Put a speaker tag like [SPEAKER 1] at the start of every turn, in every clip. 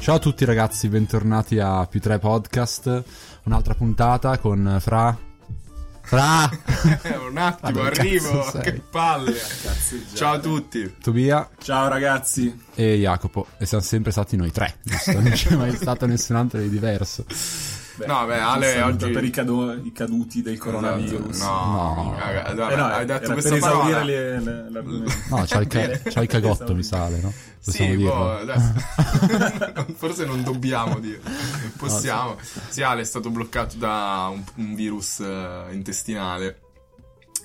[SPEAKER 1] Ciao a tutti ragazzi, bentornati a Più 3 Podcast, un'altra puntata con Fra. Fra!
[SPEAKER 2] Eh, Un attimo,
[SPEAKER 1] Ma dove
[SPEAKER 2] arrivo.
[SPEAKER 1] cazzo sei?
[SPEAKER 2] Che palle. Ciao a tutti.
[SPEAKER 1] Tobia
[SPEAKER 3] Ciao ragazzi.
[SPEAKER 1] e Jacopo, e siamo sempre stati noi tre, giusto? non c'è mai stato nessun altro di diverso.
[SPEAKER 3] Beh,
[SPEAKER 2] No, beh, Ale,
[SPEAKER 3] un saluto
[SPEAKER 2] oggi-
[SPEAKER 3] per i, cado- i caduti del coronavirus.
[SPEAKER 2] No,
[SPEAKER 1] No.
[SPEAKER 2] raga,
[SPEAKER 3] Eh no,
[SPEAKER 2] allora, hai
[SPEAKER 3] era
[SPEAKER 2] detto
[SPEAKER 3] per
[SPEAKER 2] questa
[SPEAKER 3] esaurire
[SPEAKER 2] parola.
[SPEAKER 3] le, le- l'argomento.
[SPEAKER 1] No, c'ha il, ca- c'ha il cagotto, mi sale, no?
[SPEAKER 2] Sì, boh,
[SPEAKER 1] dirlo?
[SPEAKER 2] adesso- forse non dobbiamo dire, possiamo. Sì, Ale è stato bloccato da un, un virus eh, intestinale.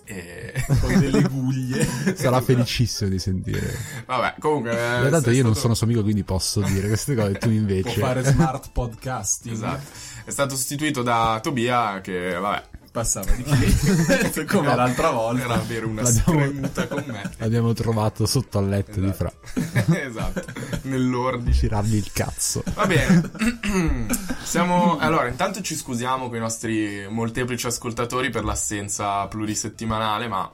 [SPEAKER 2] E...
[SPEAKER 3] con delle guglie.
[SPEAKER 1] Sarà felicissimo di sentire.
[SPEAKER 2] Vabbè, comunque... eh,
[SPEAKER 1] Beh, tanto
[SPEAKER 2] è
[SPEAKER 1] io non
[SPEAKER 2] stato-
[SPEAKER 1] sono suo amico, quindi posso dire queste cose, tu
[SPEAKER 3] Può
[SPEAKER 1] invece.
[SPEAKER 3] fare smart podcasting.
[SPEAKER 2] Esatto. È stato sostituito da Tobia che, vabbè,
[SPEAKER 3] Passava di chi? Come l'altra volta.
[SPEAKER 2] era avere una
[SPEAKER 1] L'abbiamo-
[SPEAKER 2] spremuta con me.
[SPEAKER 1] L'abbiamo trovato sotto al letto di Fra.
[SPEAKER 2] esatto, nell'ordine.
[SPEAKER 1] Girargli il cazzo.
[SPEAKER 2] Va bene, siamo. Allora, intanto ci scusiamo con i nostri molteplici ascoltatori per l'assenza plurisettimanale, ma.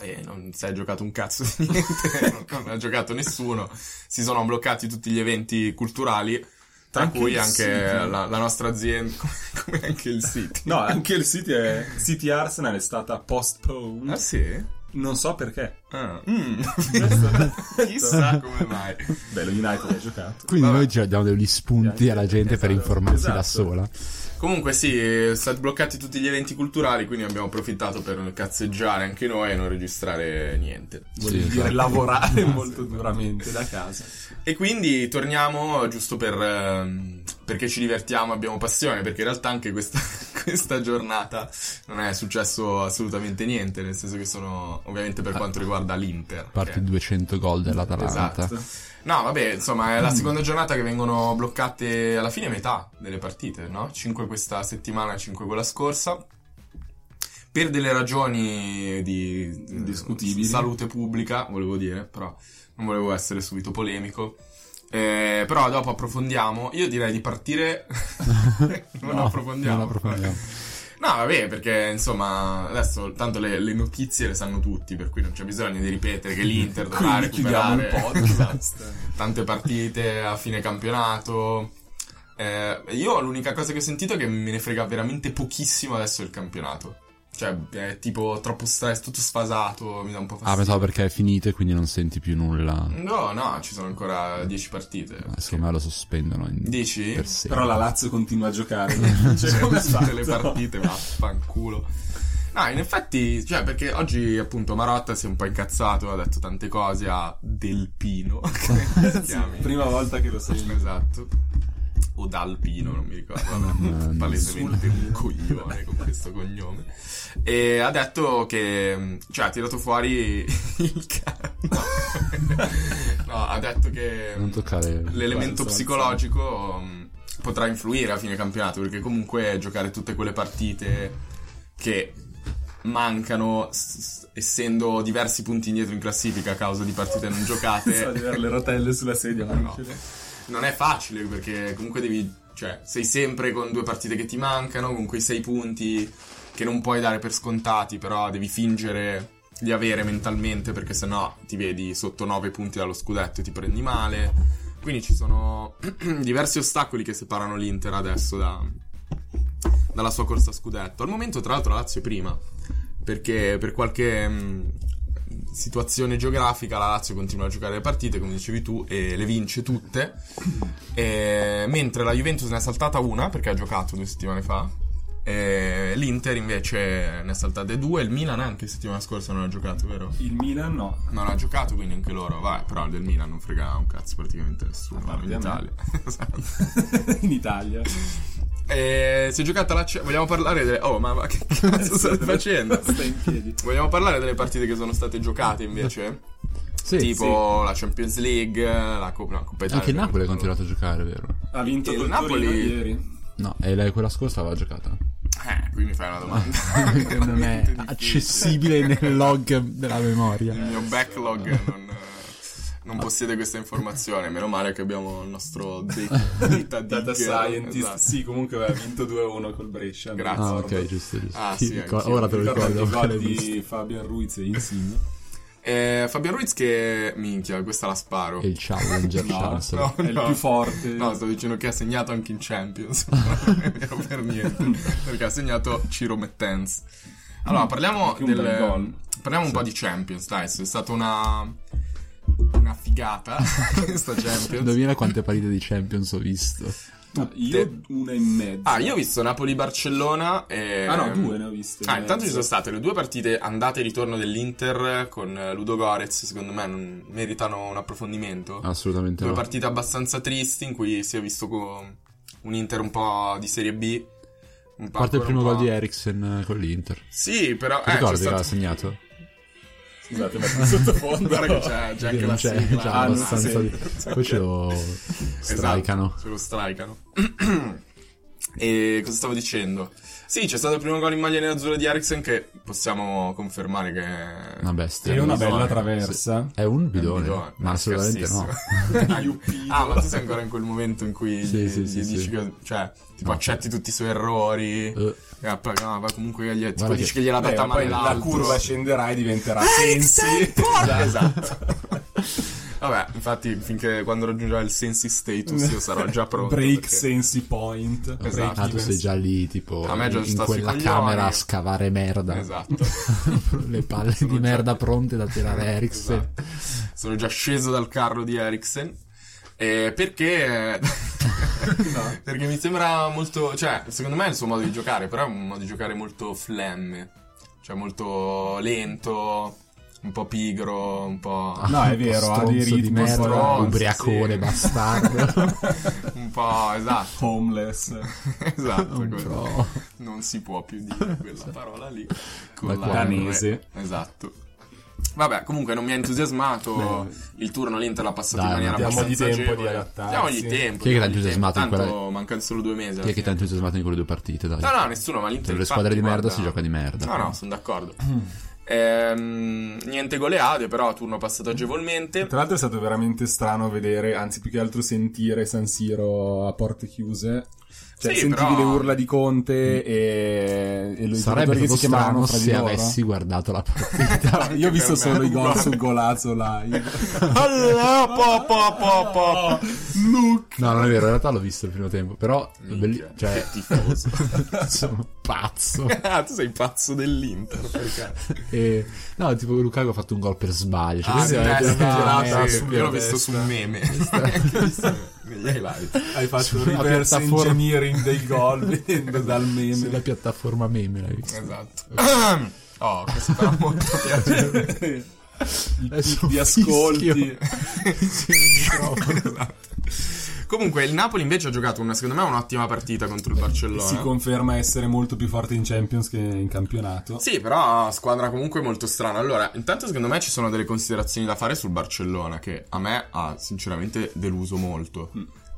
[SPEAKER 2] eh, non si è giocato un cazzo di niente, non- non ha giocato nessuno. Si sono bloccati tutti gli eventi culturali, tra
[SPEAKER 3] Anche
[SPEAKER 2] cui
[SPEAKER 3] il
[SPEAKER 2] anche
[SPEAKER 3] sito.
[SPEAKER 2] la, la nostra azienda, come anche il sito.
[SPEAKER 3] No, anche il City, è... City Arsenal è stata postponed.
[SPEAKER 2] Ah, sì?
[SPEAKER 3] Non so perché.
[SPEAKER 2] Ah, mm.
[SPEAKER 3] Chissà
[SPEAKER 2] Chissà come mai.
[SPEAKER 3] Beh, lo United ha giocato.
[SPEAKER 1] Quindi
[SPEAKER 2] Vabbè.
[SPEAKER 1] noi ci diamo degli spunti alla gente per
[SPEAKER 3] Esatto,
[SPEAKER 1] informarsi da
[SPEAKER 3] esatto.
[SPEAKER 1] sola.
[SPEAKER 2] Comunque sì, eh, stati bloccati tutti gli eventi culturali, quindi abbiamo approfittato per cazzeggiare anche noi e non registrare niente.
[SPEAKER 3] Vuol
[SPEAKER 1] Sì,
[SPEAKER 3] dire
[SPEAKER 1] esatto.
[SPEAKER 3] lavorare molto duramente da casa.
[SPEAKER 2] E quindi torniamo giusto per, ehm, perché ci divertiamo, abbiamo passione, perché in realtà anche questa, questa giornata non è successo assolutamente niente, nel senso che sono ovviamente per quanto riguarda l'Inter. Eh.
[SPEAKER 1] A parte
[SPEAKER 2] che-
[SPEAKER 1] i 200 gol dell'Atalanta.
[SPEAKER 2] Esatto. No, vabbè, insomma, è la seconda giornata che vengono bloccate alla fine metà delle partite, no? 5 questa settimana, 5 quella scorsa. Per delle ragioni di eh,
[SPEAKER 3] Discutibili.
[SPEAKER 2] salute pubblica, volevo dire, però non volevo essere subito polemico. Eh, però dopo approfondiamo. Io direi di partire. non
[SPEAKER 1] No,
[SPEAKER 2] approfondiamo.
[SPEAKER 1] non approfondiamo.
[SPEAKER 2] No, vabbè, perché insomma, adesso tanto le, le notizie le sanno tutti, per cui non c'è bisogno di ripetere che l'Inter dovrà
[SPEAKER 3] Quindi chiudiamo
[SPEAKER 2] recuperare
[SPEAKER 3] il podcast.
[SPEAKER 2] tante partite a fine campionato. Eh, io l'unica cosa che ho sentito è che me ne frega veramente pochissimo adesso il campionato. Cioè, è tipo troppo stress, tutto sfasato, mi dà un po'
[SPEAKER 1] Ah,
[SPEAKER 2] fastidio.
[SPEAKER 1] pensavo perché è finito e quindi non senti più nulla.
[SPEAKER 2] No, no, ci sono ancora 10 partite.
[SPEAKER 1] Ma Secondo me lo sospendono in
[SPEAKER 2] Dici?
[SPEAKER 1] per sempre.
[SPEAKER 3] Però la Lazio continua a giocare. non c'è Cioè, come ha
[SPEAKER 2] tutte le
[SPEAKER 1] Esatto.
[SPEAKER 3] fatto.
[SPEAKER 2] partite, vaffanculo. No, in effetti, cioè, perché oggi appunto Marotta si è un po' incazzato, ha detto tante cose a Delpino. Che si chiami?
[SPEAKER 3] Prima volta che lo sento.
[SPEAKER 2] Esatto. O da Alpino, non mi ricordo.
[SPEAKER 1] Mm,
[SPEAKER 2] Vabbè,
[SPEAKER 1] no.
[SPEAKER 2] palesemente un coglione con questo cognome. E ha detto che. Cioè, ha tirato fuori il cane. No. No, ha detto che.
[SPEAKER 1] Non toccare.
[SPEAKER 2] L'elemento
[SPEAKER 3] Guarda,
[SPEAKER 2] psicologico mh, potrà influire a fine campionato perché comunque giocare tutte quelle partite che mancano s- s- essendo diversi punti indietro in classifica a causa di partite non
[SPEAKER 3] So di
[SPEAKER 2] giocate
[SPEAKER 3] avere le rotelle sulla sedia, ma
[SPEAKER 2] No.
[SPEAKER 3] non ce l'ho.
[SPEAKER 2] non è facile perché comunque devi cioè sei sempre con due partite che ti mancano con quei sei punti che non puoi dare per scontati però devi fingere di avere mentalmente perché sennò ti vedi sotto 9 punti dallo scudetto e ti prendi male quindi ci sono diversi ostacoli che separano l'Inter adesso da- dalla sua corsa a scudetto. Al momento, tra l'altro, la Lazio è prima, perché per qualche mh, situazione geografica la Lazio continua a giocare le partite, come dicevi tu, e le vince tutte, E- mentre la Juventus ne ha saltata una, perché ha giocato due settimane fa. e L'Inter invece ne ha saltate due, il Milan anche settimana scorsa non ha giocato, vero?
[SPEAKER 3] Il Milan no.
[SPEAKER 2] Non ha giocato, quindi anche loro. Vabbè, però del Milan non frega un cazzo praticamente nessuno
[SPEAKER 1] Ah,
[SPEAKER 3] A parte
[SPEAKER 2] in
[SPEAKER 3] a me.
[SPEAKER 2] Italia. Esatto.
[SPEAKER 3] In Italia.
[SPEAKER 2] E si è giocata la C. Vogliamo parlare delle. Oh, ma, ma che cazzo state facendo?
[SPEAKER 3] Stai in piedi.
[SPEAKER 2] Vogliamo parlare delle partite che sono state giocate invece?
[SPEAKER 1] Sì,
[SPEAKER 2] tipo la Champions League, la Cop- no, Coppa Italia.
[SPEAKER 1] Anche il Napoli ha
[SPEAKER 2] non parlo.
[SPEAKER 1] continuato a giocare, vero?
[SPEAKER 3] Ha vinto
[SPEAKER 2] Il
[SPEAKER 3] col
[SPEAKER 2] Napoli-
[SPEAKER 3] Torino ieri.
[SPEAKER 1] No, e lei quella scorsa aveva giocata.
[SPEAKER 2] Eh, qui mi fai una domanda.
[SPEAKER 1] non è
[SPEAKER 2] Veramente difficile.
[SPEAKER 1] accessibile nel log della memoria.
[SPEAKER 2] Il mio backlog non, eh, non possiede questa informazione. Meno male che abbiamo il nostro data, data,
[SPEAKER 3] Data
[SPEAKER 2] digger.
[SPEAKER 3] Scientist.
[SPEAKER 2] Esatto.
[SPEAKER 3] Sì, comunque aveva vinto 2-1 col Brescia.
[SPEAKER 2] Grazie.
[SPEAKER 1] Ah,
[SPEAKER 3] Mi ricordo.
[SPEAKER 1] ok, giusto, giusto.
[SPEAKER 2] Ah,
[SPEAKER 1] Ti
[SPEAKER 2] sì,
[SPEAKER 1] ricor-
[SPEAKER 2] anch'io.
[SPEAKER 1] ora te lo
[SPEAKER 3] Mi ricordo
[SPEAKER 1] ricordo.
[SPEAKER 3] anche i
[SPEAKER 1] l'hai
[SPEAKER 3] gol
[SPEAKER 1] visto.
[SPEAKER 3] di Fabian Ruiz e Insigne.
[SPEAKER 2] Eh, Fabian Ruiz che... Minchia, questa la sparo.
[SPEAKER 1] E il challenger Chancellor.
[SPEAKER 2] no,
[SPEAKER 4] è il
[SPEAKER 2] no.
[SPEAKER 4] più forte.
[SPEAKER 2] No, sto dicendo che ha segnato anche in Champions. non è vero per niente. Perché ha segnato Ciro Mettens. Allora, parliamo
[SPEAKER 4] Anche un
[SPEAKER 2] del...
[SPEAKER 4] bel gol.
[SPEAKER 2] Parliamo un po' di Champions, dai. È stata una... Una figata questa Champions.
[SPEAKER 1] Indovina quante partite di Champions ho visto.
[SPEAKER 3] Ah,
[SPEAKER 4] No, io una e mezza.
[SPEAKER 2] Ah, io ho visto Napoli-Barcellona e...
[SPEAKER 4] Ah, no,
[SPEAKER 3] ehm,
[SPEAKER 4] due ne ho viste.
[SPEAKER 2] Ah,
[SPEAKER 4] e
[SPEAKER 1] Eh,
[SPEAKER 2] intanto ci
[SPEAKER 4] mezza.
[SPEAKER 2] sono state le due partite andate e ritorno dell'Inter con eh, Ludo Gorez, secondo me non meritano un approfondimento.
[SPEAKER 1] Assolutamente
[SPEAKER 2] due
[SPEAKER 1] no.
[SPEAKER 2] partite abbastanza tristi in cui si è visto co- un Inter un po' di Serie B. Un po'
[SPEAKER 1] parte il
[SPEAKER 2] ancora
[SPEAKER 1] primo
[SPEAKER 2] un
[SPEAKER 1] gol
[SPEAKER 2] po'-
[SPEAKER 1] di Eriksen eh, con l'Inter. Ti
[SPEAKER 2] Sì, però... Eh, c'è
[SPEAKER 1] ricordi che
[SPEAKER 2] stato...
[SPEAKER 1] l'ha segnato?
[SPEAKER 4] Scusate, ma sono sottofondo.
[SPEAKER 2] Guarda che c'è, c'è anche
[SPEAKER 1] Non
[SPEAKER 2] la
[SPEAKER 1] c'è,
[SPEAKER 2] sigla.
[SPEAKER 1] c'è
[SPEAKER 4] Ah, no,
[SPEAKER 1] abbastanza
[SPEAKER 4] sì.
[SPEAKER 1] di... Poi ce lo stricano.
[SPEAKER 2] Esatto, ce lo stricano. e cosa stavo dicendo? Sì, c'è stato il primo gol in maglia nerazzurra di Eriksen che possiamo confermare che...
[SPEAKER 1] Una bestia.
[SPEAKER 3] È una bella
[SPEAKER 2] Bidone,
[SPEAKER 3] traversa.
[SPEAKER 1] È un bidone,
[SPEAKER 2] bidone,
[SPEAKER 1] ma
[SPEAKER 2] è
[SPEAKER 1] assolutamente no.
[SPEAKER 2] scarsissimo. ah, ma tu sei ancora in quel momento in cui
[SPEAKER 1] Sì,
[SPEAKER 2] gli,
[SPEAKER 1] sì, sì,
[SPEAKER 2] gli dici
[SPEAKER 1] sì.
[SPEAKER 2] che... Cioè, tipo,
[SPEAKER 1] No.
[SPEAKER 2] accetti tutti i suoi errori.
[SPEAKER 1] Eh,
[SPEAKER 2] Eh, poi, no, ma comunque gli, tipo,
[SPEAKER 1] che- Eh,
[SPEAKER 2] dici che gliel'ha
[SPEAKER 3] Beh,
[SPEAKER 2] data
[SPEAKER 3] ma
[SPEAKER 2] male
[SPEAKER 3] poi la
[SPEAKER 2] l'altro. Eh,
[SPEAKER 3] curva scenderà e diventerà
[SPEAKER 2] Sensi.
[SPEAKER 3] sensi.
[SPEAKER 2] Esatto, esatto. Vabbè, infatti, finché quando raggiungerà il sensi status io sarò già pronto.
[SPEAKER 3] Break
[SPEAKER 2] perché-
[SPEAKER 3] sensi point.
[SPEAKER 2] Esatto.
[SPEAKER 1] ah, tu sei già lì, tipo,
[SPEAKER 2] A me già
[SPEAKER 1] in
[SPEAKER 2] sta sui
[SPEAKER 1] quella
[SPEAKER 2] coglioni.
[SPEAKER 1] camera a scavare merda.
[SPEAKER 2] Esatto.
[SPEAKER 1] Le palle
[SPEAKER 2] Sono
[SPEAKER 1] di
[SPEAKER 2] già-
[SPEAKER 1] merda pronte da tirare Eriksen.
[SPEAKER 2] Esatto. Sono già sceso dal carro di Eriksen. eh, perché... perché mi sembra molto... Cioè, secondo me è il suo modo di giocare, però è un modo di giocare molto flemme. Cioè, molto lento, un po' pigro, un po'...
[SPEAKER 3] No, è vero, ha dei
[SPEAKER 1] Stronzo di
[SPEAKER 3] ritmi
[SPEAKER 1] merda,
[SPEAKER 3] stronzi,
[SPEAKER 1] ubriacone,
[SPEAKER 2] sì.
[SPEAKER 1] bastardo.
[SPEAKER 2] un po'... Esatto.
[SPEAKER 4] Homeless.
[SPEAKER 2] Esatto,
[SPEAKER 1] Un
[SPEAKER 2] quello.
[SPEAKER 1] pro.
[SPEAKER 2] non si può più dire quella parola lì.
[SPEAKER 1] Ma
[SPEAKER 2] Con la
[SPEAKER 3] danese.
[SPEAKER 2] R. Esatto. Vabbè, comunque non mi ha entusiasmato. Il turno l'Inter l'ha passato
[SPEAKER 1] Dai,
[SPEAKER 2] in maniera
[SPEAKER 3] diamogli
[SPEAKER 2] abbastanza
[SPEAKER 3] tempo di
[SPEAKER 2] agevole.
[SPEAKER 3] adattarsi.
[SPEAKER 2] Diamogli tempo.
[SPEAKER 1] Chi è che t'ha
[SPEAKER 2] diamogli
[SPEAKER 1] entusiasmato
[SPEAKER 2] tempo.
[SPEAKER 1] in
[SPEAKER 2] Tanto
[SPEAKER 1] quella-
[SPEAKER 2] mancano solo due mesi. alla
[SPEAKER 1] Chi è che ti ha
[SPEAKER 2] fine.
[SPEAKER 1] entusiasmato in quelle due partite, dai?
[SPEAKER 2] No, no, nessuno, ma l'Inter...
[SPEAKER 1] Tra le
[SPEAKER 2] infatti,
[SPEAKER 1] squadre di merda
[SPEAKER 2] guarda-
[SPEAKER 1] si gioca di merda.
[SPEAKER 2] No, no, sono d'accordo.
[SPEAKER 3] Mm.
[SPEAKER 2] Ehm, niente goleade, però turno passato agevolmente.
[SPEAKER 3] Tra l'altro è stato veramente strano vedere, anzi più che altro sentire San Siro a porte chiuse. Cioè,
[SPEAKER 2] Sì,
[SPEAKER 3] sentivi
[SPEAKER 2] però-
[SPEAKER 3] le urla di Conte e, e lo- i
[SPEAKER 1] Sarebbe
[SPEAKER 3] giocatori che
[SPEAKER 1] stato
[SPEAKER 3] si
[SPEAKER 1] strano
[SPEAKER 3] chiamavano fra di
[SPEAKER 1] se
[SPEAKER 3] loro.
[SPEAKER 1] avessi guardato la partita.
[SPEAKER 3] Ah, Io ho visto
[SPEAKER 2] Anche per me.
[SPEAKER 3] solo i gol su golazzo live.
[SPEAKER 2] Allà, po, po, po, po.
[SPEAKER 1] No, non è vero, in realtà l'ho visto il primo tempo, però è belli-
[SPEAKER 2] Minchia,
[SPEAKER 1] cioè,
[SPEAKER 2] Che tifoso.
[SPEAKER 1] sono pazzo.
[SPEAKER 2] Ah, tu sei pazzo dell'Inter, perché...
[SPEAKER 1] E, no, tipo Lukaku ha fatto un gol per sbaglio. Cioè,
[SPEAKER 2] Ah,
[SPEAKER 1] questa
[SPEAKER 2] sì,
[SPEAKER 1] è veramente
[SPEAKER 2] eh,
[SPEAKER 1] una girata
[SPEAKER 2] sì, sì,
[SPEAKER 1] su-
[SPEAKER 2] io l'ho visto su un meme Anche visto negli highlight
[SPEAKER 3] Hai fatto il
[SPEAKER 1] Sulla
[SPEAKER 3] reverse
[SPEAKER 1] piattaforma.
[SPEAKER 3] engineering dei gol vedendo dal
[SPEAKER 1] sulla
[SPEAKER 3] meme.
[SPEAKER 1] piattaforma meme. L'hai visto?
[SPEAKER 2] esatto oh questo fa molto piacere
[SPEAKER 1] Adesso
[SPEAKER 3] Di ascolti.
[SPEAKER 2] comunque il Napoli invece ha giocato una, secondo me un'ottima partita contro il
[SPEAKER 3] Si
[SPEAKER 2] Barcellona
[SPEAKER 3] conferma essere molto più forte in Champions che in campionato.
[SPEAKER 2] sì, però squadra comunque molto strana. Allora, intanto secondo me ci sono delle considerazioni da fare sul Barcellona, che a me ha sinceramente deluso molto.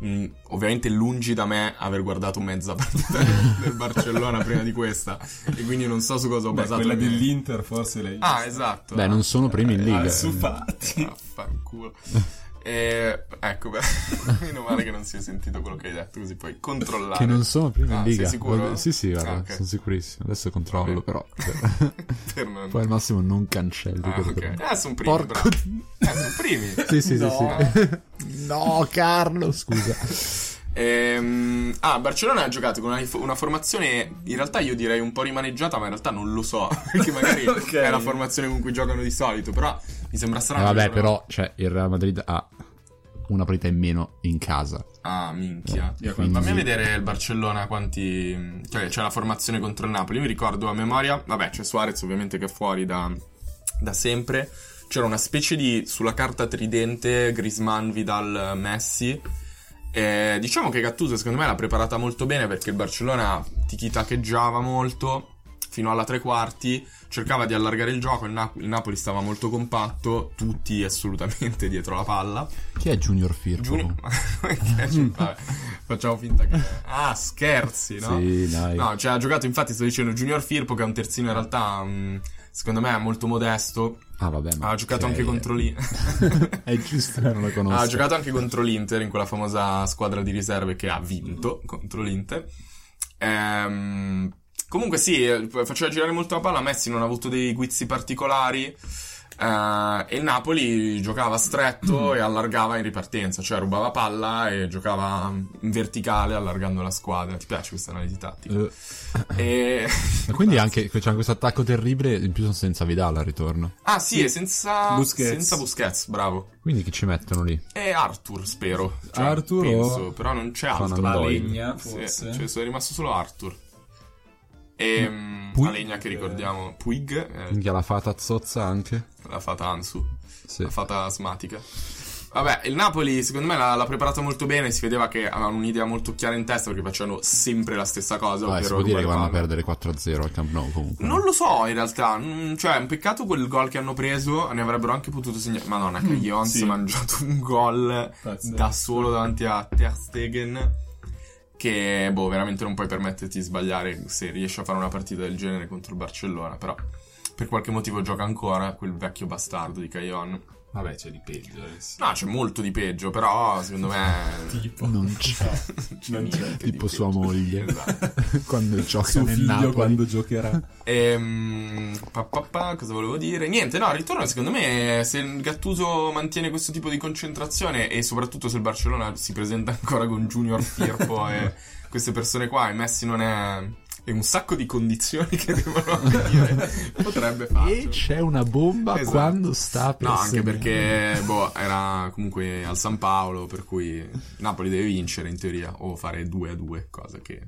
[SPEAKER 2] Mm, ovviamente lungi da me aver guardato mezza partita del Barcellona prima di questa, e quindi non so su cosa ho
[SPEAKER 3] Beh,
[SPEAKER 2] basato.
[SPEAKER 3] quella
[SPEAKER 2] il mio-
[SPEAKER 3] dell'Inter forse lei.
[SPEAKER 2] esatto, Ah, mm. esatto.
[SPEAKER 1] Beh, non sono primi in liga. eh.
[SPEAKER 3] su Fati.
[SPEAKER 2] Vaffanculo. E ecco, beh, meno male che non si è sentito quello che hai detto, così puoi controllare.
[SPEAKER 1] Che non sono primi
[SPEAKER 2] Ah,
[SPEAKER 1] in
[SPEAKER 2] sei
[SPEAKER 1] liga.
[SPEAKER 2] sicuro?
[SPEAKER 1] Sì, sì, guarda,
[SPEAKER 2] Ah, ok.
[SPEAKER 1] sono sicurissimo. Adesso controllo,
[SPEAKER 2] Vabbè.
[SPEAKER 1] però.
[SPEAKER 2] Per non-
[SPEAKER 1] Poi al massimo non cancelli.
[SPEAKER 2] Ah,
[SPEAKER 1] quello
[SPEAKER 2] ok.
[SPEAKER 1] che-
[SPEAKER 2] Ah, sono primi.
[SPEAKER 1] Porco
[SPEAKER 2] Porco
[SPEAKER 1] di...
[SPEAKER 2] Eh, sono primi.
[SPEAKER 1] Sì, sì,
[SPEAKER 3] No.
[SPEAKER 1] sì, sì. no, Carlo, scusa.
[SPEAKER 5] Eh,
[SPEAKER 2] Ehm, ah, Barcellona ha giocato con una, una formazione, in realtà io direi un po' rimaneggiata, ma in realtà non lo so, perché magari
[SPEAKER 3] Ok.
[SPEAKER 2] è la formazione con cui giocano di solito, però mi sembra
[SPEAKER 1] Eh,
[SPEAKER 2] strano.
[SPEAKER 1] vabbè,
[SPEAKER 2] giocano-
[SPEAKER 1] però, cioè, il Real Madrid ha una partita in meno in casa.
[SPEAKER 2] Ah, minchia.
[SPEAKER 1] Io
[SPEAKER 2] Fammi
[SPEAKER 1] quindi-
[SPEAKER 2] vedere il Barcellona quanti... Cioè, c'è la formazione contro il Napoli. Io mi ricordo a memoria... Vabbè, c'è Suarez ovviamente che è fuori da, da sempre. C'era una specie di... Sulla carta tridente Grisman, Vidal, Messi. Eh, diciamo che Gattuso secondo me l'ha preparata molto bene perché il Barcellona tichitacheggiava molto fino alla tre quarti, cercava di allargare il gioco, il, Na- il Napoli stava molto compatto, tutti assolutamente dietro la palla.
[SPEAKER 1] Chi è Junior Firpo?
[SPEAKER 2] Giugno. Vabbè, facciamo finta che. Ah, scherzi, no?
[SPEAKER 1] Sì, dai.
[SPEAKER 2] No, cioè, ha giocato, infatti, sto dicendo Junior Firpo, che è un terzino in realtà. mm, secondo me è molto modesto.
[SPEAKER 1] Ah, vabbè. ma-
[SPEAKER 2] Ha giocato
[SPEAKER 1] cioè,
[SPEAKER 2] anche contro l'I.
[SPEAKER 1] È giusto
[SPEAKER 5] eh,
[SPEAKER 1] che non lo conosco.
[SPEAKER 2] Ha giocato anche contro l'Inter in quella famosa squadra di riserve che ha vinto contro l'Inter. Ehm, comunque sì, eh, faceva girare molto la palla, Messi non ha avuto dei guizzi particolari. Eh, e il Napoli giocava stretto e allargava in ripartenza, cioè rubava palla e giocava in verticale allargando la squadra. Ti piace questa analisi tattica?
[SPEAKER 5] Eh,
[SPEAKER 2] E...
[SPEAKER 5] ma quindi anche c'è questo attacco terribile, in più sono senza Vidal al ritorno.
[SPEAKER 2] Ah sì, e senza
[SPEAKER 3] Busquets.
[SPEAKER 2] senza Busquets, bravo.
[SPEAKER 5] Quindi chi ci mettono lì?
[SPEAKER 2] E Arthur, spero. Cioè,
[SPEAKER 3] Arthur o-
[SPEAKER 2] penso, però non c'è altro.
[SPEAKER 5] Fernando.
[SPEAKER 6] La
[SPEAKER 5] Doi.
[SPEAKER 6] legna,
[SPEAKER 2] Sì,
[SPEAKER 6] forse.
[SPEAKER 2] cioè, sono rimasto solo Arthur. E mm,
[SPEAKER 5] Puig? Eh. Mm.
[SPEAKER 2] la legna che ricordiamo, Puig, eh,
[SPEAKER 5] Minchia, la fata zozza anche.
[SPEAKER 2] la fata Ansu,
[SPEAKER 5] Sì.
[SPEAKER 2] la fata asmatica. Vabbè, il Napoli secondo me l'ha, l'ha preparata molto bene, si vedeva che avevano un'idea molto chiara in testa perché facevano sempre la stessa cosa.
[SPEAKER 5] Vabbè,
[SPEAKER 2] ovvero
[SPEAKER 5] si può dire che
[SPEAKER 2] rubare
[SPEAKER 5] vanno a
[SPEAKER 2] palla.
[SPEAKER 5] perdere 4-0 al Camp Nou comunque.
[SPEAKER 2] Non lo so in realtà, mm, cioè è un peccato quel gol che hanno preso, ne avrebbero anche potuto segnare. Madonna, che Jons
[SPEAKER 6] sì.
[SPEAKER 2] ha mangiato un gol
[SPEAKER 3] Pazzesco.
[SPEAKER 2] da solo davanti a Ter Stegen che boh, veramente non puoi permetterti di sbagliare se riesci a fare una partita del genere contro il Barcellona, però per qualche motivo gioca ancora quel vecchio bastardo di Caillon.
[SPEAKER 3] Vabbè, c'è di peggio adesso.
[SPEAKER 2] No, c'è molto di peggio, però secondo me
[SPEAKER 3] Tipo,
[SPEAKER 5] Non c'è.
[SPEAKER 2] c'è niente di
[SPEAKER 5] tipo sua
[SPEAKER 2] peggio.
[SPEAKER 5] moglie.
[SPEAKER 2] Esatto.
[SPEAKER 5] quando gioca
[SPEAKER 3] suo
[SPEAKER 5] nel
[SPEAKER 3] figlio
[SPEAKER 5] Napoli.
[SPEAKER 3] quando giocherà.
[SPEAKER 2] Ehm, pa, pa, pa, cosa volevo dire? Niente, no, il ritorno secondo me se il Gattuso mantiene questo tipo di concentrazione e soprattutto se il Barcellona si presenta ancora con Junior Firpo e queste persone qua e Messi non è... è un sacco di condizioni che devono avvenire, potrebbe
[SPEAKER 5] E
[SPEAKER 2] farlo.
[SPEAKER 5] c'è una bomba
[SPEAKER 2] Esatto.
[SPEAKER 5] quando sta per
[SPEAKER 2] No, anche
[SPEAKER 5] segnare.
[SPEAKER 2] perché boh, era comunque al San Paolo, per cui Napoli deve vincere in teoria o fare 2 a 2, cosa che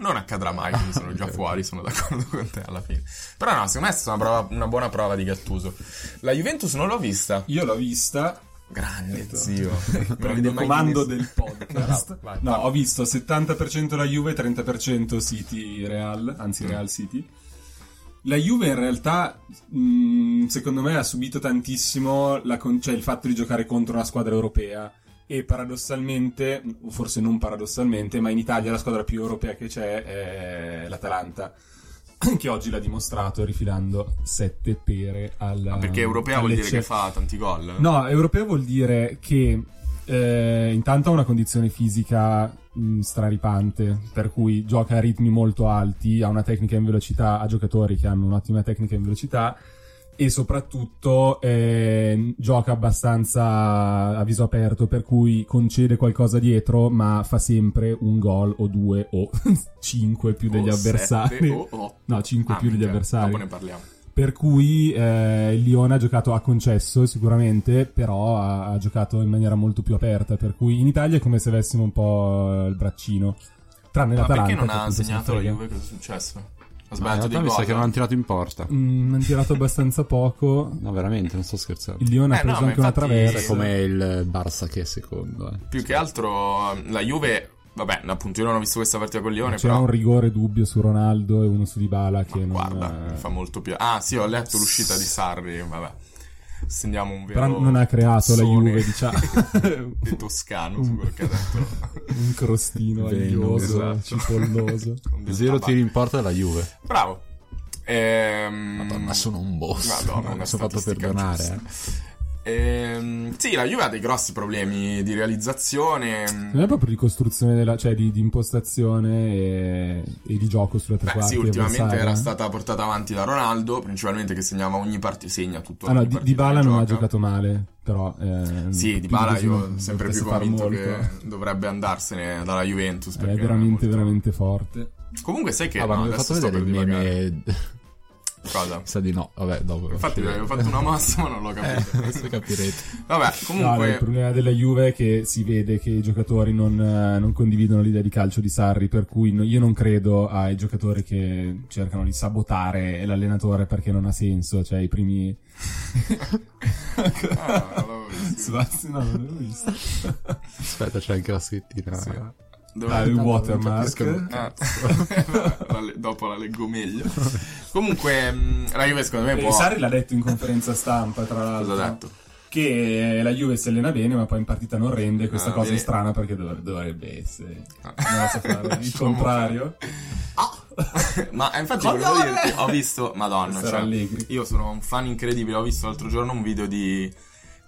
[SPEAKER 2] non accadrà mai, quindi sono già
[SPEAKER 5] Ok.
[SPEAKER 2] fuori, sono d'accordo con te alla fine. Però no, secondo me è stata una, prova- una buona prova di Gattuso. La Juventus non l'ho vista.
[SPEAKER 3] Io l'ho vista,
[SPEAKER 2] Grande zio.
[SPEAKER 3] prendo Certo. comando del podcast.
[SPEAKER 2] Vai,
[SPEAKER 3] no, ho visto 70% la Juve, 30% City Real,
[SPEAKER 2] Mm.
[SPEAKER 3] anzi Real City. La Juve in realtà, mh, secondo me, ha subito tantissimo la con- cioè il fatto di giocare contro una squadra europea. E paradossalmente, o forse non paradossalmente, ma in Italia la squadra più europea che c'è è l'Atalanta. Che oggi l'ha dimostrato rifilando sette pere alla.
[SPEAKER 2] Ah, perché europea vuol
[SPEAKER 3] alle
[SPEAKER 2] dire che
[SPEAKER 3] Ce-
[SPEAKER 2] fa tanti gol.
[SPEAKER 3] No, europeo vuol dire che eh, intanto ha una condizione fisica mh, straripante, per cui gioca a ritmi molto alti, ha una tecnica in velocità, ha giocatori che hanno un'ottima tecnica in velocità e soprattutto eh, gioca abbastanza a viso aperto, per cui concede qualcosa dietro, ma fa sempre un gol o due o cinque più degli
[SPEAKER 2] O
[SPEAKER 3] avversari.
[SPEAKER 2] sette, o otto.
[SPEAKER 3] No, cinque
[SPEAKER 2] Ah,
[SPEAKER 3] più degli
[SPEAKER 2] minchia,
[SPEAKER 3] avversari.
[SPEAKER 2] Dopo ne parliamo.
[SPEAKER 3] Per cui eh, il Lione ha giocato a concesso sicuramente, però ha, ha giocato in maniera molto più aperta, per cui in Italia è come se avessimo un po' eh, il braccino. Tranne
[SPEAKER 2] Ma
[SPEAKER 3] l'Atalanta.
[SPEAKER 2] perché non
[SPEAKER 3] che
[SPEAKER 2] ha
[SPEAKER 3] appunto se ne
[SPEAKER 2] segnato la
[SPEAKER 3] frega.
[SPEAKER 2] Juve? Cosa è successo? Ha
[SPEAKER 5] Ma in
[SPEAKER 2] sbagliato
[SPEAKER 5] realtà
[SPEAKER 2] dei
[SPEAKER 5] mi sa
[SPEAKER 2] gol.
[SPEAKER 5] che non hanno tirato in porta.
[SPEAKER 3] Mm, hanno tirato abbastanza poco.
[SPEAKER 5] No, veramente, non sto scherzando.
[SPEAKER 3] Il Lione
[SPEAKER 2] Eh,
[SPEAKER 3] ha preso
[SPEAKER 2] no, ma
[SPEAKER 3] anche una
[SPEAKER 2] infatti-
[SPEAKER 3] traversa.
[SPEAKER 2] Sì.
[SPEAKER 5] Come il Barça che è secondo, eh.
[SPEAKER 2] Più che altro ehm, la Juve, vabbè, appunto io non ho visto questa partita con Lione,
[SPEAKER 3] C'era
[SPEAKER 2] però
[SPEAKER 3] un rigore dubbio su Ronaldo e uno su Dybala che
[SPEAKER 2] ma
[SPEAKER 3] non... eh,
[SPEAKER 2] guarda, mi fa molto piacere. Ah sì, ho letto l'uscita di Sarri, vabbè. Stendiamo un vero...
[SPEAKER 3] Però non ha creato
[SPEAKER 2] sole
[SPEAKER 3] la Juve, diciamo.
[SPEAKER 2] di Toscano, su quello che ha detto.
[SPEAKER 3] un crostino cioè,
[SPEAKER 5] Venoso,
[SPEAKER 3] aglioso,
[SPEAKER 2] Esatto.
[SPEAKER 3] cipolloso.
[SPEAKER 2] Con del
[SPEAKER 5] Zero
[SPEAKER 2] tabac.
[SPEAKER 5] tiri in porta della Juve.
[SPEAKER 2] Bravo. Ehm...
[SPEAKER 5] Madonna, sono un boss.
[SPEAKER 2] Madonna,
[SPEAKER 5] Mi
[SPEAKER 2] una
[SPEAKER 5] sono fatto
[SPEAKER 2] statistica
[SPEAKER 5] perdonare.
[SPEAKER 2] giusta.
[SPEAKER 5] eh.
[SPEAKER 2] Ehm, sì, la Juve ha dei grossi problemi di realizzazione.
[SPEAKER 3] Non è proprio di costruzione, della, cioè di, di impostazione e, e eh. di gioco sulla tre
[SPEAKER 2] Beh,
[SPEAKER 3] quarti
[SPEAKER 2] sì, ultimamente
[SPEAKER 3] avversaria.
[SPEAKER 2] era stata portata avanti da Ronaldo, principalmente che segnava ogni partita, segna tutto.
[SPEAKER 3] Ah no,
[SPEAKER 2] ogni
[SPEAKER 3] di,
[SPEAKER 2] partita
[SPEAKER 3] Bala
[SPEAKER 2] che
[SPEAKER 3] non ha
[SPEAKER 2] gioca.
[SPEAKER 3] giocato male, però... eh,
[SPEAKER 2] Sì, Di
[SPEAKER 3] più
[SPEAKER 2] Bala
[SPEAKER 3] così
[SPEAKER 2] io
[SPEAKER 3] non
[SPEAKER 2] sempre più
[SPEAKER 3] potesse far
[SPEAKER 2] convinto
[SPEAKER 3] molto. eh,
[SPEAKER 2] che dovrebbe andarsene dalla Juventus.
[SPEAKER 3] È
[SPEAKER 2] perché
[SPEAKER 3] veramente,
[SPEAKER 2] non è molto-
[SPEAKER 3] veramente forte.
[SPEAKER 2] Comunque sai che...
[SPEAKER 5] Ah, ma
[SPEAKER 2] no,
[SPEAKER 5] non vi ho
[SPEAKER 2] adesso
[SPEAKER 5] fatto
[SPEAKER 2] sto
[SPEAKER 5] vedere il
[SPEAKER 2] per divagare.
[SPEAKER 5] meme.
[SPEAKER 2] Cosa?
[SPEAKER 5] Sa di no, vabbè, dopo.
[SPEAKER 2] Infatti avevo fatto una mossa ma non l'ho
[SPEAKER 5] Eh,
[SPEAKER 2] capito.
[SPEAKER 5] adesso capirete.
[SPEAKER 2] Vabbè,
[SPEAKER 3] No, no,
[SPEAKER 2] comunque...
[SPEAKER 3] il problema della Juve è che si vede che i giocatori non, eh, non condividono l'idea di calcio di Sarri, per cui no- io non credo ai giocatori che cercano di sabotare l'allenatore perché non ha senso, cioè i primi...
[SPEAKER 2] Ah, non l'avevo visto.
[SPEAKER 3] Svazzi, no, non l'ho visto.
[SPEAKER 5] Aspetta, c'è anche la scrittina.
[SPEAKER 2] Sì.
[SPEAKER 5] raga.
[SPEAKER 2] Dove-
[SPEAKER 3] Dai, il
[SPEAKER 5] non
[SPEAKER 3] watermark.
[SPEAKER 5] capiscono.
[SPEAKER 2] Ah, vabbè, la le- dopo la leggo meglio. Comunque, mh, la Juve secondo me
[SPEAKER 3] Eh,
[SPEAKER 2] può...
[SPEAKER 3] Sarri l'ha detto in conferenza stampa, tra l'altro.
[SPEAKER 2] Cosa ha detto?
[SPEAKER 3] Che la Juve si allena bene, ma poi in partita non rende. Questa
[SPEAKER 2] Ah,
[SPEAKER 3] cosa
[SPEAKER 2] bene.
[SPEAKER 3] è strana perché dov- dovrebbe essere
[SPEAKER 2] Ah.
[SPEAKER 3] non la so fare, il
[SPEAKER 2] Lasciamo
[SPEAKER 3] contrario.
[SPEAKER 2] Ma eh, infatti
[SPEAKER 3] Cosa
[SPEAKER 2] volevo
[SPEAKER 3] vuole?
[SPEAKER 2] dirti, ho visto... Madonna,
[SPEAKER 3] Sarà
[SPEAKER 2] cioè,
[SPEAKER 3] Allegri.
[SPEAKER 2] io sono un fan incredibile, ho visto l'altro giorno un video di...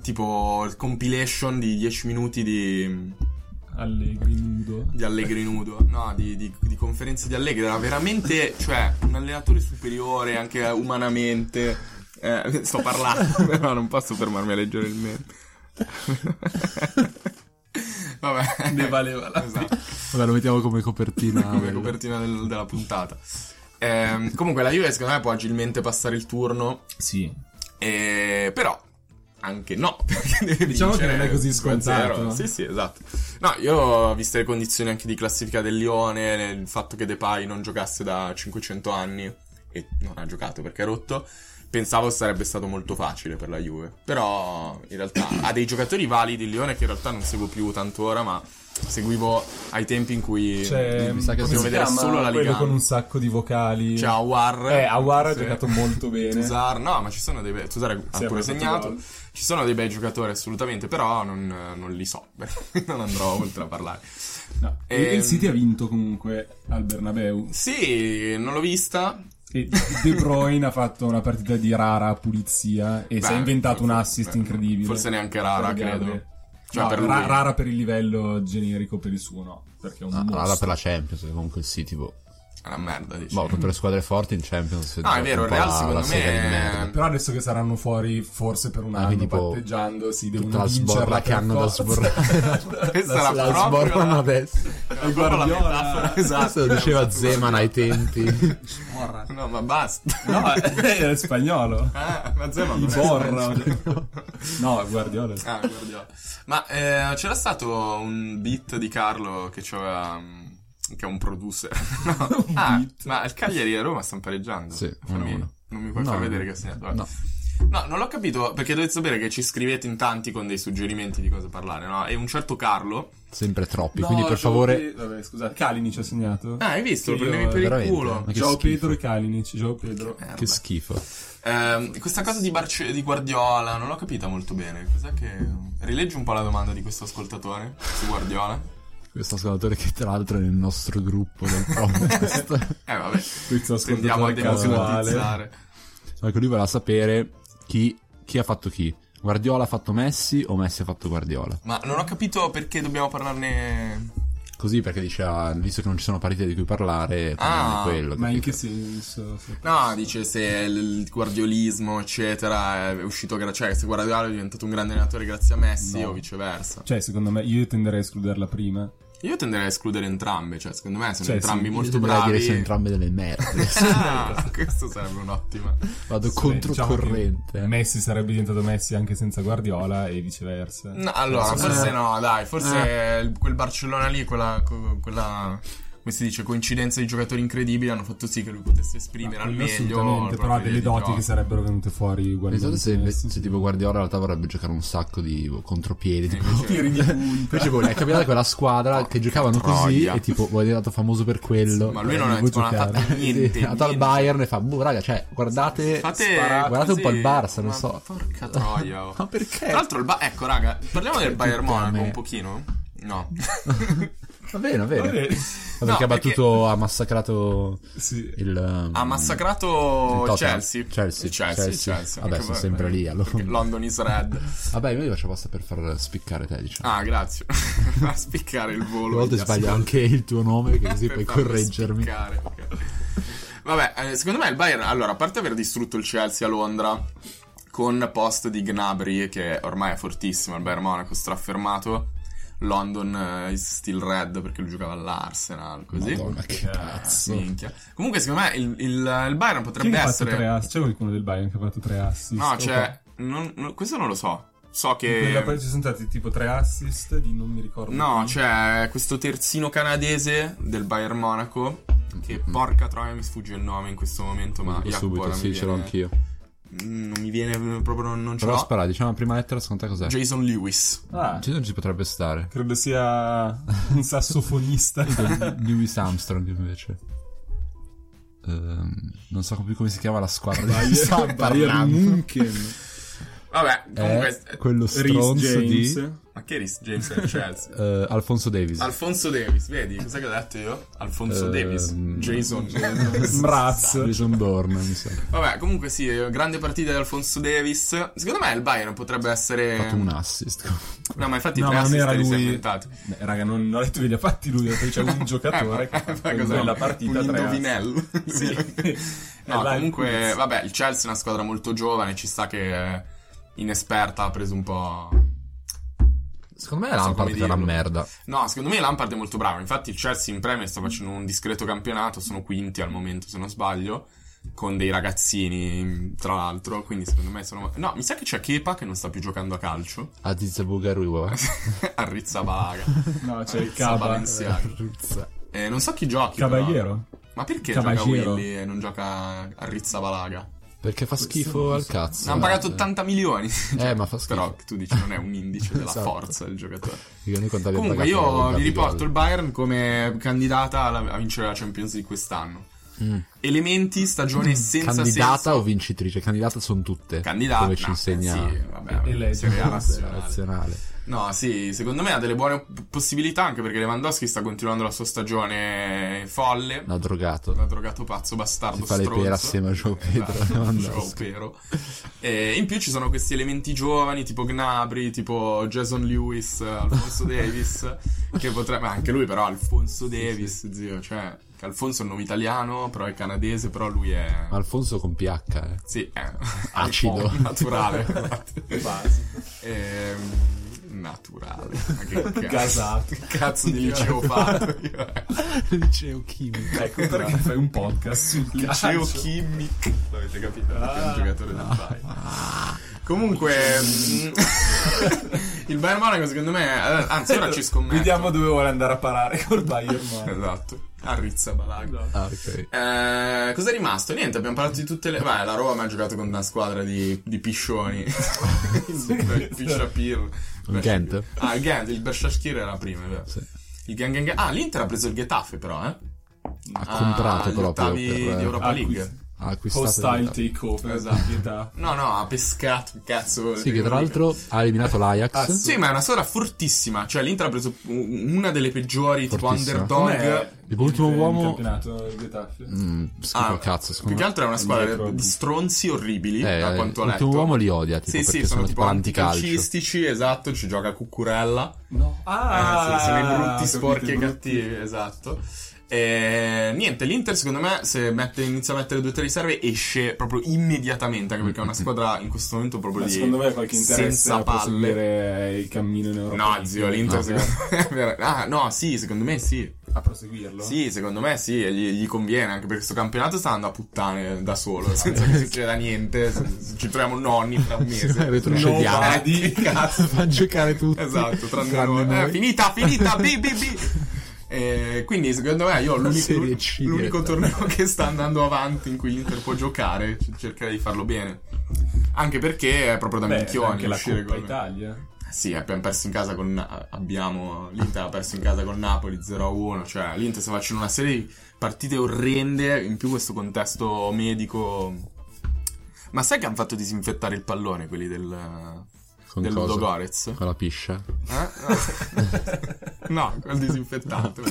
[SPEAKER 2] Tipo compilation di 10 minuti di...
[SPEAKER 3] Allegri nudo.
[SPEAKER 2] di Allegri nudo, no, di, di- di conferenze di Allegri, era veramente, cioè, un allenatore superiore anche umanamente. Eh, sto parlando, però non posso fermarmi a leggere il meme. Vabbè.
[SPEAKER 3] Ne valeva la
[SPEAKER 2] Esatto,
[SPEAKER 5] Vabbè, lo mettiamo come copertina.
[SPEAKER 2] come copertina del- della puntata. Ehm, comunque la Juve secondo me può agilmente passare il turno,
[SPEAKER 3] Sì.
[SPEAKER 2] eh, però anche no, perché deve
[SPEAKER 3] Diciamo che
[SPEAKER 2] vincere
[SPEAKER 3] non è così
[SPEAKER 2] 2-0.
[SPEAKER 3] scontato.
[SPEAKER 2] Sì, sì, esatto. No, io viste le condizioni anche di classifica del Lione, il fatto che Depay non giocasse da 500 anni e non ha giocato perché è rotto, pensavo sarebbe stato molto facile per la Juve. Però in realtà ha dei giocatori validi il Lione che in realtà non seguo più tanto ora, ma seguivo ai tempi in cui
[SPEAKER 3] C'è,
[SPEAKER 5] Mi sa che devo
[SPEAKER 3] Cioè, come si
[SPEAKER 2] vedere
[SPEAKER 3] chiama
[SPEAKER 2] solo la
[SPEAKER 3] quello
[SPEAKER 2] Liga.
[SPEAKER 3] con un sacco di vocali.
[SPEAKER 2] C'è Awar.
[SPEAKER 3] Eh, Awar ha
[SPEAKER 2] Sì. Esatto.
[SPEAKER 3] giocato molto bene.
[SPEAKER 2] Tuzar, no, ma ci sono dei bei. Tuzar ha
[SPEAKER 3] Sì, ha
[SPEAKER 2] pure
[SPEAKER 3] fatto
[SPEAKER 2] segnato.
[SPEAKER 3] gol.
[SPEAKER 2] Ci sono dei bei giocatori, assolutamente. Però non, non li so. non andrò oltre a parlare.
[SPEAKER 3] No.
[SPEAKER 2] Ehm.
[SPEAKER 3] E- E il City ha vinto comunque al Bernabeu.
[SPEAKER 2] Sì, non l'ho vista.
[SPEAKER 3] E De Bruyne ha fatto una partita di rara pulizia e
[SPEAKER 2] Beh,
[SPEAKER 3] si è inventato un
[SPEAKER 2] forse-
[SPEAKER 3] assist
[SPEAKER 2] beh,
[SPEAKER 3] incredibile.
[SPEAKER 2] forse neanche rara,
[SPEAKER 3] Per Gabriel.
[SPEAKER 2] credo. Cioè,
[SPEAKER 3] No,
[SPEAKER 2] per lui.
[SPEAKER 3] ra- rara per il livello generico, per il suo no. Perché è un
[SPEAKER 1] Ah,
[SPEAKER 3] mostro.
[SPEAKER 1] Rara per la Champions, comunque il City, boh.
[SPEAKER 2] È una merda, dici.
[SPEAKER 1] Boh, per le squadre forti in Champions.
[SPEAKER 2] Mm-hmm. No, è vero, il Real secondo me è-
[SPEAKER 3] Però adesso che saranno fuori, forse per un
[SPEAKER 1] Ah,
[SPEAKER 3] anno
[SPEAKER 1] quindi, tipo,
[SPEAKER 3] patteggiando, si
[SPEAKER 1] tutta
[SPEAKER 3] devono
[SPEAKER 1] la sborra
[SPEAKER 3] vincerla
[SPEAKER 1] che
[SPEAKER 3] per
[SPEAKER 1] hanno da
[SPEAKER 3] forza.
[SPEAKER 1] sborrare.
[SPEAKER 2] Questa era
[SPEAKER 1] La
[SPEAKER 2] proprio
[SPEAKER 1] sborrano
[SPEAKER 2] la-
[SPEAKER 1] adesso.
[SPEAKER 2] È proprio la
[SPEAKER 3] Guardiola.
[SPEAKER 2] metafora.
[SPEAKER 1] Esatto,
[SPEAKER 2] Esatto.
[SPEAKER 1] lo diceva Zeman ai tempi.
[SPEAKER 2] No, ma basta.
[SPEAKER 3] No, è spagnolo.
[SPEAKER 2] Ah, ma Zeman
[SPEAKER 3] I
[SPEAKER 2] non è
[SPEAKER 3] borra. cioè.
[SPEAKER 2] spagnolo.
[SPEAKER 3] No, Guardiola.
[SPEAKER 2] Ah, Guardiola. Ma eh, c'era stato un beat di Carlo che c'aveva. mm, che è un producer. No.
[SPEAKER 3] Un
[SPEAKER 2] ah,
[SPEAKER 3] beat.
[SPEAKER 2] ma il Cagliari e la Roma stanno pareggiando.
[SPEAKER 1] Sì,
[SPEAKER 2] Fammi-
[SPEAKER 1] uno a uno.
[SPEAKER 2] Non mi puoi
[SPEAKER 1] No,
[SPEAKER 2] far
[SPEAKER 1] no.
[SPEAKER 2] vedere che ha segnato. vabbè.
[SPEAKER 1] No.
[SPEAKER 2] No, non l'ho capito perché dovete sapere che ci scrivete in tanti con dei suggerimenti di cosa parlare, no? E un certo Carlo.
[SPEAKER 1] Sempre troppi,
[SPEAKER 3] No,
[SPEAKER 1] quindi per
[SPEAKER 3] Joao
[SPEAKER 1] favore...
[SPEAKER 3] Pe- Vabbè, scusate. Kalinic ha segnato.
[SPEAKER 2] Ah, hai visto? Lo
[SPEAKER 3] Sì,
[SPEAKER 2] prendevi
[SPEAKER 3] io-
[SPEAKER 2] per il
[SPEAKER 1] veramente.
[SPEAKER 2] culo.
[SPEAKER 1] Ma che
[SPEAKER 3] Ciao
[SPEAKER 1] schifo.
[SPEAKER 3] Pedro e Kalinic. Ciao Pedro.
[SPEAKER 2] Merda.
[SPEAKER 1] Che schifo.
[SPEAKER 2] Ehm, questa cosa di, Barce- di Guardiola non l'ho capita molto bene. Cos'è che. Rileggi un po' la domanda di questo ascoltatore su Guardiola.
[SPEAKER 5] Questo ascoltatore che tra l'altro è nel nostro gruppo del podcast.
[SPEAKER 2] Eh, vabbè.
[SPEAKER 3] Questo
[SPEAKER 2] Tendiamo a
[SPEAKER 3] ascoltatore casuale.
[SPEAKER 2] democratizzare.
[SPEAKER 5] ecco, lui voleva sapere chi, chi ha fatto chi. Guardiola ha fatto Messi o Messi ha fatto Guardiola?
[SPEAKER 2] Ma non ho capito perché dobbiamo parlarne.
[SPEAKER 5] Così perché dice, ah, visto che non ci sono partite di cui parlare, parliamo
[SPEAKER 2] Ah,
[SPEAKER 5] di quello.
[SPEAKER 3] Ma in
[SPEAKER 5] capito?
[SPEAKER 3] che senso?
[SPEAKER 2] No, dice se il guardiolismo, eccetera, è uscito grazie. Cioè, se Guardiola è diventato un grande allenatore grazie a Messi
[SPEAKER 3] No.
[SPEAKER 2] o viceversa.
[SPEAKER 3] Cioè, secondo me, io tenderei a escluderla prima.
[SPEAKER 2] Io tenderei a escludere entrambe. Cioè, secondo me sono
[SPEAKER 3] Cioè,
[SPEAKER 2] entrambi
[SPEAKER 3] sì,
[SPEAKER 5] Io
[SPEAKER 2] molto
[SPEAKER 5] dovrei
[SPEAKER 2] bravi.
[SPEAKER 5] dire sono entrambe delle merde.
[SPEAKER 2] Ah, questo sarebbe un'ottima.
[SPEAKER 5] Vado
[SPEAKER 3] Sì,
[SPEAKER 5] controcorrente.
[SPEAKER 3] diciamo che Messi sarebbe diventato Messi anche senza Guardiola e viceversa. Cioè,
[SPEAKER 2] No, allora,
[SPEAKER 3] Sì, sì.
[SPEAKER 2] forse no, dai, forse
[SPEAKER 3] Eh.
[SPEAKER 2] il- quel Barcellona lì, quella. co- quella come si dice, coincidenza di giocatori incredibili hanno fatto sì che lui potesse esprimere al
[SPEAKER 3] Quello
[SPEAKER 2] meglio. il
[SPEAKER 3] assolutamente, però ha
[SPEAKER 2] proprio
[SPEAKER 3] delle
[SPEAKER 2] idea di
[SPEAKER 3] doti
[SPEAKER 2] gioco.
[SPEAKER 3] che sarebbero venute fuori Guardiola.
[SPEAKER 5] Pensate se,
[SPEAKER 3] e
[SPEAKER 5] inve-
[SPEAKER 3] Messi.
[SPEAKER 5] se tipo Guardiola in realtà vorrebbe giocare un sacco di boh, contropiedi. Tipo,
[SPEAKER 3] Tiri di punta.
[SPEAKER 5] invece boh, ne è cambiata quella squadra che giocavano così
[SPEAKER 2] troia.
[SPEAKER 5] e tipo boh, è diventato famoso per quello.
[SPEAKER 2] Ma lui non,
[SPEAKER 5] Eh,
[SPEAKER 2] ha,
[SPEAKER 5] vuoi
[SPEAKER 2] tipo, non ha
[SPEAKER 5] giocare?
[SPEAKER 2] fatto niente.
[SPEAKER 5] Sì, è andato al
[SPEAKER 2] niente.
[SPEAKER 5] Bayern e fa, boh raga, cioè guardate,
[SPEAKER 2] Fate
[SPEAKER 5] spara- guardate un po'
[SPEAKER 2] Eh, così,
[SPEAKER 5] il Barça, non
[SPEAKER 2] ma
[SPEAKER 5] so.
[SPEAKER 2] Porca troia. oh.
[SPEAKER 5] Ma
[SPEAKER 2] Tra
[SPEAKER 5] perché?
[SPEAKER 2] l'altro, il ba- ecco, raga, parliamo del Bayern
[SPEAKER 5] tutto a
[SPEAKER 2] Monaco
[SPEAKER 5] Eh, me.
[SPEAKER 2] un pochino. No.
[SPEAKER 5] Va bene, va bene.
[SPEAKER 2] Eh,
[SPEAKER 3] Vabbè,
[SPEAKER 5] Ma perché ha battuto, ha massacrato
[SPEAKER 3] sì.
[SPEAKER 5] il... um,
[SPEAKER 2] Ha massacrato
[SPEAKER 5] il Tottenham.
[SPEAKER 2] Chelsea.
[SPEAKER 5] Chelsea,
[SPEAKER 2] Chelsea,
[SPEAKER 5] Chelsea.
[SPEAKER 2] Chelsea.
[SPEAKER 5] Vabbè,
[SPEAKER 2] Che
[SPEAKER 5] sono
[SPEAKER 2] bello.
[SPEAKER 5] sempre lì, allora.
[SPEAKER 2] London is red.
[SPEAKER 5] Vabbè, io mi faccio apposta per far spiccare te, diciamo.
[SPEAKER 2] Ah, grazie. A spiccare il volo.
[SPEAKER 5] A volte
[SPEAKER 2] gli
[SPEAKER 5] sbaglio
[SPEAKER 2] ascolti.
[SPEAKER 5] anche il tuo nome, che così
[SPEAKER 2] Per
[SPEAKER 5] puoi
[SPEAKER 2] farlo
[SPEAKER 5] correggermi.
[SPEAKER 2] spiccare, ok. Vabbè, eh, secondo me il Bayern, allora, a parte aver distrutto il Chelsea a Londra con post di Gnabry, che ormai è fortissimo, il Bayern Monaco straffermato, London eh, is still red perché lui giocava all'Arsenal, così.
[SPEAKER 5] Madonna, che
[SPEAKER 3] Cioè,
[SPEAKER 5] cazzo.
[SPEAKER 2] Minchia. Comunque, secondo me il, il- il Bayern
[SPEAKER 3] Chi è
[SPEAKER 2] potrebbe
[SPEAKER 3] che ha fatto tre
[SPEAKER 2] essere...
[SPEAKER 3] ass- C'è qualcuno del Bayern che ha fatto tre assist?
[SPEAKER 2] No, cioè,
[SPEAKER 3] Ok.
[SPEAKER 2] non- non- questo non lo so. So
[SPEAKER 3] In quella poi
[SPEAKER 2] che...
[SPEAKER 3] ci sono stati tipo tre assist di non mi ricordo.
[SPEAKER 2] No,
[SPEAKER 3] chi.
[SPEAKER 2] c'è questo terzino canadese del Bayern Monaco. Che porca troia mi sfugge il nome in questo momento, ma
[SPEAKER 5] Dico
[SPEAKER 2] Jacopo,
[SPEAKER 5] Mm. subito,
[SPEAKER 2] ora mi
[SPEAKER 5] sì, ce l'ho
[SPEAKER 2] viene-
[SPEAKER 5] anch'io.
[SPEAKER 2] Mm, Non mi viene proprio, non, non ce
[SPEAKER 5] Però
[SPEAKER 2] l'ho.
[SPEAKER 5] spara, diciamo la prima lettera, secondo te cos'è?
[SPEAKER 2] Jason Lewis.
[SPEAKER 3] Ah,
[SPEAKER 5] Ci non ci potrebbe stare.
[SPEAKER 3] credo sia un sassofonista.
[SPEAKER 5] Lewis Armstrong invece. Ehm, non so più come si chiama la squadra di
[SPEAKER 3] Bayern München.
[SPEAKER 2] Vabbè,
[SPEAKER 5] Eh?
[SPEAKER 2] comunque...
[SPEAKER 5] è quello
[SPEAKER 3] Rhys
[SPEAKER 5] stronzo
[SPEAKER 3] James.
[SPEAKER 5] di
[SPEAKER 2] Ma che Rhys James del Chelsea?
[SPEAKER 5] eh, Alfonso Davis.
[SPEAKER 2] Alfonso Davis, vedi? Cosa che ho detto io? Alfonso
[SPEAKER 5] Ehm,
[SPEAKER 2] Davis. Jason.
[SPEAKER 3] Mraz.
[SPEAKER 5] Jason Bourne, mi sa. Ha
[SPEAKER 2] Vabbè, comunque sì, grande partita di Alfonso Davis. Secondo me il Bayern potrebbe essere...
[SPEAKER 5] fatto un assist.
[SPEAKER 2] No, ma infatti
[SPEAKER 3] No,
[SPEAKER 2] tre
[SPEAKER 3] ma non
[SPEAKER 2] assist
[SPEAKER 3] era
[SPEAKER 2] li si è
[SPEAKER 3] lui.
[SPEAKER 2] inventati.
[SPEAKER 3] Beh, raga, non, non ho detto che li ha fatti lui, ho detto che c'è un giocatore che ha fatto
[SPEAKER 2] Eh,
[SPEAKER 3] in
[SPEAKER 2] cosa-
[SPEAKER 3] quella partita
[SPEAKER 2] un
[SPEAKER 3] tre
[SPEAKER 2] indovinello.
[SPEAKER 3] Sì.
[SPEAKER 2] no,
[SPEAKER 3] È là-
[SPEAKER 2] comunque, vabbè, il Chelsea è una squadra molto giovane, ci sta che eh, inesperta ha preso un po'...
[SPEAKER 1] Secondo me
[SPEAKER 2] Non so
[SPEAKER 1] Lampard
[SPEAKER 2] come
[SPEAKER 1] è una
[SPEAKER 2] dirlo.
[SPEAKER 1] merda.
[SPEAKER 2] No, secondo me Lampard è molto bravo. Infatti il Chelsea in Premier sta facendo un discreto campionato, sono quinti al momento, se non sbaglio, con dei ragazzini, tra l'altro, quindi secondo me sono No, mi sa che c'è Kepa che non sta più giocando a calcio,
[SPEAKER 1] Aziz Bugarua.
[SPEAKER 2] a Rizzabalaga.
[SPEAKER 3] assist. No, c'è il
[SPEAKER 2] Sa
[SPEAKER 3] Cava.
[SPEAKER 2] Balenciaga. Eh, non so chi giochi. però.
[SPEAKER 3] Cavaliero?
[SPEAKER 2] Ma perché
[SPEAKER 3] Caballero.
[SPEAKER 2] gioca Willy e non gioca a Rizzabalaga?
[SPEAKER 1] Perché fa schifo al cazzo.
[SPEAKER 2] Hanno pagato
[SPEAKER 1] Eh,
[SPEAKER 2] 80 milioni.
[SPEAKER 1] Eh, ma fa schifo.
[SPEAKER 2] Però tu dici non è un indice della
[SPEAKER 1] Esatto.
[SPEAKER 2] forza del giocatore.
[SPEAKER 1] Io ne conto abbia
[SPEAKER 2] Comunque
[SPEAKER 1] pagato
[SPEAKER 2] io vi
[SPEAKER 1] Gabigol.
[SPEAKER 2] riporto il Bayern come candidata alla- a vincere la Champions League quest'anno.
[SPEAKER 1] Mm.
[SPEAKER 2] Elementi stagione senza
[SPEAKER 1] Candidata
[SPEAKER 2] senso.
[SPEAKER 1] o vincitrice? Candidata sono tutte.
[SPEAKER 2] Candidata.
[SPEAKER 1] Come ci
[SPEAKER 2] no,
[SPEAKER 1] insegna
[SPEAKER 2] Sì, vabbè,
[SPEAKER 3] E lei-
[SPEAKER 2] Serie A
[SPEAKER 1] la
[SPEAKER 2] nazionale.
[SPEAKER 1] nazionale.
[SPEAKER 2] No, sì, secondo me ha delle buone p- possibilità anche perché Lewandowski sta continuando la sua stagione folle.
[SPEAKER 1] L'ha drogato.
[SPEAKER 2] L'ha drogato pazzo bastardo
[SPEAKER 1] Si fa le
[SPEAKER 2] stronzo.
[SPEAKER 1] pere assieme a Joao Pedro
[SPEAKER 2] Esatto,
[SPEAKER 1] Lewandowski.
[SPEAKER 2] Joao Pedro. E Eh, in più ci sono questi elementi giovani tipo Gnabry, tipo Jason Lewis, Alfonso Davis, che potrebbe... Anche lui però, Alfonso Davis, zio, cioè... che Alfonso è un nome italiano, però è canadese, però lui è...
[SPEAKER 1] Ma Alfonso con PH, eh.
[SPEAKER 2] Sì, è
[SPEAKER 1] Acido.
[SPEAKER 2] naturale.
[SPEAKER 3] Basi.
[SPEAKER 2] Ehm, naturale. Ma che cazzo-
[SPEAKER 3] Gasato.
[SPEAKER 2] Cazzo di liceo fatto. io. eh.
[SPEAKER 1] Liceo chimico.
[SPEAKER 3] Ecco perché fai un podcast sul
[SPEAKER 2] Liceo
[SPEAKER 3] calcio. Ah.
[SPEAKER 2] Kimmich. L'avete capito? Perché è un giocatore del Bayern. Comunque, mm, il Bayern Monaco secondo me. eh, Anzi, ora ci scommetto.
[SPEAKER 3] Vediamo dove vuole andare a parare col Bayern Monaco.
[SPEAKER 2] Esatto, Arrizza Balaga.
[SPEAKER 1] Ah, ok.
[SPEAKER 2] Eh, cosa è rimasto? Niente, abbiamo parlato di tutte le. Beh, la Roma ha giocato con una squadra di, di piscioni. Piscia Pirlo.
[SPEAKER 1] Un Ghent?
[SPEAKER 2] Ah, il Ghent, il Bershashkir era prima, è vero.
[SPEAKER 1] Sì.
[SPEAKER 2] Il Gang Gang. Ah, l'Inter ha preso il Getafe, però, eh.
[SPEAKER 1] Ha comprato
[SPEAKER 2] agli
[SPEAKER 1] proprio
[SPEAKER 2] ottavi
[SPEAKER 1] per... eh,
[SPEAKER 2] di Europa
[SPEAKER 3] Ah,
[SPEAKER 2] League.
[SPEAKER 3] qui-
[SPEAKER 1] Ha acquistato...
[SPEAKER 3] Hostile takeover.
[SPEAKER 2] Esatto.
[SPEAKER 3] Esatto.
[SPEAKER 2] No, no, ha pescato, cazzo.
[SPEAKER 1] Sì, che tra l'altro ha eliminato l'Ajax.
[SPEAKER 2] Ah, sì, ma è una squadra fortissima. Cioè, l'Inter ha preso u- una delle peggiori,
[SPEAKER 1] Fortissima.
[SPEAKER 2] tipo underdog.
[SPEAKER 1] Tipo ultimo uomo-
[SPEAKER 3] campionato il Getafe.
[SPEAKER 1] Mm, schifo
[SPEAKER 2] Ah,
[SPEAKER 1] al cazzo, secondo
[SPEAKER 2] Più che
[SPEAKER 1] me.
[SPEAKER 2] altro è una squadra
[SPEAKER 3] Indietro.
[SPEAKER 2] di stronzi orribili,
[SPEAKER 1] Eh,
[SPEAKER 2] da quanto ho letto.
[SPEAKER 1] l'ultimo uomo li odia, tipo,
[SPEAKER 2] sì, sì,
[SPEAKER 1] perché
[SPEAKER 2] sono
[SPEAKER 1] sono
[SPEAKER 2] tipo
[SPEAKER 1] tipo l'anticalcio.
[SPEAKER 2] anticalcistici, esatto, ci gioca Cucurella.
[SPEAKER 3] No. Ah,
[SPEAKER 2] Eh, sì, sono i brutti,
[SPEAKER 3] capito,
[SPEAKER 2] sporchi e
[SPEAKER 3] brutti.
[SPEAKER 2] cattivi, esatto. E, niente, l'Inter secondo me se mette- inizia a mettere due o tre riserve esce proprio immediatamente, anche perché è una squadra in questo momento proprio
[SPEAKER 3] Ma
[SPEAKER 2] di
[SPEAKER 3] secondo me qualche interesse
[SPEAKER 2] senza
[SPEAKER 3] a
[SPEAKER 2] palle.
[SPEAKER 3] proseguire il cammino in Europa.
[SPEAKER 2] No, zio, l'Inter
[SPEAKER 3] Ah,
[SPEAKER 2] secondo me... è vera- Ah, no, sì, secondo me sì.
[SPEAKER 3] A proseguirlo?
[SPEAKER 2] Sì, secondo me sì, e gli, gli conviene, anche perché questo campionato sta andando a puttane da solo, senza che succeda niente, se- se ci troviamo nonni fra un mese.
[SPEAKER 1] Retrocediamo.
[SPEAKER 2] Eh, che cazzo.
[SPEAKER 1] Fa giocare tutti.
[SPEAKER 2] Esatto, tranne
[SPEAKER 1] Tranne
[SPEAKER 2] noi.
[SPEAKER 1] noi.
[SPEAKER 2] Eh, finita, finita, B, B, B. Eh, quindi secondo me io ho l'unico,
[SPEAKER 1] Serie C
[SPEAKER 2] l'unico
[SPEAKER 1] diretta.
[SPEAKER 2] torneo che sta andando avanti in cui l'Inter può giocare, c- cercherei di farlo bene. Anche perché è proprio da
[SPEAKER 3] Beh,
[SPEAKER 2] minchioni
[SPEAKER 3] anche la
[SPEAKER 2] uscire Eh,
[SPEAKER 3] Coppa
[SPEAKER 2] con...
[SPEAKER 3] Italia.
[SPEAKER 2] Sì, abbiamo perso in casa con... Abbiamo... L'Inter ha perso in casa con Napoli 0-1, cioè l'Inter sta facendo una serie di partite orrende, in più questo contesto medico... Ma sai che hanno fatto disinfettare il pallone quelli del...
[SPEAKER 1] Con
[SPEAKER 2] del
[SPEAKER 1] cosa?
[SPEAKER 2] Ludogorets?
[SPEAKER 1] Con la piscia.
[SPEAKER 2] Eh? No, quel disinfettante.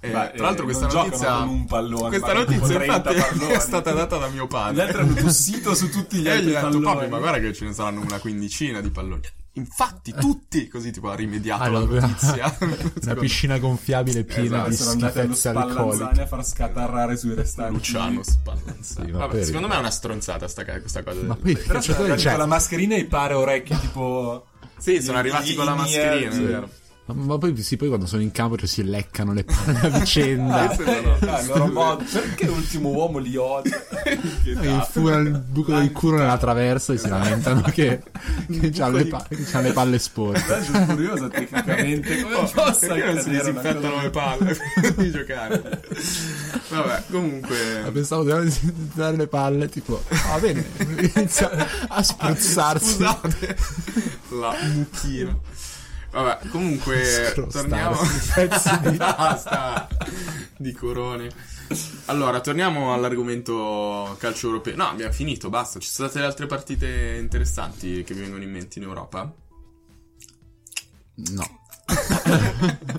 [SPEAKER 2] Eh,
[SPEAKER 3] Ma, eh,
[SPEAKER 2] tra l'altro, questa
[SPEAKER 3] non giocano
[SPEAKER 2] notizia.
[SPEAKER 3] con un pallone,
[SPEAKER 2] questa
[SPEAKER 3] ma con
[SPEAKER 2] notizia,
[SPEAKER 3] 30
[SPEAKER 2] infatti, è
[SPEAKER 3] palloni.
[SPEAKER 2] stata data da mio
[SPEAKER 3] Gli altri
[SPEAKER 2] padre.
[SPEAKER 3] hanno tossito su tutti gli
[SPEAKER 2] E
[SPEAKER 3] altri
[SPEAKER 2] gli ho detto,
[SPEAKER 3] palloni.
[SPEAKER 2] papi, ma guarda che ce ne saranno una quindicina di palloni. Infatti, tutti così, tipo, ha rimediato la
[SPEAKER 1] Allora,
[SPEAKER 2] notizia.
[SPEAKER 1] Eh. Ah,
[SPEAKER 2] Cioè,
[SPEAKER 1] Una
[SPEAKER 2] Secondo-
[SPEAKER 1] piscina gonfiabile piena
[SPEAKER 3] Esatto,
[SPEAKER 1] di
[SPEAKER 3] sono andati allo
[SPEAKER 1] schifezze
[SPEAKER 3] spallanzane
[SPEAKER 1] alcoliche.
[SPEAKER 3] a far scatarrare sui restanti.
[SPEAKER 2] Luciano Spallanzani.
[SPEAKER 1] Sì, ma
[SPEAKER 2] Vabbè,
[SPEAKER 1] per-
[SPEAKER 2] secondo me è una stronzata sta ca- questa cosa.
[SPEAKER 1] Ma poi il
[SPEAKER 3] Però c'è
[SPEAKER 1] calciatore
[SPEAKER 3] Cioè, la
[SPEAKER 1] c'è.
[SPEAKER 3] mascherina e i pare orecchi tipo...
[SPEAKER 2] Sì, sono arrivati
[SPEAKER 3] I-
[SPEAKER 2] con la
[SPEAKER 3] i-
[SPEAKER 2] mascherina,
[SPEAKER 3] i-
[SPEAKER 2] è vero.
[SPEAKER 1] Ma, ma poi, sì, poi quando sono in campo cioè, si leccano le palle a vicenda.
[SPEAKER 2] Questo è vero.
[SPEAKER 3] Ah, il loro modo. Perché l'ultimo uomo li odia?
[SPEAKER 1] E infurano Esatto. il buco del culo nella traversa e si
[SPEAKER 2] Esatto.
[SPEAKER 1] lamentano che, che c'hanno le, pa- che c'hanno le palle sporche.
[SPEAKER 3] Sono curioso tecnicamente come possa
[SPEAKER 2] Perché non si
[SPEAKER 3] accadere una
[SPEAKER 2] disinfettano
[SPEAKER 3] cosa-
[SPEAKER 2] le palle prima di giocare? Vabbè, comunque.
[SPEAKER 1] Pensavo di dare le palle, tipo, va bene, inizia a spruzzarsi.
[SPEAKER 2] Scusate la mucchina. Vabbè, comunque
[SPEAKER 1] Scrostare
[SPEAKER 2] torniamo
[SPEAKER 1] questi pezzi di-
[SPEAKER 2] basta di corone. Allora, torniamo all'argomento calcio europeo. No, abbiamo finito, basta. Ci sono state altre partite interessanti che vi vengono in mente in Europa?
[SPEAKER 5] No.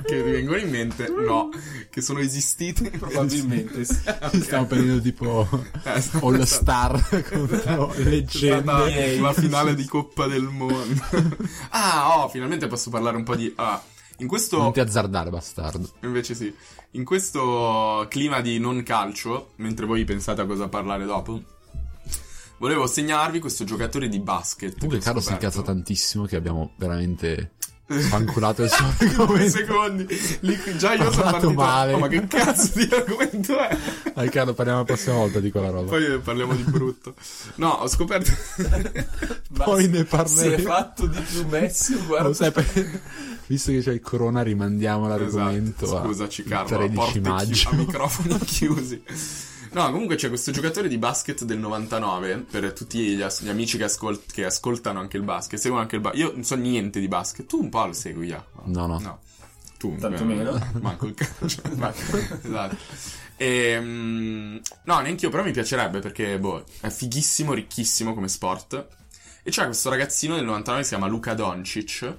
[SPEAKER 2] Che vi vengono in mente? No. Che sono esistite?
[SPEAKER 3] Probabilmente sì.
[SPEAKER 1] Stiamo prendendo tipo
[SPEAKER 2] Eh, esatto.
[SPEAKER 1] All Star contro
[SPEAKER 2] Stata
[SPEAKER 1] Leggende.
[SPEAKER 2] la finale di Coppa del Mondo. ah, oh, finalmente posso parlare un po' di... Ah, in questo...
[SPEAKER 1] Non ti azzardare, bastardo.
[SPEAKER 2] Invece sì. In questo clima di non calcio, mentre voi pensate a cosa parlare dopo, volevo segnalarvi questo giocatore di basket.
[SPEAKER 1] Comunque
[SPEAKER 2] che ho
[SPEAKER 1] Carlo si incazza
[SPEAKER 2] scoperto.
[SPEAKER 1] tantissimo che abbiamo veramente spanculato il suo argomento.
[SPEAKER 2] secondi. Lì- già io sono
[SPEAKER 1] Parlato
[SPEAKER 2] partito.
[SPEAKER 1] male.
[SPEAKER 2] Oh, ma che cazzo di argomento è?
[SPEAKER 1] Dai Carlo, parliamo la prossima volta di quella roba.
[SPEAKER 2] Poi eh, parliamo di brutto. No, ho scoperto.
[SPEAKER 1] Poi ne
[SPEAKER 3] Si è
[SPEAKER 1] parleremo.
[SPEAKER 3] fatto di più Messi,
[SPEAKER 1] Lo
[SPEAKER 3] guarda.
[SPEAKER 1] sai, per- Visto che c'è il corona, rimandiamo l'argomento
[SPEAKER 2] Esatto,
[SPEAKER 1] a
[SPEAKER 2] Scusaci,
[SPEAKER 1] il 13
[SPEAKER 2] Carlo. a porte chi-
[SPEAKER 1] maggio.
[SPEAKER 2] a microfoni chiusi. No, comunque c'è questo giocatore di basket del 99. Per tutti gli, as- gli amici che, ascol- che ascoltano anche il basket, seguono anche il basket. Io non so niente di basket. Tu un po' lo segui, ya?
[SPEAKER 1] No, no.
[SPEAKER 2] No. Tu,
[SPEAKER 3] Tanto
[SPEAKER 2] eh,
[SPEAKER 3] meno.
[SPEAKER 2] Manco il calcio. Manco- esatto. Ehm, no, neanche io, però mi piacerebbe perché, boh, è fighissimo, ricchissimo come sport. E c'è questo ragazzino del 99 che si chiama Luca Doncic.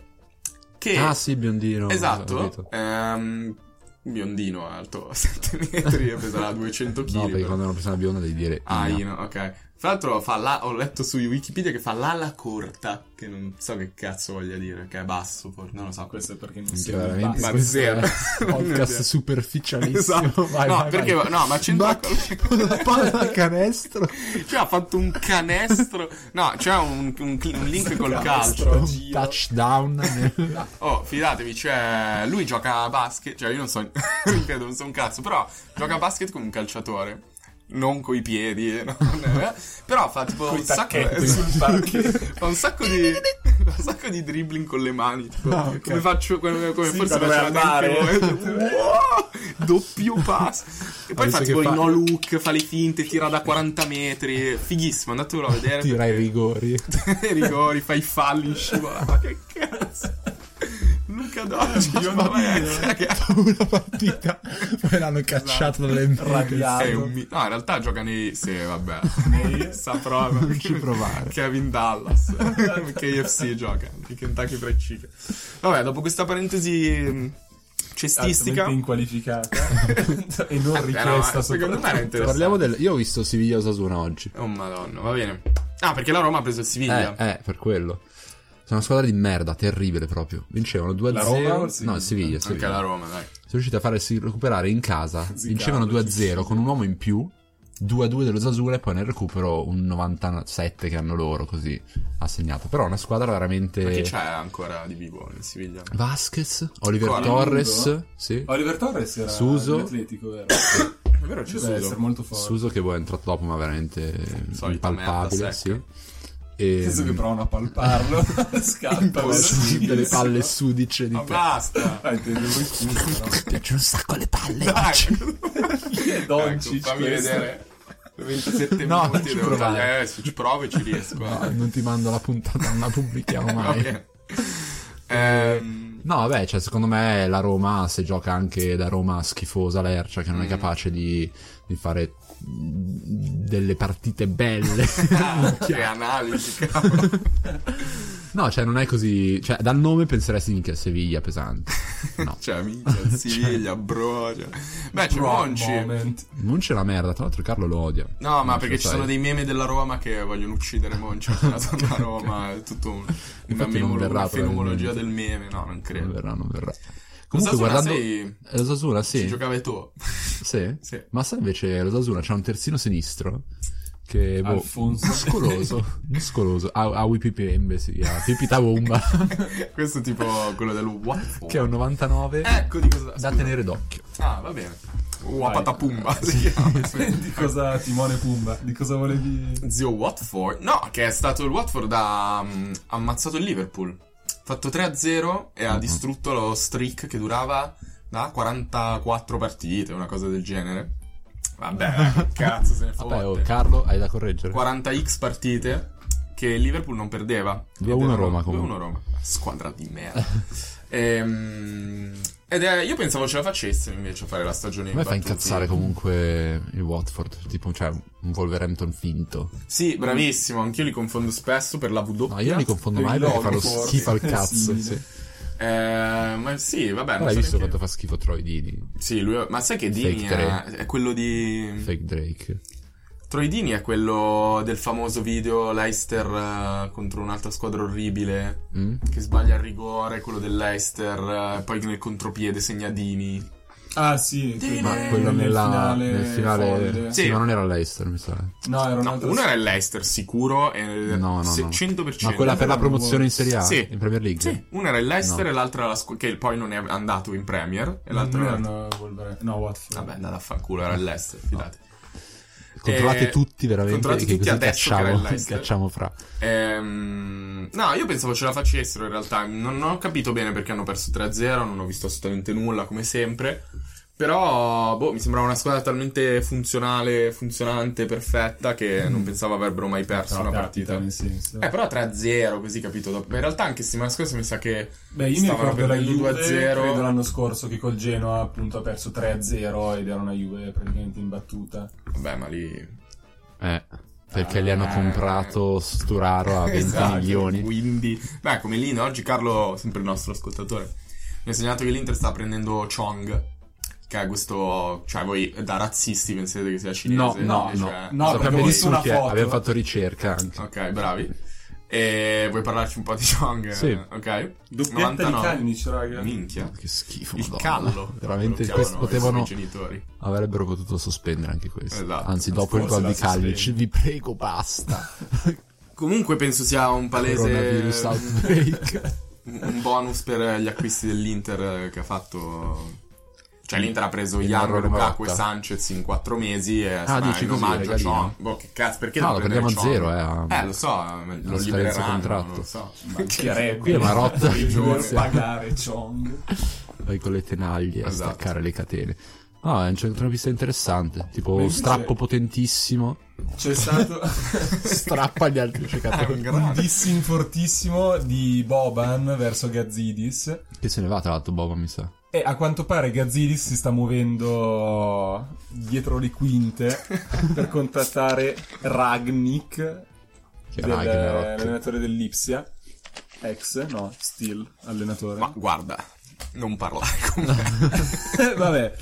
[SPEAKER 2] Che
[SPEAKER 1] Ah, sì, biondino. ho
[SPEAKER 2] Esatto,
[SPEAKER 1] capito.
[SPEAKER 2] ehm, biondino alto 7 metri e peserà 200 kg.
[SPEAKER 1] No, perché quando è una persona bionda devi dire.
[SPEAKER 2] Ah,
[SPEAKER 1] Ina.
[SPEAKER 2] io no, ok. Fra l'altro fa la- ho letto su Wikipedia che fa l'ala corta, che non so che cazzo voglia dire, che è basso, forse, non lo so.
[SPEAKER 3] Questo è perché non
[SPEAKER 1] Minchia,
[SPEAKER 3] si è
[SPEAKER 1] veramente.
[SPEAKER 2] Ma
[SPEAKER 1] questo
[SPEAKER 2] zero.
[SPEAKER 1] è
[SPEAKER 2] Non è
[SPEAKER 1] Podcast
[SPEAKER 2] vero.
[SPEAKER 1] superficialissimo.
[SPEAKER 2] Esatto.
[SPEAKER 1] Vai,
[SPEAKER 2] no,
[SPEAKER 1] vai,
[SPEAKER 2] perché
[SPEAKER 1] vai.
[SPEAKER 2] no, ma c'entra
[SPEAKER 1] Batti con la palla a canestro.
[SPEAKER 2] cioè ha fatto un canestro. No, c'è un, un cl- un link col calcio.
[SPEAKER 3] Castro,
[SPEAKER 1] Un touchdown. nel-
[SPEAKER 2] Oh, fidatevi, cioè, lui gioca a basket, cioè io non so, credo, non so un cazzo, però gioca a basket come un calciatore. Non coi piedi, eh, no? però fa tipo un sacco,
[SPEAKER 3] tacchetti sul parquet.
[SPEAKER 2] fa un sacco di fa un sacco di dribbling con le mani, tipo, come faccio come, come
[SPEAKER 3] Sì,
[SPEAKER 2] forse
[SPEAKER 3] quando vai
[SPEAKER 2] faceva
[SPEAKER 3] al
[SPEAKER 2] Dante
[SPEAKER 3] mare.
[SPEAKER 2] Bowen. Wow! doppio pass. E poi
[SPEAKER 1] visto
[SPEAKER 2] fa
[SPEAKER 1] che
[SPEAKER 2] tipo il
[SPEAKER 1] fa-
[SPEAKER 2] no look, fa le finte, tira da 40 metri, fighissimo, andatevelo a vedere.
[SPEAKER 1] Tira i rigori.
[SPEAKER 2] I rigori, fai i falli in scivolata. Ma che cazzo? Luca Doncic,
[SPEAKER 3] Dio
[SPEAKER 2] ma
[SPEAKER 3] mio.
[SPEAKER 2] vai, che-
[SPEAKER 1] Una partita. Poi l'hanno cacciato dalle
[SPEAKER 2] Esatto.
[SPEAKER 1] mani.
[SPEAKER 2] sei
[SPEAKER 3] Radiato.
[SPEAKER 2] un mi- No, in realtà gioca nei... Sì, vabbè.
[SPEAKER 3] Nei-
[SPEAKER 2] Sa prova. Non
[SPEAKER 1] ci provare.
[SPEAKER 2] Kevin Dallas. KFC gioca. Di Kentucky Fried Chicken. Vabbè, dopo questa parentesi mh, cestistica...
[SPEAKER 3] Altamente inqualificata e non
[SPEAKER 2] Eh, no,
[SPEAKER 3] richiesta
[SPEAKER 2] eh, secondo me era
[SPEAKER 3] soprattutto.
[SPEAKER 2] interessante.
[SPEAKER 1] Parliamo del. Io ho visto Siviglia Osasuna oggi.
[SPEAKER 2] Oh, madonna, va bene. Ah, perché la Roma ha preso il Siviglia.
[SPEAKER 1] Eh, eh, per quello. Sono una squadra di merda, terribile proprio. Vincevano 2-0.
[SPEAKER 3] La Roma o il Siviglia?
[SPEAKER 1] No, il Siviglia. il
[SPEAKER 2] Anche
[SPEAKER 1] Siviglia.
[SPEAKER 2] la Roma, dai.
[SPEAKER 1] Sono riusciti a farsi recuperare in casa. Vincevano 2-0 con un uomo in più. 2-2 dello Zasura e poi nel recupero un 97 che hanno loro così ha segnato. Però è una squadra
[SPEAKER 2] Ma chi
[SPEAKER 1] veramente...
[SPEAKER 2] c'è ancora di vivo nel Siviglia?
[SPEAKER 1] Vasquez, Oliver
[SPEAKER 2] Ancora?
[SPEAKER 1] Torres,
[SPEAKER 3] Lungo?
[SPEAKER 1] sì.
[SPEAKER 3] Oliver Torres era
[SPEAKER 1] Suso.
[SPEAKER 3] atletico, vero?
[SPEAKER 2] È vero, c'è
[SPEAKER 3] Deve essere
[SPEAKER 2] Suso.
[SPEAKER 3] molto forte.
[SPEAKER 1] Suso che poi è entrato dopo ma veramente
[SPEAKER 2] Solita merda
[SPEAKER 1] impalpabile, Ehm, sì.
[SPEAKER 2] secca.
[SPEAKER 1] E...
[SPEAKER 3] Penso che provano a palparlo. Scappa.
[SPEAKER 2] Impossibile.
[SPEAKER 1] delle palle sudice di
[SPEAKER 2] Ma basta!
[SPEAKER 3] Ah, intendevo il culo,
[SPEAKER 1] Mi piacciono un sacco le palle.
[SPEAKER 3] no?
[SPEAKER 2] Donci,
[SPEAKER 3] Doncic,
[SPEAKER 2] Ecco, fammi
[SPEAKER 3] questo.
[SPEAKER 2] vedere. 27
[SPEAKER 1] No, non
[SPEAKER 2] minuti
[SPEAKER 1] ci
[SPEAKER 2] devo
[SPEAKER 1] provare.
[SPEAKER 2] tagliare. Eh, se ci provo e ci riesco.
[SPEAKER 1] No,
[SPEAKER 2] eh.
[SPEAKER 1] non ti mando la puntata, non la pubblichiamo mai.
[SPEAKER 2] Ok. Ehm,
[SPEAKER 1] No, vabbè, cioè, secondo me la Roma, se gioca anche da Roma schifosa, lercia, che
[SPEAKER 2] Mm.
[SPEAKER 1] non è capace di, di fare mm, delle partite belle.
[SPEAKER 2] ah, che analisi, cavolo.
[SPEAKER 1] no, cioè, non è così. Cioè, dal nome penseresti minchia Seviglia pesante. No.
[SPEAKER 2] Cioè, minchia, Siviglia, bro. cioè. Beh, c'è
[SPEAKER 3] Wrong
[SPEAKER 2] Monci.
[SPEAKER 3] moment.
[SPEAKER 1] Non c'è la merda, tra l'altro Carlo lo odia.
[SPEAKER 2] No, ma
[SPEAKER 1] Non
[SPEAKER 2] perché
[SPEAKER 1] lo
[SPEAKER 2] ci
[SPEAKER 1] sai.
[SPEAKER 2] sono dei meme della Roma che vogliono uccidere Monci appena torna a Roma. È tutto un- una,
[SPEAKER 1] Infatti non
[SPEAKER 2] memolo-
[SPEAKER 1] verrà,
[SPEAKER 2] una fenomenologia
[SPEAKER 1] probabilmente.
[SPEAKER 2] del meme. No, non
[SPEAKER 1] Non
[SPEAKER 2] credo.
[SPEAKER 1] verrà, non verrà.
[SPEAKER 2] Osasuna
[SPEAKER 1] Comunque, guardando.
[SPEAKER 2] sei-
[SPEAKER 1] Eh, Osasuna, sì.
[SPEAKER 2] Ci giocavi tu.
[SPEAKER 1] Sì?
[SPEAKER 2] Sì.
[SPEAKER 1] Ma sai invece l'Osasuna c'ha un terzino sinistro che boh,
[SPEAKER 3] Alfonso.
[SPEAKER 1] muscoloso, muscoloso, a, a Wipipembe si chiama, Ah, Pipita Bomba,
[SPEAKER 2] Questo è tipo quello del Waffle.
[SPEAKER 1] che è un 99
[SPEAKER 3] Eh,
[SPEAKER 2] Ecco di cosa.
[SPEAKER 1] da tenere d'occhio.
[SPEAKER 2] Ah, va bene. Wapatapumba si chiama.
[SPEAKER 3] Di cosa Timone Pumba? Di cosa volevi?
[SPEAKER 2] Zio Watford? No, che è stato il Watford ha mm, ammazzato il Liverpool. Fatto 3-0 e
[SPEAKER 1] Mhm.
[SPEAKER 2] ha distrutto lo streak che durava da 44 partite, una cosa del genere. Vabbè, che cazzo se ne
[SPEAKER 1] Vabbè, oh,
[SPEAKER 2] fotte.
[SPEAKER 1] Carlo, hai da correggere.
[SPEAKER 2] 40x partite che il Liverpool non perdeva.
[SPEAKER 1] 2-1 Roma, comunque.
[SPEAKER 2] 2-1 Roma. Squadra di merda. Ehm, ed è, io pensavo ce la facessero invece a fare la stagione
[SPEAKER 1] A me fa
[SPEAKER 2] imbattuti.
[SPEAKER 1] incazzare comunque il Watford, tipo cioè, un Wolverhampton finto.
[SPEAKER 2] Sì, bravissimo, anch'io li confondo spesso per la W.
[SPEAKER 1] No, io li confondo
[SPEAKER 3] Dei
[SPEAKER 1] mai perché
[SPEAKER 3] loghi
[SPEAKER 1] fanno
[SPEAKER 3] forti.
[SPEAKER 1] schifo al
[SPEAKER 3] Sì.
[SPEAKER 1] cazzo.
[SPEAKER 3] Sì.
[SPEAKER 1] sì.
[SPEAKER 2] Eh, ma sì, vabbè, non
[SPEAKER 1] Hai
[SPEAKER 2] so
[SPEAKER 1] visto
[SPEAKER 2] neanche-
[SPEAKER 1] quanto fa schifo Troy
[SPEAKER 3] Mm.
[SPEAKER 1] Dini,
[SPEAKER 2] Sì, lui- ma sai che Dini
[SPEAKER 1] Fake
[SPEAKER 2] è, è quello di...
[SPEAKER 1] fake Drake?
[SPEAKER 2] Troy Dini è quello del famoso video Leicester eh, contro un'altra squadra orribile
[SPEAKER 1] Mm?
[SPEAKER 2] che sbaglia il rigore, quello del Leicester, eh, poi nel contropiede segna Dini.
[SPEAKER 3] Ah, sì,
[SPEAKER 2] Dine!
[SPEAKER 3] quello
[SPEAKER 2] Ma
[SPEAKER 1] Quello
[SPEAKER 3] nel
[SPEAKER 1] nella-
[SPEAKER 3] finale.
[SPEAKER 1] nel finale.
[SPEAKER 3] folle.
[SPEAKER 1] Sì,
[SPEAKER 2] Sì.
[SPEAKER 1] ma non era Leicester, mi sa.
[SPEAKER 3] No, era
[SPEAKER 2] No,
[SPEAKER 3] un'altra
[SPEAKER 2] uno era il Leicester sicuro, e
[SPEAKER 1] No, no,
[SPEAKER 2] se-
[SPEAKER 1] no.
[SPEAKER 2] 100%.
[SPEAKER 1] Ma quella per la promozione in Serie A?
[SPEAKER 2] eh, Sì.
[SPEAKER 1] In Premier League?
[SPEAKER 2] Sì, una era il Leicester
[SPEAKER 1] No.
[SPEAKER 2] e l'altra la scu- che poi non è andato in Premier e Ah,
[SPEAKER 3] Non
[SPEAKER 2] l'altra era...
[SPEAKER 3] erano Wolverhampton. No, Watford.
[SPEAKER 2] Vabbè, andate a fanculo, era il Leicester, fidate.
[SPEAKER 1] Controllate
[SPEAKER 2] Eh,
[SPEAKER 1] tutti veramente.
[SPEAKER 2] controllate
[SPEAKER 1] che
[SPEAKER 2] tutti
[SPEAKER 1] così
[SPEAKER 2] adesso che era il
[SPEAKER 1] cacciamo,
[SPEAKER 2] Leicester.
[SPEAKER 1] cacciamo fra.
[SPEAKER 2] Ehm, no, io pensavo ce la facessero in realtà. Non ho capito bene perché hanno perso 3-0. Non ho visto assolutamente nulla, come sempre. Però, boh, mi sembrava una squadra talmente funzionale, funzionante, perfetta, che non pensavo avrebbero mai perso
[SPEAKER 3] No,
[SPEAKER 2] una
[SPEAKER 3] partita,
[SPEAKER 2] partita.
[SPEAKER 3] nel senso.
[SPEAKER 2] Eh, però 3-0, così capito. dopo- In realtà anche settimana scorsa mi sa che...
[SPEAKER 3] Beh, io mi
[SPEAKER 2] stavano
[SPEAKER 3] ricordo la
[SPEAKER 2] perdendo
[SPEAKER 3] Juve,
[SPEAKER 2] 2-0.
[SPEAKER 3] credo l'anno scorso, che col Genoa appunto ha perso 3-0 ed era una Juve praticamente imbattuta.
[SPEAKER 2] Vabbè, ma lì...
[SPEAKER 1] Eh, perché li hanno
[SPEAKER 2] Ah.
[SPEAKER 1] comprato Sturaro a 20
[SPEAKER 2] Esatto,
[SPEAKER 1] milioni.
[SPEAKER 2] Quindi, beh, come l'Inter, oggi Carlo, sempre il nostro ascoltatore, mi ha segnalato che l'Inter sta prendendo Chong, che è questo, cioè voi da razzisti pensate che sia cinese.
[SPEAKER 1] No, no,
[SPEAKER 2] invece-
[SPEAKER 3] no. No, perché
[SPEAKER 1] Sappiamo
[SPEAKER 3] ho
[SPEAKER 1] di
[SPEAKER 3] visto
[SPEAKER 1] chi
[SPEAKER 3] una
[SPEAKER 1] è,
[SPEAKER 3] foto.
[SPEAKER 1] Abbiamo fatto ricerca anche.
[SPEAKER 2] Ok, bravi. E vuoi parlarci un po' di Chong?
[SPEAKER 1] Sì.
[SPEAKER 2] Ok.
[SPEAKER 3] Doppietta di
[SPEAKER 2] 99.
[SPEAKER 3] Kalinic, raga.
[SPEAKER 2] Minchia.
[SPEAKER 1] Che schifo,
[SPEAKER 2] Il
[SPEAKER 1] madonna.
[SPEAKER 2] callo.
[SPEAKER 1] Veramente,
[SPEAKER 2] Lo
[SPEAKER 1] questo
[SPEAKER 2] chiamano
[SPEAKER 1] potevano...
[SPEAKER 2] I suoi genitori.
[SPEAKER 1] Avrebbero potuto sospendere anche questo.
[SPEAKER 2] Esatto.
[SPEAKER 1] Anzi, dopo il
[SPEAKER 3] Forse
[SPEAKER 1] gol
[SPEAKER 3] la
[SPEAKER 1] di Kalinic,
[SPEAKER 3] sospendi.
[SPEAKER 1] vi prego, basta.
[SPEAKER 2] Comunque penso sia un
[SPEAKER 1] Coronavirus
[SPEAKER 2] palese...
[SPEAKER 1] outbreak.
[SPEAKER 2] un bonus per gli acquisti dell'Inter eh, che ha fatto. Cioè, l'Inter ha preso
[SPEAKER 1] Il
[SPEAKER 2] Ian,
[SPEAKER 1] Marrone
[SPEAKER 2] Lukaku e
[SPEAKER 1] Morata.
[SPEAKER 2] Sanchez in quattro mesi. E
[SPEAKER 1] Ah,
[SPEAKER 2] sarà
[SPEAKER 1] dici
[SPEAKER 2] in
[SPEAKER 1] così,
[SPEAKER 2] omaggio a
[SPEAKER 1] regalino.
[SPEAKER 2] Chong. Boh, che cazzo, perché
[SPEAKER 1] No,
[SPEAKER 2] devo
[SPEAKER 1] lo
[SPEAKER 2] prendere
[SPEAKER 1] prendiamo a zero,
[SPEAKER 2] Chong?
[SPEAKER 1] eh, a-
[SPEAKER 2] Eh, lo so, eh, lo
[SPEAKER 1] scadenza
[SPEAKER 2] libereranno.
[SPEAKER 1] contratto.
[SPEAKER 2] Non lo so.
[SPEAKER 3] Chiarebbe.
[SPEAKER 1] è una rotta.
[SPEAKER 3] Di dover
[SPEAKER 1] Sì.
[SPEAKER 3] pagare Chong.
[SPEAKER 1] Poi con le tenaglie
[SPEAKER 2] Esatto.
[SPEAKER 1] a staccare le catene. No, è un centrocampista interessante. Tipo,
[SPEAKER 3] Ma invece-
[SPEAKER 1] strappo potentissimo.
[SPEAKER 3] C'è stato
[SPEAKER 1] Strappa gli altri
[SPEAKER 2] È un
[SPEAKER 1] giocatori.
[SPEAKER 3] un
[SPEAKER 2] grande.
[SPEAKER 3] dissing fortissimo di Boban verso Gazzidis.
[SPEAKER 1] Che se ne va, tra l'altro, Boba, mi sa.
[SPEAKER 3] E a quanto pare Gazzidis si sta muovendo dietro le quinte per contattare Ragnik,
[SPEAKER 1] Che
[SPEAKER 3] del-
[SPEAKER 1] Ragnarok.
[SPEAKER 3] l'allenatore dell'Ipsia, ex, no, still allenatore.
[SPEAKER 2] Ma guarda, non parlare con me.
[SPEAKER 3] Vabbè,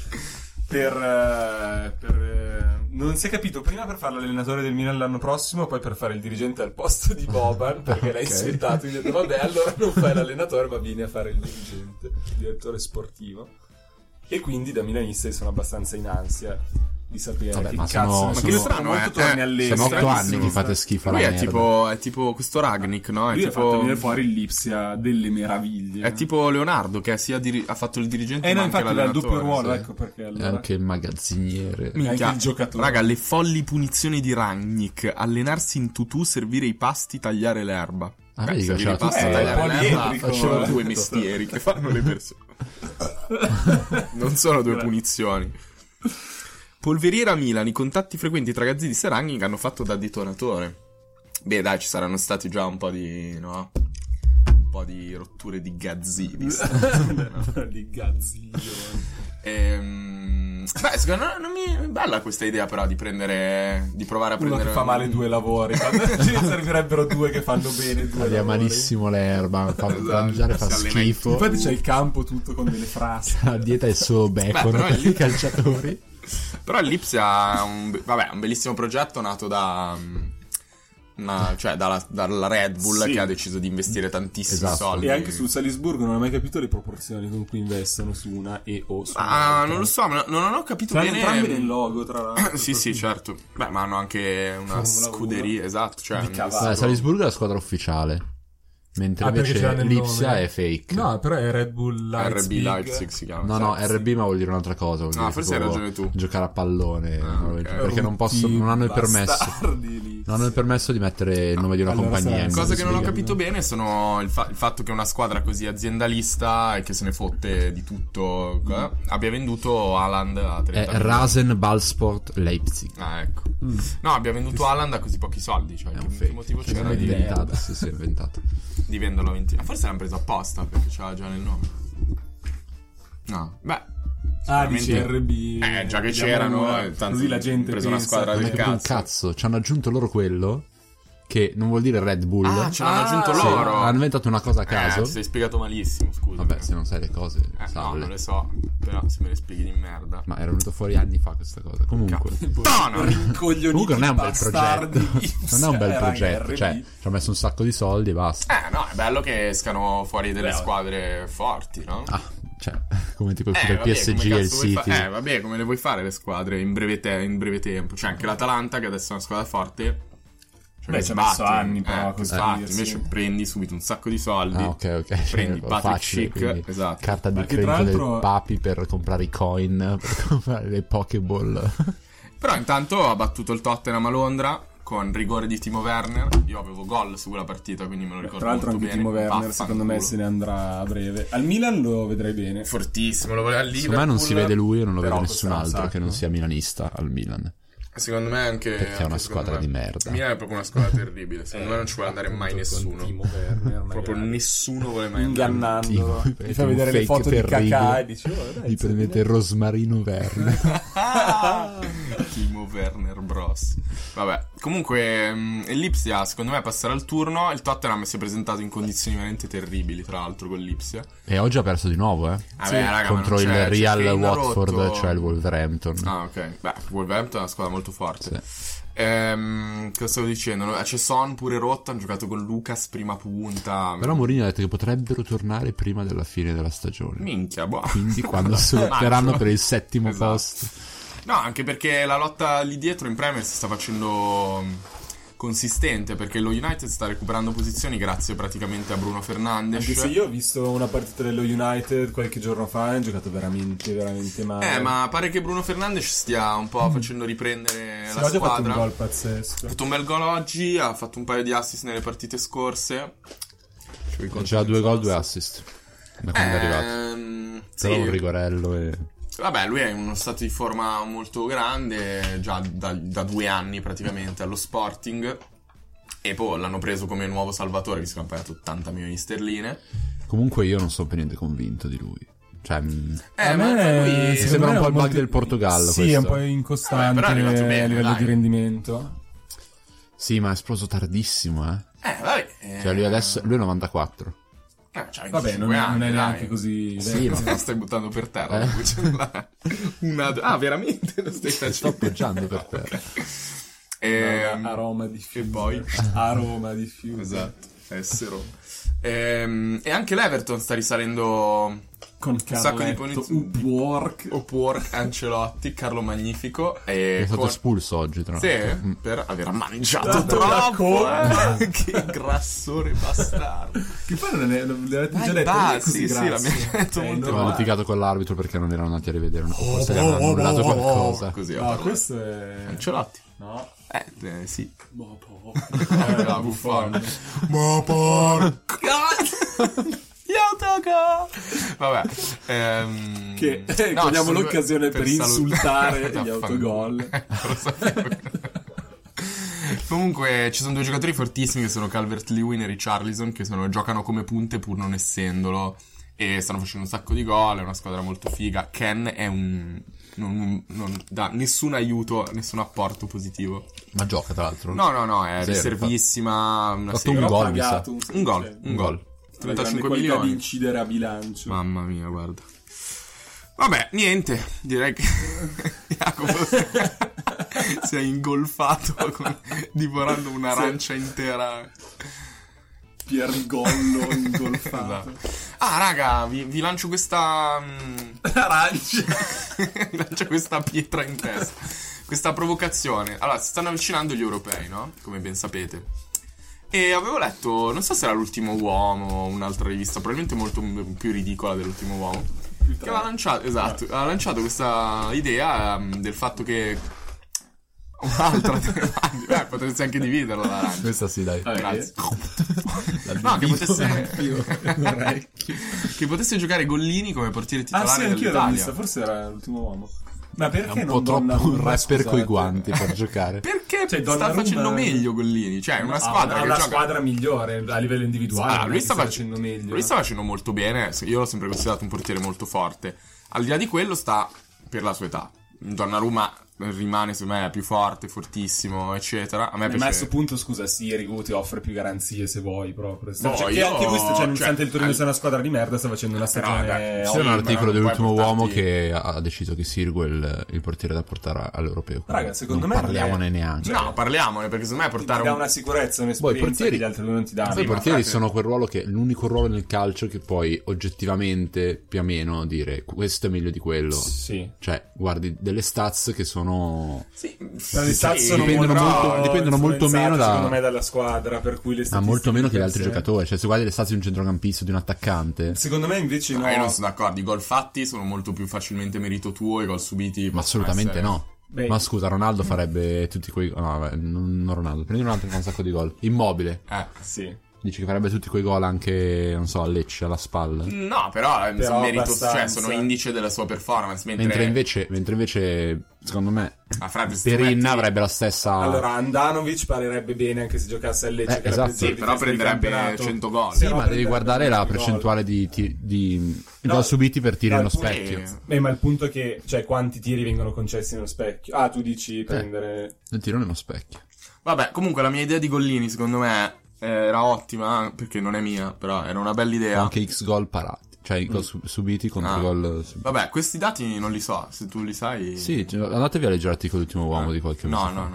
[SPEAKER 3] per, eh, per, eh, non si è capito prima per fare l'allenatore del Milan l'anno prossimo, poi per fare il dirigente al posto di Boban, perché l'hai
[SPEAKER 1] Ok.
[SPEAKER 3] insultato, quindi ho detto vabbè allora non fai l'allenatore ma vieni a fare il dirigente, il direttore sportivo. E quindi da milanisti sono abbastanza in ansia di sapere
[SPEAKER 1] Vabbè,
[SPEAKER 3] che
[SPEAKER 1] ma
[SPEAKER 3] cazzo
[SPEAKER 1] sono-
[SPEAKER 3] ne
[SPEAKER 1] sono-
[SPEAKER 3] perché strano Cioè,
[SPEAKER 2] sono-
[SPEAKER 3] molto
[SPEAKER 2] eh, eh,
[SPEAKER 3] torni
[SPEAKER 1] Sono
[SPEAKER 3] all'estero.
[SPEAKER 1] otto anni che
[SPEAKER 3] Stranissimo,
[SPEAKER 1] fate schifo
[SPEAKER 2] Lui
[SPEAKER 1] alla
[SPEAKER 2] è
[SPEAKER 1] merda.
[SPEAKER 2] tipo, è tipo questo Ragnik, no? È
[SPEAKER 3] Lui ha fatto
[SPEAKER 2] tipo,
[SPEAKER 3] cioè, venire fuori l'Ipsia delle meraviglie.
[SPEAKER 2] è tipo Leonardo che sia diri- ha fatto il dirigente.
[SPEAKER 3] Eh no,
[SPEAKER 2] ma anche
[SPEAKER 3] infatti dal doppio
[SPEAKER 2] l'allenatore,
[SPEAKER 3] ruolo,
[SPEAKER 2] sì.
[SPEAKER 3] ecco perché
[SPEAKER 1] E
[SPEAKER 3] allora...
[SPEAKER 1] anche il magazziniere.
[SPEAKER 3] anche
[SPEAKER 2] Minchia.
[SPEAKER 3] il giocatore.
[SPEAKER 2] Raga, le folli punizioni di Ragnik. Allenarsi in tutù, servire i pasti, tagliare l'erba.
[SPEAKER 1] Ah,
[SPEAKER 2] Beh,
[SPEAKER 1] vedi che
[SPEAKER 2] servire i
[SPEAKER 1] faceva
[SPEAKER 2] pasti,
[SPEAKER 1] tutto.
[SPEAKER 2] tagliare
[SPEAKER 3] Eh,
[SPEAKER 2] l'erba.
[SPEAKER 3] poliedrico.
[SPEAKER 2] Facevano due mestieri che fanno le persone. non sono due punizioni. Polveriera Milan, i contatti frequenti tra Gazzidis e Ragnik hanno fatto da detonatore. Beh, dai, ci saranno stati già un po' di. no? Un po' di rotture di Gazzidis.
[SPEAKER 3] di eh. Gazziglione.
[SPEAKER 2] Ehm, beh, secondo me non mi- è bella questa idea però di prendere, di provare a
[SPEAKER 3] Uno
[SPEAKER 2] prendere...
[SPEAKER 3] che fa male due lavori. Quando ce ne servirebbero due che fanno bene due
[SPEAKER 1] Taglia
[SPEAKER 3] lavori.
[SPEAKER 1] malissimo l'erba. Fa
[SPEAKER 2] Esatto,
[SPEAKER 1] mangiare, fa
[SPEAKER 2] si allena in
[SPEAKER 1] schifo.
[SPEAKER 3] Infatti c'è il campo tutto con delle frasche.
[SPEAKER 1] La dieta è solo bacon
[SPEAKER 2] Beh, però è
[SPEAKER 1] per
[SPEAKER 2] lì-
[SPEAKER 1] i calciatori.
[SPEAKER 2] Però l'Ipsia è un, be- vabbè, è un bellissimo progetto nato da... mm, una- cioè dalla, dalla Red Bull
[SPEAKER 3] Sì.
[SPEAKER 2] che ha deciso di investire tantissimi
[SPEAKER 1] Esatto.
[SPEAKER 2] soldi.
[SPEAKER 3] E anche sul Salisburgo non ho mai capito le proporzioni con cui investono su una e o su
[SPEAKER 2] Ah,
[SPEAKER 3] un'altra.
[SPEAKER 2] non lo so, ma no- non ho capito
[SPEAKER 3] Saranno entrambe nel
[SPEAKER 2] bene...
[SPEAKER 3] logo, tra l'altro.
[SPEAKER 2] Sì, sì, certo. Beh, ma hanno anche una
[SPEAKER 3] Formula uno.
[SPEAKER 2] scuderia, esatto. Cioè,
[SPEAKER 3] Di
[SPEAKER 2] un-
[SPEAKER 3] cavallo.
[SPEAKER 1] Vabbè, Salisburgo è la squadra ufficiale. Mentre
[SPEAKER 7] Ah, perché c'era
[SPEAKER 1] invece
[SPEAKER 7] nel
[SPEAKER 1] l'Ipsia
[SPEAKER 7] nome.
[SPEAKER 1] è fake.
[SPEAKER 7] No, però è Red Bull
[SPEAKER 2] RB
[SPEAKER 7] Leipzig.
[SPEAKER 2] Leipzig si chiama.
[SPEAKER 1] No,
[SPEAKER 2] sì.
[SPEAKER 1] no, RB ma vuol dire un'altra cosa. Vuol dire
[SPEAKER 2] Ah, forse hai
[SPEAKER 1] tipo
[SPEAKER 2] ragione tu.
[SPEAKER 1] Giocare a pallone.
[SPEAKER 2] Ah,
[SPEAKER 1] no?
[SPEAKER 2] ok.
[SPEAKER 1] Perché non, posso, non hanno il permesso. Non hanno il permesso di mettere il nome di una
[SPEAKER 3] Allora
[SPEAKER 1] compagnia.
[SPEAKER 3] sarà-
[SPEAKER 1] in
[SPEAKER 2] Cioè, Cosa che non ho
[SPEAKER 1] Bundesliga.
[SPEAKER 2] capito bene sono il, fa- il fatto che una squadra così aziendalista e che se ne fotte di tutto eh, abbia venduto Haaland a 30
[SPEAKER 1] È
[SPEAKER 2] milioni.
[SPEAKER 1] Rasen Ballsport Leipzig.
[SPEAKER 2] Ah, ecco. No, abbia venduto Haaland a così pochi soldi. Cioè,
[SPEAKER 1] È
[SPEAKER 2] che,
[SPEAKER 1] un
[SPEAKER 2] che
[SPEAKER 1] fake.
[SPEAKER 2] motivo
[SPEAKER 1] Cioè,
[SPEAKER 2] c'era
[SPEAKER 1] l'hanno
[SPEAKER 2] di,
[SPEAKER 1] inventato. Sì, sì, è inventato.
[SPEAKER 2] di venderlo a 20? Ah, Forse l'hanno preso apposta perché c'era già nel nome. No, beh.
[SPEAKER 3] Ah, dici RB.
[SPEAKER 2] Eh, già che
[SPEAKER 3] Vediamo
[SPEAKER 2] c'erano,
[SPEAKER 3] una-
[SPEAKER 2] eh, tanto
[SPEAKER 3] così la gente
[SPEAKER 2] ha preso una
[SPEAKER 3] pensa
[SPEAKER 2] squadra
[SPEAKER 3] che-
[SPEAKER 1] Non
[SPEAKER 2] del
[SPEAKER 1] è proprio un
[SPEAKER 2] cazzo.
[SPEAKER 1] cazzo. Ci hanno aggiunto loro quello. Che non vuol dire Red Bull.
[SPEAKER 2] Ah, ce l'hanno
[SPEAKER 3] Ah,
[SPEAKER 2] aggiunto
[SPEAKER 1] Sì,
[SPEAKER 2] loro.
[SPEAKER 1] Hanno inventato una cosa a
[SPEAKER 2] Eh, ti
[SPEAKER 1] caso.
[SPEAKER 2] sei spiegato malissimo, scusa.
[SPEAKER 1] Vabbè, se non sai le cose,
[SPEAKER 2] Eh, no,
[SPEAKER 1] salve.
[SPEAKER 2] non le so. Però se me le spieghi di merda.
[SPEAKER 1] Ma era venuto fuori anni fa questa cosa. Comunque.
[SPEAKER 2] Tono!
[SPEAKER 3] Coglioni
[SPEAKER 1] Comunque non è un bel
[SPEAKER 3] bastardi.
[SPEAKER 1] progetto. Non è un bel
[SPEAKER 3] Raga,
[SPEAKER 1] progetto.
[SPEAKER 3] RB.
[SPEAKER 1] Cioè, ci ha messo un sacco di soldi e basta.
[SPEAKER 2] Eh, no, è bello che escano fuori delle
[SPEAKER 3] Beh,
[SPEAKER 2] squadre forti, no?
[SPEAKER 1] Ah, cioè, come tipo
[SPEAKER 2] Eh,
[SPEAKER 1] uscire il
[SPEAKER 2] vabbè,
[SPEAKER 1] PSG
[SPEAKER 2] come
[SPEAKER 1] e il
[SPEAKER 2] cazzo vuoi fa-
[SPEAKER 1] City.
[SPEAKER 2] eh, vabbè, come le vuoi fare le squadre in breve, te- in breve tempo? Cioè, anche l'Atalanta, che adesso è una squadra forte. Cioè,
[SPEAKER 3] Beh, ci ha messo anni, però, a
[SPEAKER 2] eh, infatti,
[SPEAKER 3] costruirsi.
[SPEAKER 2] invece prendi subito un sacco di soldi.
[SPEAKER 1] Ah, ok, ok. Cioè,
[SPEAKER 2] Prendi Patrick
[SPEAKER 1] facile,
[SPEAKER 2] Schick,
[SPEAKER 1] quindi.
[SPEAKER 2] esatto.
[SPEAKER 1] Carta di
[SPEAKER 3] Ma che
[SPEAKER 1] credito
[SPEAKER 3] tra
[SPEAKER 1] del
[SPEAKER 3] l'altro-
[SPEAKER 1] papi per comprare i coin, per comprare le Pokéball.
[SPEAKER 2] Però intanto ha battuto il Tottenham a Londra con rigore di Timo Werner. Io avevo gol su quella partita, quindi me lo ricordo
[SPEAKER 3] Tra l'altro
[SPEAKER 2] molto
[SPEAKER 3] anche
[SPEAKER 2] bene.
[SPEAKER 3] Timo Werner,
[SPEAKER 2] Vaffanculo.
[SPEAKER 3] secondo me, se ne andrà a breve. Al Milan lo vedrai bene.
[SPEAKER 2] fortissimo, lo voleva lì.
[SPEAKER 1] Secondo me non si vede lui e non lo vede
[SPEAKER 3] però
[SPEAKER 1] nessun
[SPEAKER 3] costerà un
[SPEAKER 1] altro che non
[SPEAKER 3] sacco.
[SPEAKER 1] sia milanista al Milan.
[SPEAKER 2] Secondo me anche
[SPEAKER 1] Perché è
[SPEAKER 2] anche
[SPEAKER 1] una
[SPEAKER 2] secondo
[SPEAKER 1] squadra
[SPEAKER 2] me.
[SPEAKER 1] di merda.
[SPEAKER 2] Milan è proprio una squadra terribile, secondo
[SPEAKER 3] Eh,
[SPEAKER 2] me non ci vuole andare mai nessuno. Proprio nessuno vuole mai andare.
[SPEAKER 3] Ingannandolo.
[SPEAKER 1] Timo-
[SPEAKER 3] Ti
[SPEAKER 1] Timo
[SPEAKER 3] fa vedere
[SPEAKER 1] fake
[SPEAKER 3] le foto di
[SPEAKER 1] terribile.
[SPEAKER 3] Kakà e dici, oh, dai,
[SPEAKER 1] Gli prendete Rosmarino Verne.
[SPEAKER 3] Ah!
[SPEAKER 2] Timo Werner Bros. Vabbè, comunque mh, l'Ipsia secondo me passerà al turno, il Tottenham si è presentato in condizioni veramente terribili, tra l'altro con l'Ipsia.
[SPEAKER 1] e oggi ha perso di nuovo, eh.
[SPEAKER 2] Vabbè, raga, ma
[SPEAKER 1] contro
[SPEAKER 2] non
[SPEAKER 1] il
[SPEAKER 2] c'è- c'è
[SPEAKER 1] Real
[SPEAKER 2] Kane
[SPEAKER 1] Watford,
[SPEAKER 2] rotto.
[SPEAKER 1] cioè il Wolverhampton.
[SPEAKER 2] Ah, ok. Beh, Wolverhampton è una squadra molto forte. Ehm, cosa stavo dicendo? No, C'è Son pure rotta, hanno giocato con Lucas prima punta.
[SPEAKER 1] Però Mourinho ha detto che potrebbero tornare prima della fine della stagione.
[SPEAKER 2] Minchia, boh.
[SPEAKER 1] Quindi quando si
[SPEAKER 2] Maggio.
[SPEAKER 1] lotteranno per il settimo
[SPEAKER 2] Esatto.
[SPEAKER 1] posto.
[SPEAKER 2] No, anche perché la lotta lì dietro in Premier si sta facendo mh, consistente perché lo United sta recuperando posizioni grazie praticamente a Bruno Fernandes.
[SPEAKER 3] Anche se io ho visto una partita dello United qualche giorno fa e ho giocato veramente, veramente male.
[SPEAKER 2] Eh, ma pare che Bruno Fernandes stia un po' facendo riprendere
[SPEAKER 3] Mm. Sì,
[SPEAKER 2] la
[SPEAKER 3] oggi ha fatto un
[SPEAKER 2] squadra.
[SPEAKER 3] gol
[SPEAKER 2] Ha
[SPEAKER 3] pazzesco.
[SPEAKER 2] fatto un bel gol oggi, ha fatto un paio di assist nelle partite scorse. Cioè,
[SPEAKER 1] C'era già due gol, due assist. Da quando è arrivato.
[SPEAKER 2] Ehm,
[SPEAKER 1] Però un
[SPEAKER 2] Eh, sì,
[SPEAKER 1] rigorello e...
[SPEAKER 2] Vabbè, lui è in uno stato di forma molto grande, già da, da due anni praticamente allo Sporting. E poi l'hanno preso come nuovo salvatore, visto che hanno pagato 80 milioni di sterline.
[SPEAKER 1] Comunque io non sono per niente convinto di lui. Cioè, mh,
[SPEAKER 2] Eh,
[SPEAKER 3] A
[SPEAKER 2] ma
[SPEAKER 3] me-
[SPEAKER 2] lui...
[SPEAKER 3] secondo
[SPEAKER 1] sembra un
[SPEAKER 3] me
[SPEAKER 1] po' il
[SPEAKER 3] è
[SPEAKER 1] bug
[SPEAKER 3] molto-
[SPEAKER 1] del Portogallo,
[SPEAKER 3] Sì, è un
[SPEAKER 1] questo.
[SPEAKER 3] po' incostante
[SPEAKER 2] Vabbè, Eh, però è arrivato bene,
[SPEAKER 3] a livello
[SPEAKER 2] dai.
[SPEAKER 3] di rendimento.
[SPEAKER 1] sì, ma è esploso tardissimo, eh.
[SPEAKER 2] Eh, vabbè. eh,
[SPEAKER 1] Cioè lui adesso... Lui è 94.
[SPEAKER 2] Eh, c'ha 25
[SPEAKER 3] Vabbè, non, è-
[SPEAKER 2] anni,
[SPEAKER 3] non è
[SPEAKER 2] dai.
[SPEAKER 3] neanche così.
[SPEAKER 1] Sì, ma
[SPEAKER 2] La stai buttando per terra.
[SPEAKER 1] Eh.
[SPEAKER 2] la- Una... Ah, veramente? Lo stai
[SPEAKER 1] sto
[SPEAKER 2] facendo?
[SPEAKER 1] appoggiando per terra.
[SPEAKER 2] Ehm,
[SPEAKER 3] aroma di fiume.
[SPEAKER 2] poi?
[SPEAKER 3] Aroma di fiume.
[SPEAKER 2] Esatto. Essero. Ehm, e anche l'Everton sta risalendo
[SPEAKER 3] Con
[SPEAKER 2] sacco di
[SPEAKER 3] Carletto,
[SPEAKER 2] punizioni.
[SPEAKER 3] Upwork.
[SPEAKER 2] Upwork, Ancelotti, Carlo Magnifico e
[SPEAKER 1] È stato
[SPEAKER 2] con-
[SPEAKER 1] espulso oggi, tra
[SPEAKER 2] Sì,
[SPEAKER 1] l'altro. Mm.
[SPEAKER 2] per aver mangiato troppo. eh. che grassore bastardo.
[SPEAKER 3] Che poi non è, non- l'avete già detto non
[SPEAKER 2] bah,
[SPEAKER 3] è così
[SPEAKER 2] sì, sì,
[SPEAKER 3] grasso.
[SPEAKER 2] l'abbiamo detto
[SPEAKER 3] Eh,
[SPEAKER 2] molto
[SPEAKER 1] Ho
[SPEAKER 3] no,
[SPEAKER 2] male.
[SPEAKER 1] litigato con l'arbitro perché non erano andati a rivedere. una-
[SPEAKER 2] Oh,
[SPEAKER 1] Forse gli hanno annullato qualcosa.
[SPEAKER 2] Così ho
[SPEAKER 3] No,
[SPEAKER 2] parlato.
[SPEAKER 3] questo è...
[SPEAKER 2] Ancelotti.
[SPEAKER 3] No.
[SPEAKER 2] Eh, eh, sì.
[SPEAKER 3] Boh, boh.
[SPEAKER 2] Era buffone. Ma porca. Io tocco. Vabbè. ehm,
[SPEAKER 3] Che eh,
[SPEAKER 2] no,
[SPEAKER 3] cogliamo
[SPEAKER 2] ci sono-
[SPEAKER 3] l'occasione per,
[SPEAKER 2] salut-
[SPEAKER 3] insultare gli
[SPEAKER 2] Vaffanculo.
[SPEAKER 3] autogol.
[SPEAKER 2] Lo sapevo. Comunque ci sono due giocatori fortissimi che sono Calvert Lewin e Richarlison che sono- giocano come punte pur non essendolo e stanno facendo un sacco di gol, è una squadra molto figa. Ken è un... non, non dà nessun aiuto, nessun apporto positivo.
[SPEAKER 1] Ma gioca, tra l'altro.
[SPEAKER 2] No, no, no, è
[SPEAKER 1] Zero,
[SPEAKER 2] riservissima. Una
[SPEAKER 1] Ha fatto
[SPEAKER 2] sega.
[SPEAKER 1] un gol, mi sa.
[SPEAKER 3] pagato
[SPEAKER 2] Un gol,
[SPEAKER 3] cioè,
[SPEAKER 2] un gol.
[SPEAKER 3] una grande
[SPEAKER 2] 35
[SPEAKER 3] qualità di
[SPEAKER 2] milioni.
[SPEAKER 3] incidere a bilancio.
[SPEAKER 2] Mamma mia, guarda. Vabbè, niente, direi che Jacopo si è ingolfato con- divorando un'arancia intera.
[SPEAKER 3] Piergollo ingolfato.
[SPEAKER 2] Esatto. Ah, raga, vi, vi lancio questa. mm,
[SPEAKER 3] Arancia.
[SPEAKER 2] vi lancio questa pietra in testa. Questa provocazione. Allora, si stanno avvicinando gli europei, no? Come ben sapete. E avevo letto, non so se era l'ultimo uomo o un'altra rivista, probabilmente molto m- più ridicola dell'ultimo uomo. Che aveva lanciato,
[SPEAKER 7] Eh.
[SPEAKER 2] esatto, aveva lanciato questa idea ehm, del fatto che un'altra eh, potresti anche dividerla l'arancia.
[SPEAKER 1] Questa sì, dai.
[SPEAKER 3] Vabbè,
[SPEAKER 2] Grazie. no, che potesse, che potesse giocare Gollini come portiere
[SPEAKER 3] Ah
[SPEAKER 2] titolare
[SPEAKER 3] sì, anch'io l'ho
[SPEAKER 2] dell'Italia.
[SPEAKER 3] vista, forse era l'ultimo uomo. Ma perché
[SPEAKER 1] È un
[SPEAKER 3] non
[SPEAKER 1] po'
[SPEAKER 3] Donna
[SPEAKER 1] troppo un
[SPEAKER 3] Rumba,
[SPEAKER 1] rapper coi
[SPEAKER 3] scusate?
[SPEAKER 1] guanti per giocare.
[SPEAKER 2] Perché
[SPEAKER 7] Cioè,
[SPEAKER 2] sta
[SPEAKER 7] Donnarumma-
[SPEAKER 2] facendo meglio Gollini? Cioè, una
[SPEAKER 7] Ha
[SPEAKER 2] squadra
[SPEAKER 7] ha
[SPEAKER 2] che
[SPEAKER 7] la
[SPEAKER 2] gioca...
[SPEAKER 7] squadra migliore a livello individuale.
[SPEAKER 2] Ah,
[SPEAKER 7] non è
[SPEAKER 2] lui
[SPEAKER 7] che
[SPEAKER 2] sta
[SPEAKER 7] facendo meglio.
[SPEAKER 2] Lui sta facendo molto bene, se- io l'ho sempre considerato un portiere molto forte. Al di là di quello sta per la sua età. Donnarumma rimane secondo me più forte, fortissimo, eccetera. A me
[SPEAKER 3] Eh, Ma a questo
[SPEAKER 2] piace
[SPEAKER 3] punto, scusa, Siri Gu ti offre più garanzie se vuoi proprio.
[SPEAKER 2] No,
[SPEAKER 3] cioè,
[SPEAKER 2] io-
[SPEAKER 3] che anche lui, sta- cioè, nonostante
[SPEAKER 2] cioè,
[SPEAKER 3] il Torino
[SPEAKER 2] al-
[SPEAKER 3] sia una squadra di merda, sta facendo una
[SPEAKER 2] Però,
[SPEAKER 3] stagione...
[SPEAKER 2] dai,
[SPEAKER 3] ottima.
[SPEAKER 1] C'è un articolo
[SPEAKER 2] Eh, ma non puoi
[SPEAKER 1] dell'ultimo
[SPEAKER 2] portarti-
[SPEAKER 1] uomo che ha ha deciso che Sirgo è il, il portiere da portare a- all'europeo.
[SPEAKER 3] Raga,
[SPEAKER 1] Non
[SPEAKER 3] secondo me non è-
[SPEAKER 1] parliamone neanche.
[SPEAKER 2] No, parliamone, perché secondo me
[SPEAKER 3] Cioè, Ti
[SPEAKER 2] portare
[SPEAKER 3] dà
[SPEAKER 2] un...
[SPEAKER 3] una sicurezza, un'esperienza
[SPEAKER 1] portieri-
[SPEAKER 3] che gli altri non ti danno.
[SPEAKER 1] Poi I portieri
[SPEAKER 2] frate-
[SPEAKER 1] sono quel ruolo che l'unico ruolo nel calcio che puoi oggettivamente più o meno dire questo è meglio di quello.
[SPEAKER 3] Sì.
[SPEAKER 1] Cioè, guardi delle stats che sono
[SPEAKER 2] Sì,
[SPEAKER 3] Ma le stats
[SPEAKER 2] sì,
[SPEAKER 3] sono
[SPEAKER 1] dipendono
[SPEAKER 3] molto,
[SPEAKER 1] molto- dipendono molto
[SPEAKER 3] influenzate,
[SPEAKER 1] meno da-
[SPEAKER 3] secondo me dalla squadra, per cui le
[SPEAKER 1] ma molto meno che gli altri
[SPEAKER 3] statistiche-
[SPEAKER 1] giocatori. Cioè, se guardi le stats di un centrocampista, di un attaccante,
[SPEAKER 3] Secondo me invece no.
[SPEAKER 2] No, Ah, io Eh, non sono d'accordo. I gol fatti sono molto più facilmente merito tuo, i gol subiti.
[SPEAKER 1] ma
[SPEAKER 2] possono
[SPEAKER 1] assolutamente
[SPEAKER 2] essere-
[SPEAKER 1] no.
[SPEAKER 7] Beh,
[SPEAKER 1] Ma scusa, Ronaldo farebbe tutti quei. No, vabbè, non non Ronaldo. Prendi un altro che fa un sacco di gol. Immobile.
[SPEAKER 2] Eh.
[SPEAKER 3] Sì.
[SPEAKER 1] Dici che farebbe tutti quei gol anche, non so, a Lecce, alla spalla.
[SPEAKER 2] No, però, eh,
[SPEAKER 3] Però
[SPEAKER 2] sono merito,
[SPEAKER 3] abbastanza.
[SPEAKER 2] cioè, sono indice della sua performance. Mentre,
[SPEAKER 1] Mentre invece, mentre invece, secondo me,
[SPEAKER 2] a frate, se tu metti-
[SPEAKER 1] Perin avrebbe la stessa.
[SPEAKER 3] Allora, Andanovic parerebbe bene anche se giocasse a Lecce.
[SPEAKER 1] Eh,
[SPEAKER 3] che è la
[SPEAKER 1] esatto.
[SPEAKER 3] peggior
[SPEAKER 2] Sì, però
[SPEAKER 3] difesa del
[SPEAKER 2] prenderebbe
[SPEAKER 3] campionato.
[SPEAKER 2] 100 gol.
[SPEAKER 3] Sì,
[SPEAKER 1] sì, ma
[SPEAKER 3] per
[SPEAKER 1] devi
[SPEAKER 3] il-
[SPEAKER 1] guardare la
[SPEAKER 3] il gol.
[SPEAKER 1] percentuale di, ti- di
[SPEAKER 3] No,
[SPEAKER 1] gol subiti per tiri
[SPEAKER 3] dal
[SPEAKER 1] nello
[SPEAKER 3] pure-
[SPEAKER 1] specchio.
[SPEAKER 3] Beh, ma il punto è che, cioè, quanti tiri vengono concessi nello specchio? Ah, tu
[SPEAKER 1] Eh,
[SPEAKER 3] dici prendere.
[SPEAKER 1] Il tiro nello specchio.
[SPEAKER 2] Vabbè, comunque la mia idea di Gollini, secondo me, eh, era ottima, perché non è mia, però era una bella idea.
[SPEAKER 1] Anche X gol parati, cioè gol su- subiti contro
[SPEAKER 2] Ah.
[SPEAKER 1] gol subiti.
[SPEAKER 2] Vabbè, questi dati non li so, se tu li sai...
[SPEAKER 1] Sì, cioè, andatevi a leggere l'articolo dell'ultimo uomo di qualche mese
[SPEAKER 2] Ah. No,
[SPEAKER 1] fa.
[SPEAKER 2] no,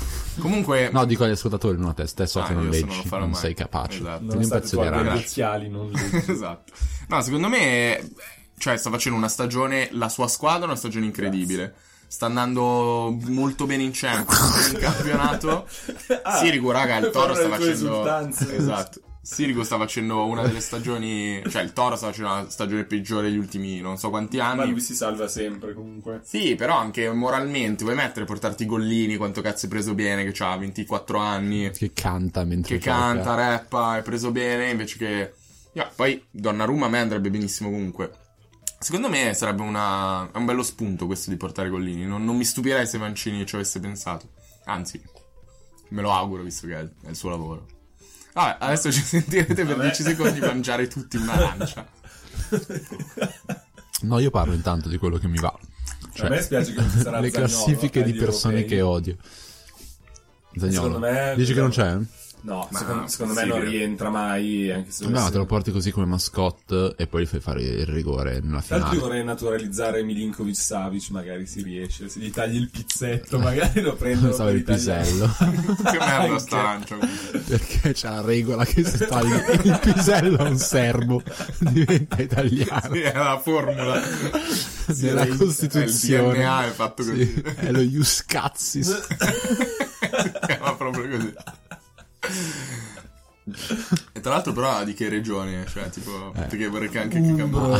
[SPEAKER 2] no. Comunque...
[SPEAKER 1] No, dico agli ascoltatori, non a te, te so
[SPEAKER 2] Ah,
[SPEAKER 1] che non
[SPEAKER 2] io se non
[SPEAKER 1] leggi,
[SPEAKER 2] lo
[SPEAKER 1] non,
[SPEAKER 2] farò mai.
[SPEAKER 1] sei capace.
[SPEAKER 2] Esatto.
[SPEAKER 1] Prendi un
[SPEAKER 3] Nonostante
[SPEAKER 1] pezzo
[SPEAKER 3] tu
[SPEAKER 1] di
[SPEAKER 3] abbia
[SPEAKER 1] arancia.
[SPEAKER 3] gli occhiali, non li-
[SPEAKER 2] esatto. No, secondo me, cioè, sta facendo una stagione, la sua squadra, è una stagione incredibile. Sta andando molto bene in Champions, in campionato.
[SPEAKER 3] Ah,
[SPEAKER 2] Sirigu, raga, il Toro
[SPEAKER 3] parlano
[SPEAKER 2] sta
[SPEAKER 3] delle tue
[SPEAKER 2] facendo...
[SPEAKER 3] esultanze.
[SPEAKER 2] Esatto. Sirigu sta facendo una delle stagioni... Cioè, il Toro sta facendo la stagione peggiore degli ultimi non so quanti
[SPEAKER 3] Ma
[SPEAKER 2] anni.
[SPEAKER 3] lui si salva sempre comunque.
[SPEAKER 2] Sì, però anche moralmente, vuoi mettere, portarti i gollini, quanto cazzo hai preso bene, che ha 24 anni,
[SPEAKER 1] Che canta mentre
[SPEAKER 2] che
[SPEAKER 1] gioca.
[SPEAKER 2] canta, rappa, hai preso bene, invece che... No, poi Donnarumma a me andrebbe benissimo comunque. Secondo me sarebbe una... è un bello spunto questo di portare gollini, non, non mi stupirei se Mancini ci avesse pensato, anzi, me lo auguro visto che è, è il suo lavoro. Vabbè, adesso ci sentirete per
[SPEAKER 3] Vabbè.
[SPEAKER 2] 10 secondi mangiare tutti un'arancia.
[SPEAKER 1] No, io parlo intanto di quello che mi va. Cioè,
[SPEAKER 3] a me spiace che non ci sarà
[SPEAKER 1] le
[SPEAKER 3] Zaniolo
[SPEAKER 1] classifiche di
[SPEAKER 3] agli
[SPEAKER 1] persone
[SPEAKER 3] europei.
[SPEAKER 1] che odio. Zagnolo.
[SPEAKER 3] Secondo me-
[SPEAKER 1] Dici che non c'è?
[SPEAKER 3] No,
[SPEAKER 2] Ma
[SPEAKER 3] secondo, secondo me
[SPEAKER 2] sì,
[SPEAKER 3] non
[SPEAKER 2] vero.
[SPEAKER 3] rientra mai. Anche se
[SPEAKER 1] No,
[SPEAKER 3] dovesse-
[SPEAKER 1] te lo porti così come mascotte e poi gli fai fare il rigore nella
[SPEAKER 3] Tra l'altro
[SPEAKER 1] finale.
[SPEAKER 3] io vorrei naturalizzare Milinkovic Savic, magari si riesce. Se gli tagli il pizzetto, magari lo prendono
[SPEAKER 1] Pensavo
[SPEAKER 3] per
[SPEAKER 1] il
[SPEAKER 3] italiano.
[SPEAKER 1] pisello.
[SPEAKER 2] che merda
[SPEAKER 3] Anche.
[SPEAKER 2] sta arancia comunque.
[SPEAKER 1] Perché c'è la regola che se tagli il pisello a un serbo diventa italiano.
[SPEAKER 2] Sì, è la formula.
[SPEAKER 1] nella
[SPEAKER 2] era il-
[SPEAKER 1] Costituzione.
[SPEAKER 2] il DNA è fatto così.
[SPEAKER 1] Sì, è lo ius cazsis.
[SPEAKER 2] si chiama proprio così. E tra l'altro però di che regione? Cioè, tipo, perché vorrei che anche
[SPEAKER 1] Mm,
[SPEAKER 2] che
[SPEAKER 1] boh,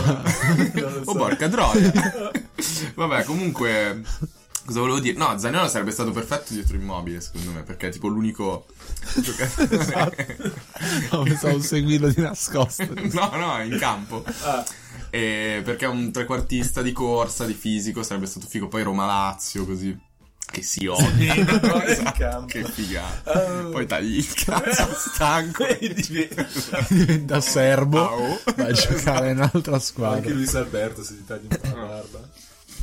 [SPEAKER 2] cambiava. oh, porca troia. Vabbè, comunque cosa volevo dire? No, Zaniolo sarebbe stato perfetto dietro Immobile, secondo me, perché è tipo l'unico giocatore
[SPEAKER 1] No, pensavo seguirlo di nascosto.
[SPEAKER 2] no, no, in campo. Eh, perché è un trequartista di corsa, di fisico, sarebbe stato figo. Poi Roma-Lazio, così. Che si odia.
[SPEAKER 3] in campo.
[SPEAKER 2] esatto. che figata. Poi tagli il cazzo stanco.
[SPEAKER 3] E diventa-
[SPEAKER 1] Diventa serbo.
[SPEAKER 2] Au.
[SPEAKER 1] Vai a giocare in un'altra
[SPEAKER 3] Anche
[SPEAKER 1] squadra.
[SPEAKER 3] Luis Alberto se gli tagli un po'
[SPEAKER 2] Ah.
[SPEAKER 3] la barba.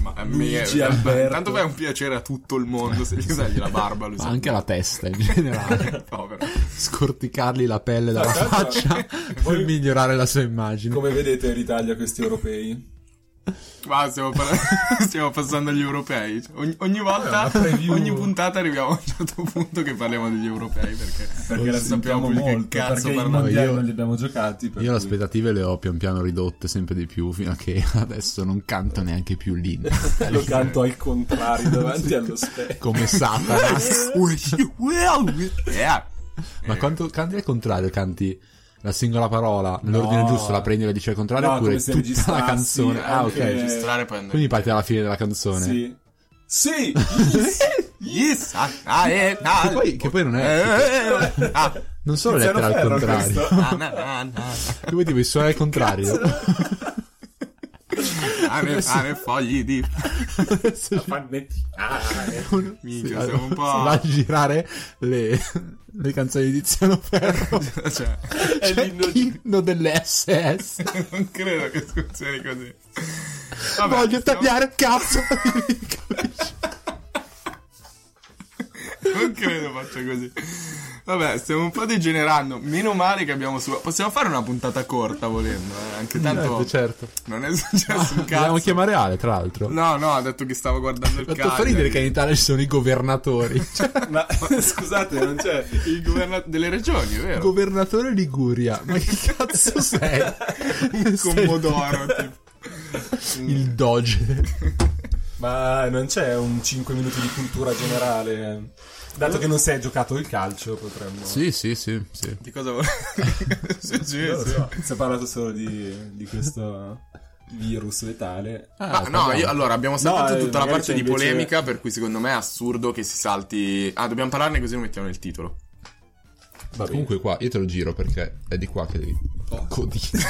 [SPEAKER 2] Ma a me
[SPEAKER 3] Luigi Alberto.
[SPEAKER 2] Tanto fai un piacere a tutto il mondo se gli tagli la barba. Lui
[SPEAKER 1] Ma anche la testa in generale.
[SPEAKER 2] Povero.
[SPEAKER 1] Scorticargli la pelle dalla
[SPEAKER 3] Tra l'altro-
[SPEAKER 1] faccia per migliorare la sua immagine.
[SPEAKER 3] certo. Come vedete l'Italia questi europei.
[SPEAKER 2] Ma stiamo, par- stiamo passando agli europei. Cioè, ogni, ogni volta, ogni puntata arriviamo a un certo punto che parliamo degli europei perché,
[SPEAKER 3] Perché la
[SPEAKER 2] non sappiamo
[SPEAKER 3] sappiamo
[SPEAKER 2] più
[SPEAKER 3] molto,
[SPEAKER 2] che cazzo
[SPEAKER 3] perché i
[SPEAKER 2] parlare.
[SPEAKER 3] mondiali
[SPEAKER 1] Io-
[SPEAKER 3] non li abbiamo giocati. per
[SPEAKER 1] Io le
[SPEAKER 3] cui-
[SPEAKER 1] aspettative le ho pian piano ridotte sempre di più fino a che adesso non canto neanche più l'inno.
[SPEAKER 3] Lo canto al contrario davanti allo specchio.
[SPEAKER 1] Come Satana.
[SPEAKER 2] Yeah.
[SPEAKER 1] Ma quanto canti al contrario? Canti la singola parola nell'ordine
[SPEAKER 3] No.
[SPEAKER 1] giusto, la prendi e la dici al contrario
[SPEAKER 3] No,
[SPEAKER 1] oppure
[SPEAKER 3] come se
[SPEAKER 1] tutta
[SPEAKER 3] registrassi
[SPEAKER 1] la canzone? Ah, ok.
[SPEAKER 3] anche-
[SPEAKER 2] Registrare e poi andare.
[SPEAKER 1] Quindi parti alla fine della canzone.
[SPEAKER 3] Sì. Sì!
[SPEAKER 2] Yes, ah, ah, eh, ah,
[SPEAKER 1] Che, poi, che poi non
[SPEAKER 2] eh,
[SPEAKER 1] è.
[SPEAKER 2] eh, eh, ah,
[SPEAKER 1] Non sono
[SPEAKER 3] Tiziano
[SPEAKER 1] lettere al
[SPEAKER 3] Ferro
[SPEAKER 1] contrario.
[SPEAKER 3] questo.
[SPEAKER 2] na, na, na, na,
[SPEAKER 1] Che vuoi tipo i suoni al contrario?
[SPEAKER 2] fare, fare fogli di Ah, minchia, siamo un
[SPEAKER 1] Si va a
[SPEAKER 2] po'.
[SPEAKER 1] girare le, le canzoni di Tiziano Ferro.
[SPEAKER 2] Cioè,
[SPEAKER 1] È l'inno dell'SS.
[SPEAKER 2] non credo che funzioni così. Vabbè,
[SPEAKER 1] Voglio
[SPEAKER 2] stiamo-
[SPEAKER 1] tagliare il cazzo. Certo,
[SPEAKER 2] Non credo faccia così. Vabbè, stiamo un po' degenerando. Meno male che abbiamo su. Possiamo fare una puntata corta volendo. eh? Anche tanto.
[SPEAKER 3] cioè-
[SPEAKER 1] certo.
[SPEAKER 2] Non è successo
[SPEAKER 3] Ah,
[SPEAKER 2] un
[SPEAKER 1] Dobbiamo
[SPEAKER 2] cazzo.
[SPEAKER 1] chiamare Ale, tra l'altro.
[SPEAKER 2] No, no, ha detto che stavo guardando il
[SPEAKER 1] Fatto
[SPEAKER 2] Cagliari.
[SPEAKER 1] fa ridere che in Italia ci sono i governatori.
[SPEAKER 2] Certo.
[SPEAKER 1] Cioè,
[SPEAKER 3] Ma scusate, non c'è...
[SPEAKER 2] Il governo delle regioni, è vero?
[SPEAKER 1] governatore Liguria. Ma che cazzo sei?
[SPEAKER 2] Un Commodoro, tipo.
[SPEAKER 1] Il Doge.
[SPEAKER 3] Ma non c'è un 5 minuti di cultura generale? Dato che non si è giocato il calcio, potremmo...
[SPEAKER 1] Sì, sì, sì, sì.
[SPEAKER 2] Di cosa vuole?
[SPEAKER 3] Non lo
[SPEAKER 2] Successo.
[SPEAKER 3] so, Si è parlato solo di, di questo virus letale.
[SPEAKER 2] Ma Ah, no, io, allora abbiamo saltato
[SPEAKER 3] Ah, eh,
[SPEAKER 2] tutta la
[SPEAKER 3] magari
[SPEAKER 2] parte
[SPEAKER 3] c'è
[SPEAKER 2] di
[SPEAKER 3] invece-
[SPEAKER 2] polemica, per cui secondo me è assurdo che si salti. Ah, dobbiamo parlarne così lo mettiamo nel titolo.
[SPEAKER 3] Va bene.
[SPEAKER 1] Comunque qua, io te lo giro perché è di qua che devi... Codino.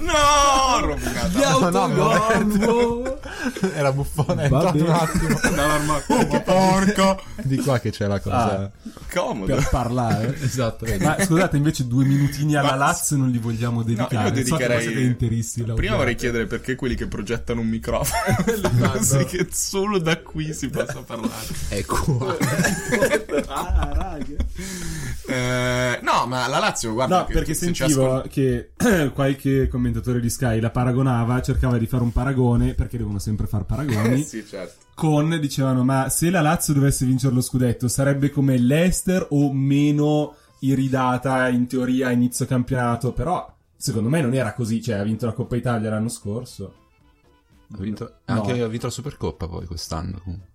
[SPEAKER 2] No, rovinata.
[SPEAKER 1] No, no, Era buffone, è
[SPEAKER 3] Va
[SPEAKER 1] entrato un
[SPEAKER 3] bene.
[SPEAKER 1] attimo.
[SPEAKER 2] Dall'arma- Oh, ma porca.
[SPEAKER 1] Di qua che c'è la cosa.
[SPEAKER 2] Comodo.
[SPEAKER 3] parlare.
[SPEAKER 1] Ah, esatto, vedi.
[SPEAKER 3] Ma scusate, invece due minutini alla
[SPEAKER 2] Ma-
[SPEAKER 3] Lazio non li vogliamo
[SPEAKER 2] io
[SPEAKER 3] dedicare. So che voi
[SPEAKER 2] dedicherei-
[SPEAKER 3] siete interisti. la
[SPEAKER 2] Prima
[SPEAKER 3] odiate.
[SPEAKER 2] vorrei chiedere perché quelli che progettano un microfono pensi che solo da qui si possa parlare.
[SPEAKER 1] È qua.
[SPEAKER 3] Ah,
[SPEAKER 2] Eh, no, ma la Lazio, guarda,
[SPEAKER 3] No,
[SPEAKER 2] che
[SPEAKER 3] perché
[SPEAKER 2] se ci
[SPEAKER 3] sentivo
[SPEAKER 2] ascol-
[SPEAKER 3] che qualche commentatore di Sky la paragonava, cercava di fare un paragone, perché devono sempre far
[SPEAKER 2] Eh,
[SPEAKER 3] paragoni,
[SPEAKER 2] sì, certo.
[SPEAKER 3] con, dicevano, ma se la Lazio dovesse vincere lo scudetto sarebbe come l'Ester o meno iridata in teoria a inizio campionato, però secondo me non era così, cioè ha vinto la Coppa Italia l'anno scorso.
[SPEAKER 1] Ha vinto,
[SPEAKER 3] No.
[SPEAKER 1] anche, ha vinto la Supercoppa poi quest'anno. comunque.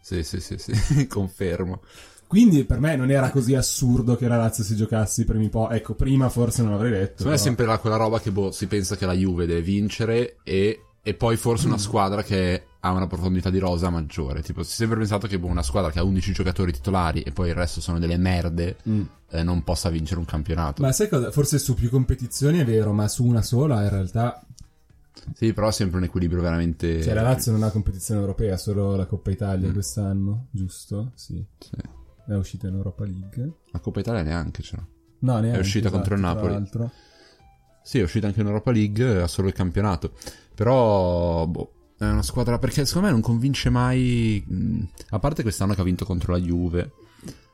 [SPEAKER 1] Sì, sì, sì, sì, confermo.
[SPEAKER 3] Quindi per me non era così assurdo che la Lazio si giocasse i primi po'. Ecco, prima forse non l'avrei detto.
[SPEAKER 1] Secondo me è
[SPEAKER 3] però.
[SPEAKER 1] sempre la- quella roba che boh, si pensa che la Juve deve vincere e, e poi forse una squadra che ha una profondità di rosa maggiore. Tipo, si è sempre pensato che boh, una squadra che ha 11 giocatori titolari e poi il resto sono delle merde
[SPEAKER 3] Mm.
[SPEAKER 1] eh, non possa vincere un campionato.
[SPEAKER 3] Ma sai cosa? Forse su più competizioni è vero, ma su una sola in realtà.
[SPEAKER 1] Sì, però è sempre un equilibrio veramente...
[SPEAKER 3] Cioè, la Lazio non ha competizione europea, solo la Coppa Italia
[SPEAKER 1] Mm.
[SPEAKER 3] quest'anno, giusto? Sì.
[SPEAKER 1] Sì.
[SPEAKER 3] È uscita in Europa League.
[SPEAKER 1] La Coppa Italia neanche c'era.
[SPEAKER 3] No, neanche. esatto,
[SPEAKER 1] uscita contro il
[SPEAKER 3] tra
[SPEAKER 1] Napoli.
[SPEAKER 3] l'altro.
[SPEAKER 1] Sì, è uscita anche in Europa League, ha solo il campionato. Però, boh, è una squadra perché secondo me non convince mai. mh, A parte quest'anno che ha vinto contro la Juve,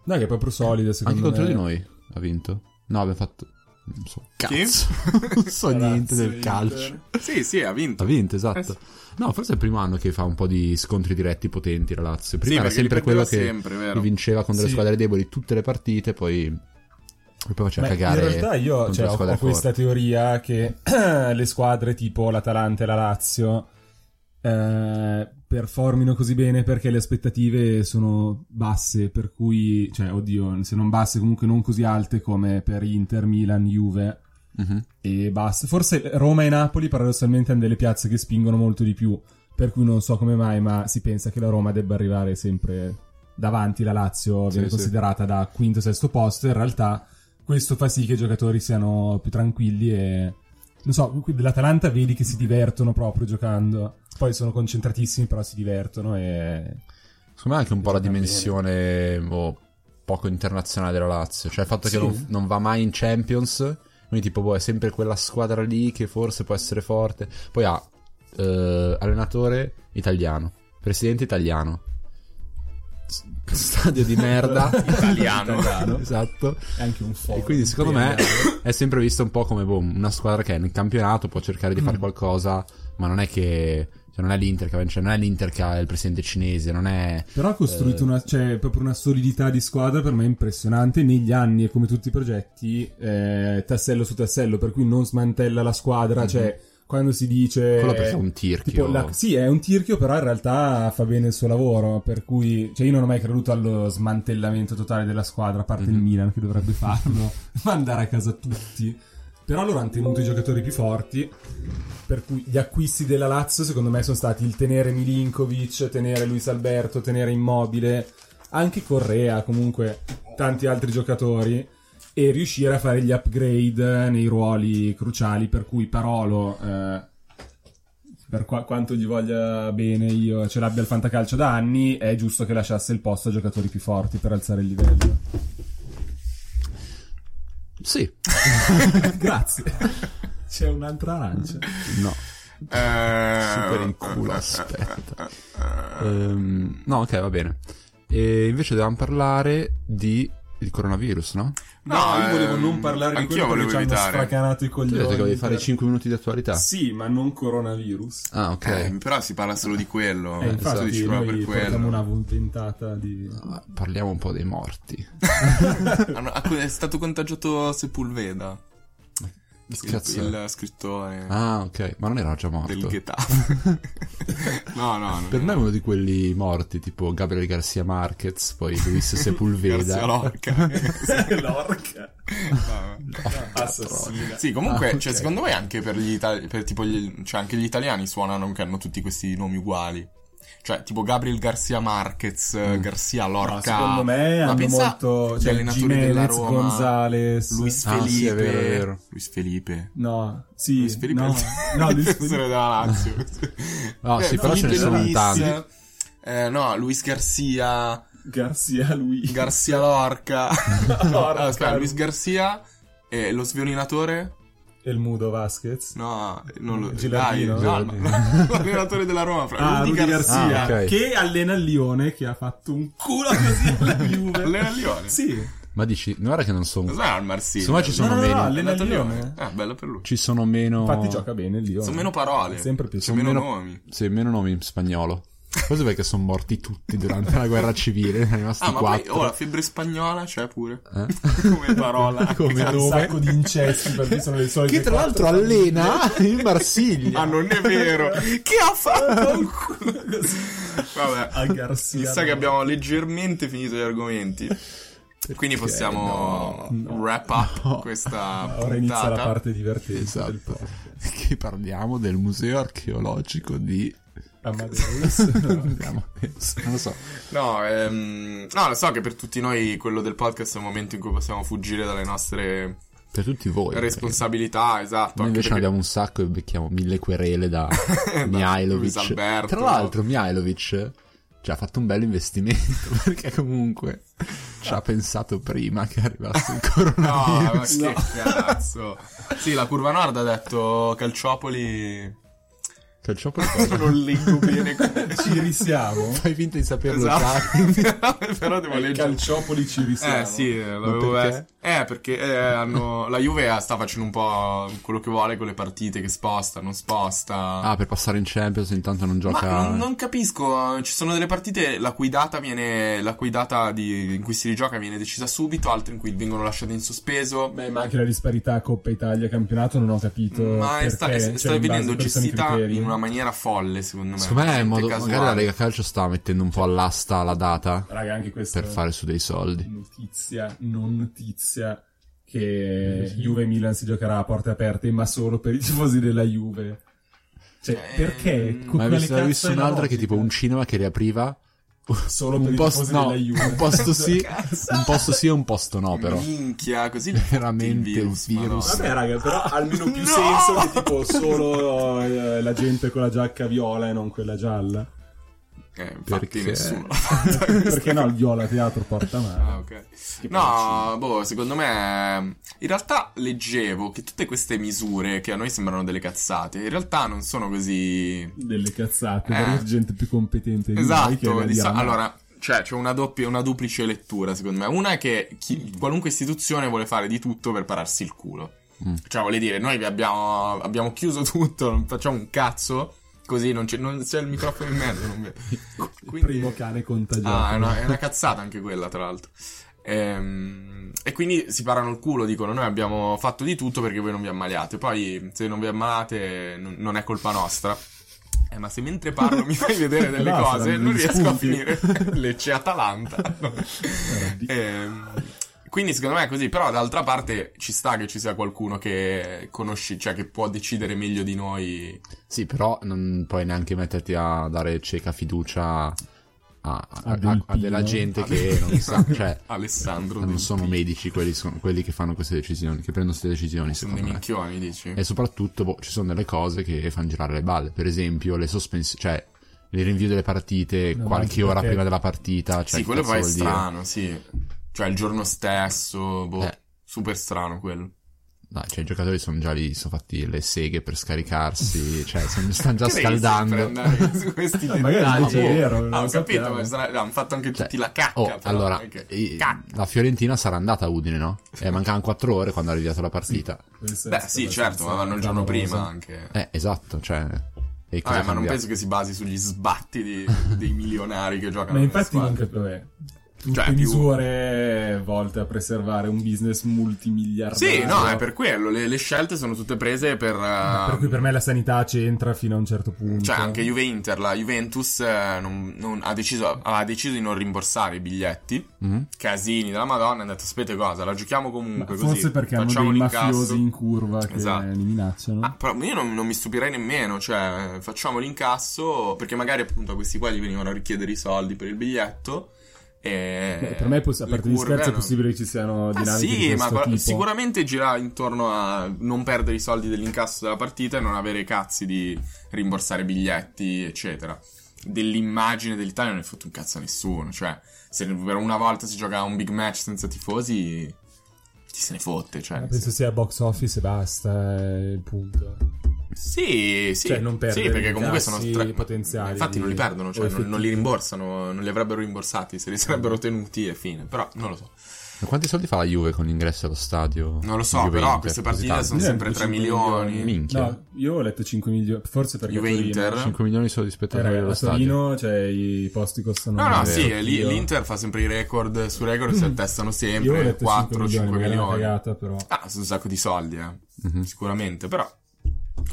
[SPEAKER 3] No, che è proprio solida,
[SPEAKER 1] anche
[SPEAKER 3] secondo
[SPEAKER 1] contro
[SPEAKER 3] me.
[SPEAKER 1] di noi ha vinto. No, abbiamo fatto. Non so.
[SPEAKER 2] Chi?
[SPEAKER 1] Cazzo. non so niente del calcio.
[SPEAKER 2] Sì, sì, ha vinto.
[SPEAKER 1] Ha vinto, esatto. No, forse è il primo anno che fa un po' di scontri diretti potenti la Lazio. Prima
[SPEAKER 2] Sì,
[SPEAKER 1] era
[SPEAKER 2] perché
[SPEAKER 1] sempre
[SPEAKER 2] li
[SPEAKER 1] quello
[SPEAKER 2] perdeva
[SPEAKER 1] che
[SPEAKER 2] sempre, vero?
[SPEAKER 1] vinceva con delle
[SPEAKER 3] Sì.
[SPEAKER 1] squadre deboli tutte le partite, poi. E poi faceva
[SPEAKER 3] Beh,
[SPEAKER 1] cioè, cagare.
[SPEAKER 3] in realtà io
[SPEAKER 1] contro
[SPEAKER 3] cioè,
[SPEAKER 1] le
[SPEAKER 3] ho,
[SPEAKER 1] squadre
[SPEAKER 3] ho questa
[SPEAKER 1] forti.
[SPEAKER 3] teoria che le squadre tipo l'Atalanta e la Lazio eh, performino così bene perché le aspettative sono basse, per cui, cioè, oddio, se non basse comunque non così alte come per Inter, Milan, Juve
[SPEAKER 1] Mhm.
[SPEAKER 3] e basta. Forse Roma e Napoli paradossalmente hanno delle piazze che spingono molto di più, per cui non so come mai, ma si pensa che la Roma debba arrivare sempre davanti la Lazio,
[SPEAKER 1] Sì,
[SPEAKER 3] viene
[SPEAKER 1] sì.
[SPEAKER 3] considerata da quinto sesto posto, in realtà questo fa sì che i giocatori siano più tranquilli e non so, qui dell'Atalanta vedi che si divertono proprio giocando. Poi sono concentratissimi, però si divertono e
[SPEAKER 1] Secondo me anche un po' la
[SPEAKER 3] Esatto,
[SPEAKER 1] dimensione boh, poco internazionale della Lazio, cioè il fatto
[SPEAKER 3] Sì.
[SPEAKER 1] che non, non va mai in Champions, quindi tipo boh, è sempre quella squadra lì che forse può essere forte. Poi ha eh, allenatore italiano, presidente italiano, s- stadio di merda
[SPEAKER 2] Italiano.
[SPEAKER 1] esatto.
[SPEAKER 3] è anche un foglio.
[SPEAKER 1] E quindi secondo me è sempre vista un po' come boh, una squadra che nel campionato può cercare di fare qualcosa, ma non è che... Cioè non è l'Inter che va in- cioè non è l'Inter che ha il presidente cinese, non è...
[SPEAKER 3] Però ha costruito
[SPEAKER 1] Eh.
[SPEAKER 3] una, cioè, proprio una solidità di squadra per me impressionante negli anni e come tutti i progetti, eh, tassello su tassello, per cui non smantella la squadra, cioè quando si dice...
[SPEAKER 1] Quello perché è un
[SPEAKER 3] Tipo,
[SPEAKER 1] tirchio.
[SPEAKER 3] la- sì, è un tirchio, però in realtà fa bene il suo lavoro. Per cui, cioè, io non ho mai creduto allo smantellamento totale della squadra, a parte il Milan che dovrebbe farlo, mandare a casa tutti. Però loro hanno tenuto i giocatori più forti. Per cui gli acquisti della Lazio, secondo me, sono stati il tenere Milinkovic, tenere Luis Alberto, tenere Immobile, anche Correa, comunque tanti altri giocatori. E riuscire a fare gli upgrade eh, nei ruoli cruciali, per cui Parolo. eh, per qua- quanto gli voglia bene io ce l'abbia il fantacalcio da anni, è giusto che lasciasse il posto a giocatori più forti per alzare il livello.
[SPEAKER 1] Sì.
[SPEAKER 3] Grazie. C'è un'altra arancia.
[SPEAKER 1] No. Super
[SPEAKER 2] Super
[SPEAKER 1] in culo, aspetta.
[SPEAKER 2] Eh,
[SPEAKER 1] Ehm, no, ok, va bene. E invece dovevamo parlare di il coronavirus, no?
[SPEAKER 8] No, io volevo non parlare di
[SPEAKER 2] ehm, anch'io
[SPEAKER 8] quello
[SPEAKER 2] volevo
[SPEAKER 8] perché ci hanno
[SPEAKER 2] evitare.
[SPEAKER 3] Sfracanato i
[SPEAKER 1] Tu hai detto che
[SPEAKER 8] eh.
[SPEAKER 3] coglioni.
[SPEAKER 1] volevi fare 5 minuti di attualità.
[SPEAKER 8] Sì, ma non coronavirus.
[SPEAKER 1] Ah, ok.
[SPEAKER 2] Eh, però si parla solo di quello.
[SPEAKER 3] Eh,
[SPEAKER 2] Sto
[SPEAKER 3] infatti
[SPEAKER 2] dicendo per
[SPEAKER 3] noi
[SPEAKER 2] quello.
[SPEAKER 3] portiamo una ventata di...
[SPEAKER 1] Ah, Parliamo un po' dei morti.
[SPEAKER 2] Hanno- ha- È stato contagiato Sepulveda. Il,
[SPEAKER 1] cazzo è?
[SPEAKER 2] il scrittore
[SPEAKER 1] Ah, ok. Ma non era già morto.
[SPEAKER 2] del Getafe. no, no, no.
[SPEAKER 1] Per me è uno di quelli morti, tipo Gabriel Garcia Marquez, poi Luis
[SPEAKER 2] Garzia
[SPEAKER 1] Sepulveda.
[SPEAKER 2] Lorca.
[SPEAKER 8] L'orca. Assassina.
[SPEAKER 2] Sì, comunque,
[SPEAKER 1] Ah, ok.
[SPEAKER 2] cioè, secondo me anche per gli italiani, per tipo gli, cioè anche gli italiani suonano che hanno tutti questi nomi uguali. Cioè, tipo Gabriel Garcia Marquez,
[SPEAKER 1] Mm.
[SPEAKER 2] Garcia
[SPEAKER 8] No,
[SPEAKER 2] Lorca.
[SPEAKER 8] secondo me
[SPEAKER 2] Ma
[SPEAKER 3] hanno
[SPEAKER 2] pensa
[SPEAKER 3] molto...
[SPEAKER 2] gli
[SPEAKER 3] Cioè,
[SPEAKER 2] allenatori della
[SPEAKER 3] Jimenez,
[SPEAKER 2] Roma,
[SPEAKER 3] Gonzales...
[SPEAKER 2] Luis
[SPEAKER 1] Ah,
[SPEAKER 2] Felipe.
[SPEAKER 1] sì, è vero, è vero.
[SPEAKER 2] Luis Felipe.
[SPEAKER 3] No, sì,
[SPEAKER 2] Luis Felipe.
[SPEAKER 3] no, no, Luis
[SPEAKER 2] difensore
[SPEAKER 3] Felipe.
[SPEAKER 2] della Lazio.
[SPEAKER 1] No, sì, però ce ne
[SPEAKER 2] Felipe
[SPEAKER 1] sono
[SPEAKER 2] Luis,
[SPEAKER 1] tanti.
[SPEAKER 2] eh, no, Luis Garcia,
[SPEAKER 8] Garcia lui.
[SPEAKER 2] Garcia Lorca. no,
[SPEAKER 8] Lorca.
[SPEAKER 2] aspetta, Luis Garcia e lo sviolinatore?
[SPEAKER 3] E il Mudo Vasquez.
[SPEAKER 2] No, non lo dai,
[SPEAKER 3] Gilardino.
[SPEAKER 2] no, no, no. L'allenatore della Roma, fra-
[SPEAKER 3] Ah,
[SPEAKER 2] Rudy
[SPEAKER 3] Rudy
[SPEAKER 2] Garcia.
[SPEAKER 3] Garcia,
[SPEAKER 1] Ah, ok.
[SPEAKER 3] che allena il Lione, che ha fatto un culo così alla Juve.
[SPEAKER 2] Allena il Lione?
[SPEAKER 3] Sì.
[SPEAKER 1] Ma dici, non era che non sono...
[SPEAKER 2] Cos'è Ah. al Marsiglia?
[SPEAKER 1] Insomma, ci sono
[SPEAKER 3] No, no, no,
[SPEAKER 1] meno...
[SPEAKER 3] no, allena
[SPEAKER 2] Allenato
[SPEAKER 3] il Lione.
[SPEAKER 2] Ah, bello per lui.
[SPEAKER 1] Ci sono meno...
[SPEAKER 3] Infatti gioca bene il Lione.
[SPEAKER 2] Sono meno parole.
[SPEAKER 3] eh. Sempre più.
[SPEAKER 2] Sono meno, nomi.
[SPEAKER 1] Sì, meno nomi in spagnolo. Forse perché sono morti tutti durante la guerra civile, ne sono rimasti
[SPEAKER 2] Ah, ma poi
[SPEAKER 1] quattro.
[SPEAKER 2] oh, la febbre spagnola c'è pure.
[SPEAKER 1] Eh?
[SPEAKER 2] Come parola.
[SPEAKER 1] Come
[SPEAKER 3] C'è un
[SPEAKER 1] nome.
[SPEAKER 3] sacco di incesti perché sono le solite
[SPEAKER 1] Che tra l'altro
[SPEAKER 3] quattro-
[SPEAKER 1] allena il Marsiglia.
[SPEAKER 2] Ah, non è vero. Chi ha fatto il culo così?
[SPEAKER 3] a
[SPEAKER 2] Vabbè.
[SPEAKER 3] Garcia.
[SPEAKER 2] Mi sa che abbiamo leggermente finito gli argomenti. Quindi possiamo wrap up questa
[SPEAKER 3] Ora inizia la
[SPEAKER 2] puntata.
[SPEAKER 3] parte divertente
[SPEAKER 1] Esatto.
[SPEAKER 3] del podcast.
[SPEAKER 1] Che parliamo del museo archeologico di...
[SPEAKER 3] Amadeus. No.
[SPEAKER 1] Andiamo adesso, Non lo so.
[SPEAKER 2] No, ehm, no, lo so che per tutti noi quello del podcast è un momento in cui possiamo fuggire dalle nostre
[SPEAKER 1] Per tutti voi. perché
[SPEAKER 2] responsabilità, esatto.
[SPEAKER 1] Noi
[SPEAKER 2] anche
[SPEAKER 1] invece ne
[SPEAKER 2] perché-
[SPEAKER 1] abbiamo un sacco e becchiamo mille querele da Mihailovic.
[SPEAKER 2] Luis Alberto.
[SPEAKER 1] Tra l'altro Mihailovic ci ha fatto un bel investimento perché comunque ci ha pensato prima che arrivasse il
[SPEAKER 2] No, ma
[SPEAKER 1] coronavirus.
[SPEAKER 2] che cazzo. Sì, la curva nord ha detto Calciopoli.
[SPEAKER 1] Calciopoli
[SPEAKER 2] Non leggo bene. come-
[SPEAKER 3] Ci risiamo.
[SPEAKER 1] Fai finta di saperlo già.
[SPEAKER 2] Esatto. Però devo leggere.
[SPEAKER 3] Eh, Calciopoli ci risiamo.
[SPEAKER 2] Eh sì, l'avevo
[SPEAKER 1] perché?
[SPEAKER 2] messo. Eh, perché eh, hanno- la Juve sta facendo un po' quello che vuole con le partite che sposta, non sposta.
[SPEAKER 1] Ah, cioè. per passare in Champions intanto non
[SPEAKER 2] Ma
[SPEAKER 1] gioca.
[SPEAKER 2] non, non capisco, eh, ci sono delle partite la cui data, viene, la cui data di- in cui si rigioca viene decisa subito, altre in cui vengono lasciate in sospeso.
[SPEAKER 3] Beh, ma anche la disparità Coppa Italia campionato non ho capito.
[SPEAKER 2] ma è sta, è-
[SPEAKER 3] perché,
[SPEAKER 2] sta
[SPEAKER 3] cioè, in base
[SPEAKER 2] venendo
[SPEAKER 3] a quali sono i
[SPEAKER 2] gestita
[SPEAKER 3] criteri.
[SPEAKER 2] in una maniera folle, secondo me.
[SPEAKER 1] Secondo me è in
[SPEAKER 2] Gente
[SPEAKER 1] modo.
[SPEAKER 2] casuale.
[SPEAKER 1] Magari la Lega Calcio sta mettendo un po' all'asta la data
[SPEAKER 3] Raga, anche questa
[SPEAKER 1] per fare su dei soldi.
[SPEAKER 3] notizia, non notizia che Juve e Milan si giocherà a porte aperte, ma solo per i tifosi della Juve. Cioè,
[SPEAKER 2] Eh,
[SPEAKER 3] perché?
[SPEAKER 1] Ma hai
[SPEAKER 3] Quale
[SPEAKER 1] visto,
[SPEAKER 3] cazzo
[SPEAKER 1] hai visto
[SPEAKER 3] è la
[SPEAKER 1] un'altra che è
[SPEAKER 3] logica?
[SPEAKER 1] tipo un cinema che riapriva
[SPEAKER 3] solo per
[SPEAKER 1] un
[SPEAKER 3] i
[SPEAKER 1] posto,
[SPEAKER 3] tifosi
[SPEAKER 1] no,
[SPEAKER 3] della Juve.
[SPEAKER 1] un posto sì,
[SPEAKER 2] Cazzo.
[SPEAKER 1] un posto sì e un posto no,
[SPEAKER 2] Mm.
[SPEAKER 1] però.
[SPEAKER 2] Minchia, così
[SPEAKER 1] Veramente
[SPEAKER 2] il virus.
[SPEAKER 1] il virus.
[SPEAKER 2] madonna.
[SPEAKER 3] Vabbè, raga, però ha almeno più
[SPEAKER 2] No!
[SPEAKER 3] senso che tipo solo eh, la gente con la giacca viola e non quella gialla.
[SPEAKER 2] Eh, infatti
[SPEAKER 1] Perché?
[SPEAKER 2] nessuno.
[SPEAKER 3] Perché no, il viola teatro porta male.
[SPEAKER 2] Ah, ok. No, boh, secondo me in realtà leggevo che tutte queste misure che a noi sembrano delle cazzate, in realtà non sono così
[SPEAKER 3] Delle cazzate,
[SPEAKER 2] Eh.
[SPEAKER 3] perché c'è gente più competente di noi che
[SPEAKER 2] Esatto,
[SPEAKER 3] la
[SPEAKER 2] di sa-
[SPEAKER 3] dirà, ma-
[SPEAKER 2] allora, cioè, c'è una, doppia, una duplice lettura, secondo me. Una è che chi- qualunque istituzione vuole fare di tutto per pararsi il culo.
[SPEAKER 1] Mm.
[SPEAKER 2] Cioè, vuol dire, noi vi abbiamo, abbiamo chiuso tutto, non facciamo un cazzo, così non c'è, non c'è il microfono in mezzo. Non vedo.
[SPEAKER 3] il primo cane contagioso.
[SPEAKER 2] Ah, è una, è una cazzata anche quella, tra l'altro. Ehm, E, E quindi si parano il culo, dicono noi abbiamo fatto di tutto perché voi non vi ammaliate. Poi se non vi ammalate non- non è colpa nostra. Eh, ma se mentre parlo mi fai vedere delle
[SPEAKER 9] Basta,
[SPEAKER 2] cose, non
[SPEAKER 9] gli
[SPEAKER 2] riesco a
[SPEAKER 9] spunti.
[SPEAKER 2] finire. Lecce Atalanta. Ehm, quindi secondo me è così, però d'altra parte ci sta che ci sia qualcuno che conosci, cioè che può decidere meglio di noi.
[SPEAKER 1] Sì, però non puoi neanche metterti a dare cieca fiducia a, a- a-
[SPEAKER 9] del
[SPEAKER 1] a- a della
[SPEAKER 9] Pino.
[SPEAKER 1] gente che non sa, cioè,
[SPEAKER 2] Alessandro
[SPEAKER 1] non
[SPEAKER 2] Del
[SPEAKER 1] sono
[SPEAKER 2] Pino.
[SPEAKER 1] medici quelli, sono- quelli che fanno queste decisioni, che prendono queste decisioni,
[SPEAKER 2] Sono
[SPEAKER 1] secondo
[SPEAKER 2] dei
[SPEAKER 1] me.
[SPEAKER 2] minchioni, dici?
[SPEAKER 1] E soprattutto, boh, ci sono delle cose che fanno girare le balle, per esempio le sospensioni, cioè il rinvio delle partite
[SPEAKER 9] No, anche
[SPEAKER 1] qualche ora
[SPEAKER 9] perché-
[SPEAKER 1] prima della partita, cioè
[SPEAKER 2] sì,
[SPEAKER 1] che
[SPEAKER 2] quello
[SPEAKER 1] cazzo
[SPEAKER 2] poi è
[SPEAKER 1] vuol dire?
[SPEAKER 2] strano, sì. Cioè il giorno stesso, boh,
[SPEAKER 1] Eh.
[SPEAKER 2] super strano quello.
[SPEAKER 1] Dai, cioè i giocatori sono già lì, sono fatti le seghe per scaricarsi, cioè sono- stanno già
[SPEAKER 2] Perché devi sempre
[SPEAKER 1] scaldando.
[SPEAKER 2] andare su questi
[SPEAKER 9] Eh, magari
[SPEAKER 2] dettagli?
[SPEAKER 9] invece è vero, non
[SPEAKER 2] Ah, ho
[SPEAKER 9] lo
[SPEAKER 2] capito,
[SPEAKER 9] sappiamo.
[SPEAKER 2] ma sarà- hanno fatto anche
[SPEAKER 1] Cioè,
[SPEAKER 2] tutti la cacca.
[SPEAKER 1] oh,
[SPEAKER 2] però,
[SPEAKER 1] allora,
[SPEAKER 2] perché-
[SPEAKER 1] eh,
[SPEAKER 2] Cacca.
[SPEAKER 1] la Fiorentina sarà andata a Udine, no? E mancavano 4 ore quando ha arrivato la partita.
[SPEAKER 2] Mm. Beh, sì, certo, ma vanno il giorno prima anche.
[SPEAKER 1] Eh, esatto, cioè... E cosa
[SPEAKER 2] Vabbè, ma non
[SPEAKER 1] cambia?
[SPEAKER 2] penso che si basi sugli sbatti di- dei milionari che giocano.
[SPEAKER 3] Ma
[SPEAKER 2] nelle
[SPEAKER 3] infatti non
[SPEAKER 2] squadre.
[SPEAKER 3] capisco, vabbè, tutte
[SPEAKER 2] Cioè, più-
[SPEAKER 3] misure volte a preservare un business multimiliardario.
[SPEAKER 2] Sì, no, è per quello. Le, le scelte sono tutte prese per. eh,
[SPEAKER 9] Per cui per me la sanità c'entra fino a un certo punto.
[SPEAKER 2] Cioè, anche Juve Inter, la Juventus eh, non- non- ha, deciso, ha deciso di non rimborsare i biglietti.
[SPEAKER 1] Mm?
[SPEAKER 2] Casini della Madonna, hanno detto: aspetta cosa, la giochiamo
[SPEAKER 3] Ma
[SPEAKER 2] comunque.
[SPEAKER 3] forse
[SPEAKER 2] così,
[SPEAKER 3] perché hanno
[SPEAKER 2] facciamo
[SPEAKER 3] dei
[SPEAKER 2] l'incasso."
[SPEAKER 3] mafiosi in curva che
[SPEAKER 2] Esatto.
[SPEAKER 3] li minacciano.
[SPEAKER 2] Ah, però io non, non mi stupirei nemmeno, cioè facciamo l'incasso perché magari appunto a questi qua gli venivano a richiedere i soldi per il biglietto e...
[SPEAKER 3] Beh, per me, è poss- a
[SPEAKER 2] le
[SPEAKER 3] parte gli
[SPEAKER 2] curve
[SPEAKER 3] scherzi, è
[SPEAKER 2] hanno-
[SPEAKER 3] possibile che ci siano
[SPEAKER 2] Ah,
[SPEAKER 3] dinamiche di
[SPEAKER 2] sì,
[SPEAKER 3] questo
[SPEAKER 2] ma guarda-
[SPEAKER 3] tipo.
[SPEAKER 2] sicuramente gira intorno a non perdere i soldi dell'incasso della partita e non avere i cazzi di rimborsare biglietti, eccetera. Dell'immagine dell'Italia non è fatto un cazzo a nessuno, cioè se per una volta si gioca un big match senza tifosi, chi se ne fotte,
[SPEAKER 3] Ah,
[SPEAKER 2] cioè...
[SPEAKER 9] Ma
[SPEAKER 1] Eh,
[SPEAKER 9] Penso sia box office e basta, eh, il punto.
[SPEAKER 2] Sì, sì.
[SPEAKER 9] Cioè, non perdere
[SPEAKER 2] Sì, perché
[SPEAKER 9] i
[SPEAKER 2] comunque
[SPEAKER 9] incassi
[SPEAKER 2] sono tre
[SPEAKER 9] potenziali
[SPEAKER 2] Infatti non li perdono,
[SPEAKER 9] o
[SPEAKER 2] cioè non,
[SPEAKER 9] effettivi.
[SPEAKER 2] non li rimborsano, non li avrebbero rimborsati, se li sarebbero tenuti e fine. Però non lo so.
[SPEAKER 1] Ma quanti soldi fa la Juve con l'ingresso allo stadio?
[SPEAKER 2] Non lo so,
[SPEAKER 1] Juve
[SPEAKER 2] però
[SPEAKER 1] Inter,
[SPEAKER 2] queste
[SPEAKER 1] così
[SPEAKER 2] partite
[SPEAKER 1] tanto?
[SPEAKER 2] sono sempre 3 milioni.
[SPEAKER 1] Minchia.
[SPEAKER 3] No, io ho letto 5 milioni, forse perché
[SPEAKER 2] Juve
[SPEAKER 3] Torino-
[SPEAKER 2] Inter.
[SPEAKER 1] 5 milioni solo di
[SPEAKER 3] Eh,
[SPEAKER 1] spettatori
[SPEAKER 3] raga,
[SPEAKER 1] allo
[SPEAKER 3] a
[SPEAKER 1] stadio.
[SPEAKER 3] Torino, cioè, i posti costano...
[SPEAKER 2] No, no,
[SPEAKER 1] è
[SPEAKER 2] sì,
[SPEAKER 3] vero.
[SPEAKER 2] lì-
[SPEAKER 3] Io- Mm.
[SPEAKER 2] l'Inter fa sempre i record su record, si attestano
[SPEAKER 3] Io ho
[SPEAKER 2] sempre
[SPEAKER 3] letto 4
[SPEAKER 2] 4-5
[SPEAKER 3] milioni,
[SPEAKER 2] milioni.
[SPEAKER 3] magari è una cagata, però...
[SPEAKER 2] Ah, sono un sacco di soldi, eh.
[SPEAKER 1] Mhm.
[SPEAKER 2] Sicuramente, però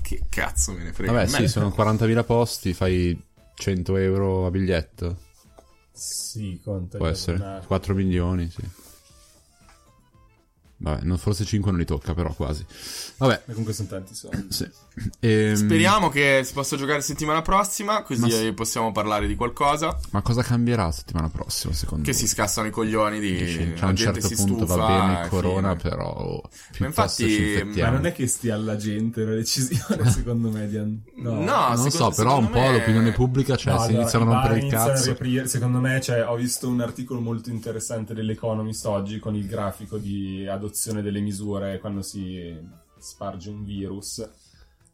[SPEAKER 2] che cazzo me ne frega.
[SPEAKER 1] Vabbè,
[SPEAKER 2] A me-
[SPEAKER 1] sì, sono 40.000 posti, fai 100 euro a biglietto.
[SPEAKER 9] Sì, conta.
[SPEAKER 1] Può essere. 4 milioni, sì. Vabbè, non- forse 5 non li tocca, però quasi. Vabbè,
[SPEAKER 3] Ma comunque sono tanti soldi.
[SPEAKER 1] sì. Ehm,
[SPEAKER 2] Speriamo che si possa giocare settimana prossima,
[SPEAKER 1] Ma
[SPEAKER 2] così
[SPEAKER 1] s-
[SPEAKER 2] possiamo parlare di qualcosa.
[SPEAKER 1] Ma cosa cambierà settimana prossima, secondo
[SPEAKER 2] Che
[SPEAKER 1] voi?
[SPEAKER 2] si scassano i coglioni di...
[SPEAKER 1] Mm. Dici,
[SPEAKER 2] la
[SPEAKER 1] a un
[SPEAKER 2] gente
[SPEAKER 1] certo
[SPEAKER 2] si
[SPEAKER 1] punto
[SPEAKER 2] stufa,
[SPEAKER 1] va bene
[SPEAKER 2] e
[SPEAKER 1] il corona,
[SPEAKER 2] fine.
[SPEAKER 1] però oh, piuttosto
[SPEAKER 2] infatti,
[SPEAKER 1] ci
[SPEAKER 3] Ma
[SPEAKER 1] infettiamo.
[SPEAKER 3] non è che stia alla gente la decisione, secondo me, di... an-
[SPEAKER 2] No,
[SPEAKER 1] non
[SPEAKER 2] Ah, secondo-
[SPEAKER 1] so, però un
[SPEAKER 2] secondo
[SPEAKER 1] po'
[SPEAKER 2] me-
[SPEAKER 1] l'opinione pubblica, cioè,
[SPEAKER 3] No,
[SPEAKER 1] si
[SPEAKER 3] allora,
[SPEAKER 1] iniziano a
[SPEAKER 3] i
[SPEAKER 1] rompere
[SPEAKER 3] bar
[SPEAKER 1] il
[SPEAKER 3] iniziano a
[SPEAKER 1] cazzo.
[SPEAKER 3] riaprire. secondo me, cioè, ho visto un articolo molto interessante dell'Economist oggi con il grafico di adozione delle misure quando si sparge un virus.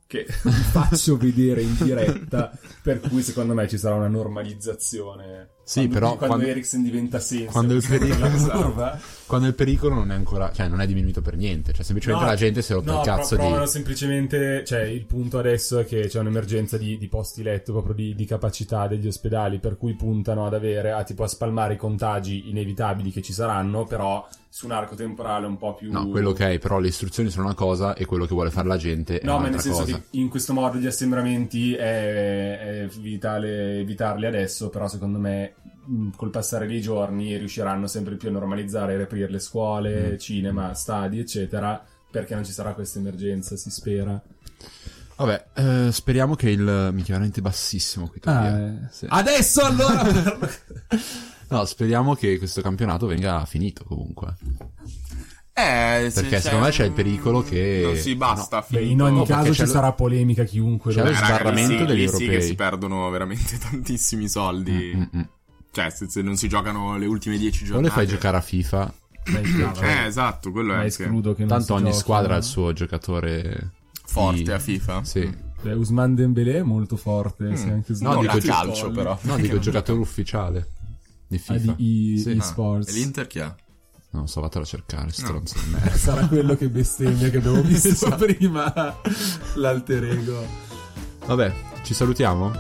[SPEAKER 3] Che vi faccio vedere in diretta. per cui, secondo me, ci sarà una normalizzazione.
[SPEAKER 1] Sì,
[SPEAKER 3] quando,
[SPEAKER 1] però
[SPEAKER 3] Quando,
[SPEAKER 1] quando-
[SPEAKER 3] Eriksen diventa senza
[SPEAKER 1] quando il pericolo-
[SPEAKER 3] curva.
[SPEAKER 1] Quando il pericolo non è ancora, cioè, non è diminuito per niente, cioè, semplicemente
[SPEAKER 9] No,
[SPEAKER 1] la gente si è rotta
[SPEAKER 9] No,
[SPEAKER 1] il
[SPEAKER 9] però
[SPEAKER 1] cazzo
[SPEAKER 9] provano
[SPEAKER 1] di.
[SPEAKER 9] semplicemente, cioè il punto adesso è che c'è un'emergenza di, di posti letto, proprio di, di capacità degli ospedali, per cui puntano ad avere, a tipo a spalmare i contagi inevitabili che ci saranno, però su un arco temporale un po' più...
[SPEAKER 1] No, quello ok, però le istruzioni sono una cosa e quello che vuole fare la gente è
[SPEAKER 3] No, ma
[SPEAKER 1] un'altra
[SPEAKER 3] nel senso
[SPEAKER 1] cosa.
[SPEAKER 3] che in questo modo gli assembramenti è, è vitale evitarli adesso, però secondo me mh, col passare dei giorni riusciranno sempre più a normalizzare e riaprire le
[SPEAKER 1] Mm.
[SPEAKER 3] scuole, cinema, stadi, eccetera, perché non ci sarà questa emergenza, si spera.
[SPEAKER 1] Vabbè, eh, speriamo che il. Mi veramente bassissimo qui.
[SPEAKER 9] Ah,
[SPEAKER 1] Tobia.
[SPEAKER 9] eh,
[SPEAKER 1] Sì.
[SPEAKER 9] Adesso allora!
[SPEAKER 1] No, speriamo che questo campionato venga finito comunque.
[SPEAKER 2] Eh, se
[SPEAKER 1] Perché secondo me c'è il pericolo che-
[SPEAKER 2] Non si basta,
[SPEAKER 9] Beh,
[SPEAKER 2] finito.
[SPEAKER 9] in ogni
[SPEAKER 1] No, perché
[SPEAKER 9] caso
[SPEAKER 1] c'è
[SPEAKER 9] ci
[SPEAKER 1] lo-
[SPEAKER 9] sarà polemica chiunque
[SPEAKER 1] C'è
[SPEAKER 9] lo-
[SPEAKER 1] lo
[SPEAKER 2] Eh, raga, lì
[SPEAKER 1] sbarramento
[SPEAKER 2] sì-
[SPEAKER 1] degli
[SPEAKER 2] lì sì
[SPEAKER 1] europei.
[SPEAKER 2] che si perdono veramente tantissimi soldi.
[SPEAKER 1] Mm, mm, mm.
[SPEAKER 2] Cioè, se, se non si giocano le ultime 10
[SPEAKER 1] O
[SPEAKER 2] giornate...
[SPEAKER 1] le fai giocare a FIFA.
[SPEAKER 2] Eh, esatto, quello
[SPEAKER 9] Ma
[SPEAKER 2] è anche
[SPEAKER 9] escludo che non si
[SPEAKER 1] Tanto ogni
[SPEAKER 9] giochi,
[SPEAKER 1] squadra
[SPEAKER 9] no?
[SPEAKER 1] ha il suo giocatore.
[SPEAKER 2] forte
[SPEAKER 1] di-
[SPEAKER 2] a FIFA. Mm,
[SPEAKER 1] Sì.
[SPEAKER 9] Beh, Usman Dembélé è molto forte, si è anche
[SPEAKER 2] No,
[SPEAKER 1] Mm. No,
[SPEAKER 2] non
[SPEAKER 1] dico
[SPEAKER 2] a
[SPEAKER 1] gi-
[SPEAKER 2] calcio, però.
[SPEAKER 1] No, dico giocatore ufficiale di
[SPEAKER 9] Ah,
[SPEAKER 1] FIFA.
[SPEAKER 9] di i-
[SPEAKER 1] Sì.
[SPEAKER 9] i
[SPEAKER 1] No.
[SPEAKER 2] E
[SPEAKER 9] sports.
[SPEAKER 2] l'Inter chi è?
[SPEAKER 1] Non so, vatelo a cercare, stronzo di merda.
[SPEAKER 9] Sarà quello che bestemmia che abbiamo visto
[SPEAKER 1] Esatto.
[SPEAKER 9] prima.
[SPEAKER 3] L'alter ego.
[SPEAKER 1] Vabbè, ci salutiamo?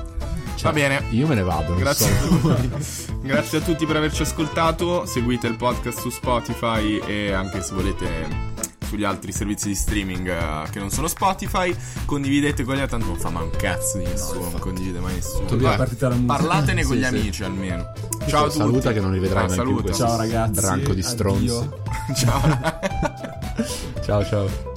[SPEAKER 2] Va bene.
[SPEAKER 1] Io me ne vado. Cioè, non
[SPEAKER 2] Grazie
[SPEAKER 1] so.
[SPEAKER 2] a, tutti. Grazie a tutti per averci ascoltato. Seguite il podcast su Spotify e anche se volete sugli altri servizi di streaming eh, che non sono Spotify. Condividete con gli altri, tanto non fa mai un cazzo di nessuno. non condivide mai nessuno.
[SPEAKER 9] Tobbia,
[SPEAKER 1] Ah.
[SPEAKER 2] Vabbè,
[SPEAKER 9] è partita la musica.
[SPEAKER 2] parlatene con
[SPEAKER 1] Sì,
[SPEAKER 2] gli
[SPEAKER 1] sì.
[SPEAKER 2] amici almeno. Ciao a tutti.
[SPEAKER 1] Saluta che non li vedrai
[SPEAKER 2] Ah,
[SPEAKER 1] mai più.
[SPEAKER 2] saluta.
[SPEAKER 1] questo
[SPEAKER 9] Ciao, ragazzi.
[SPEAKER 1] Branco di
[SPEAKER 9] Addio.
[SPEAKER 1] stronzi.
[SPEAKER 2] Ciao.
[SPEAKER 1] Ciao ciao.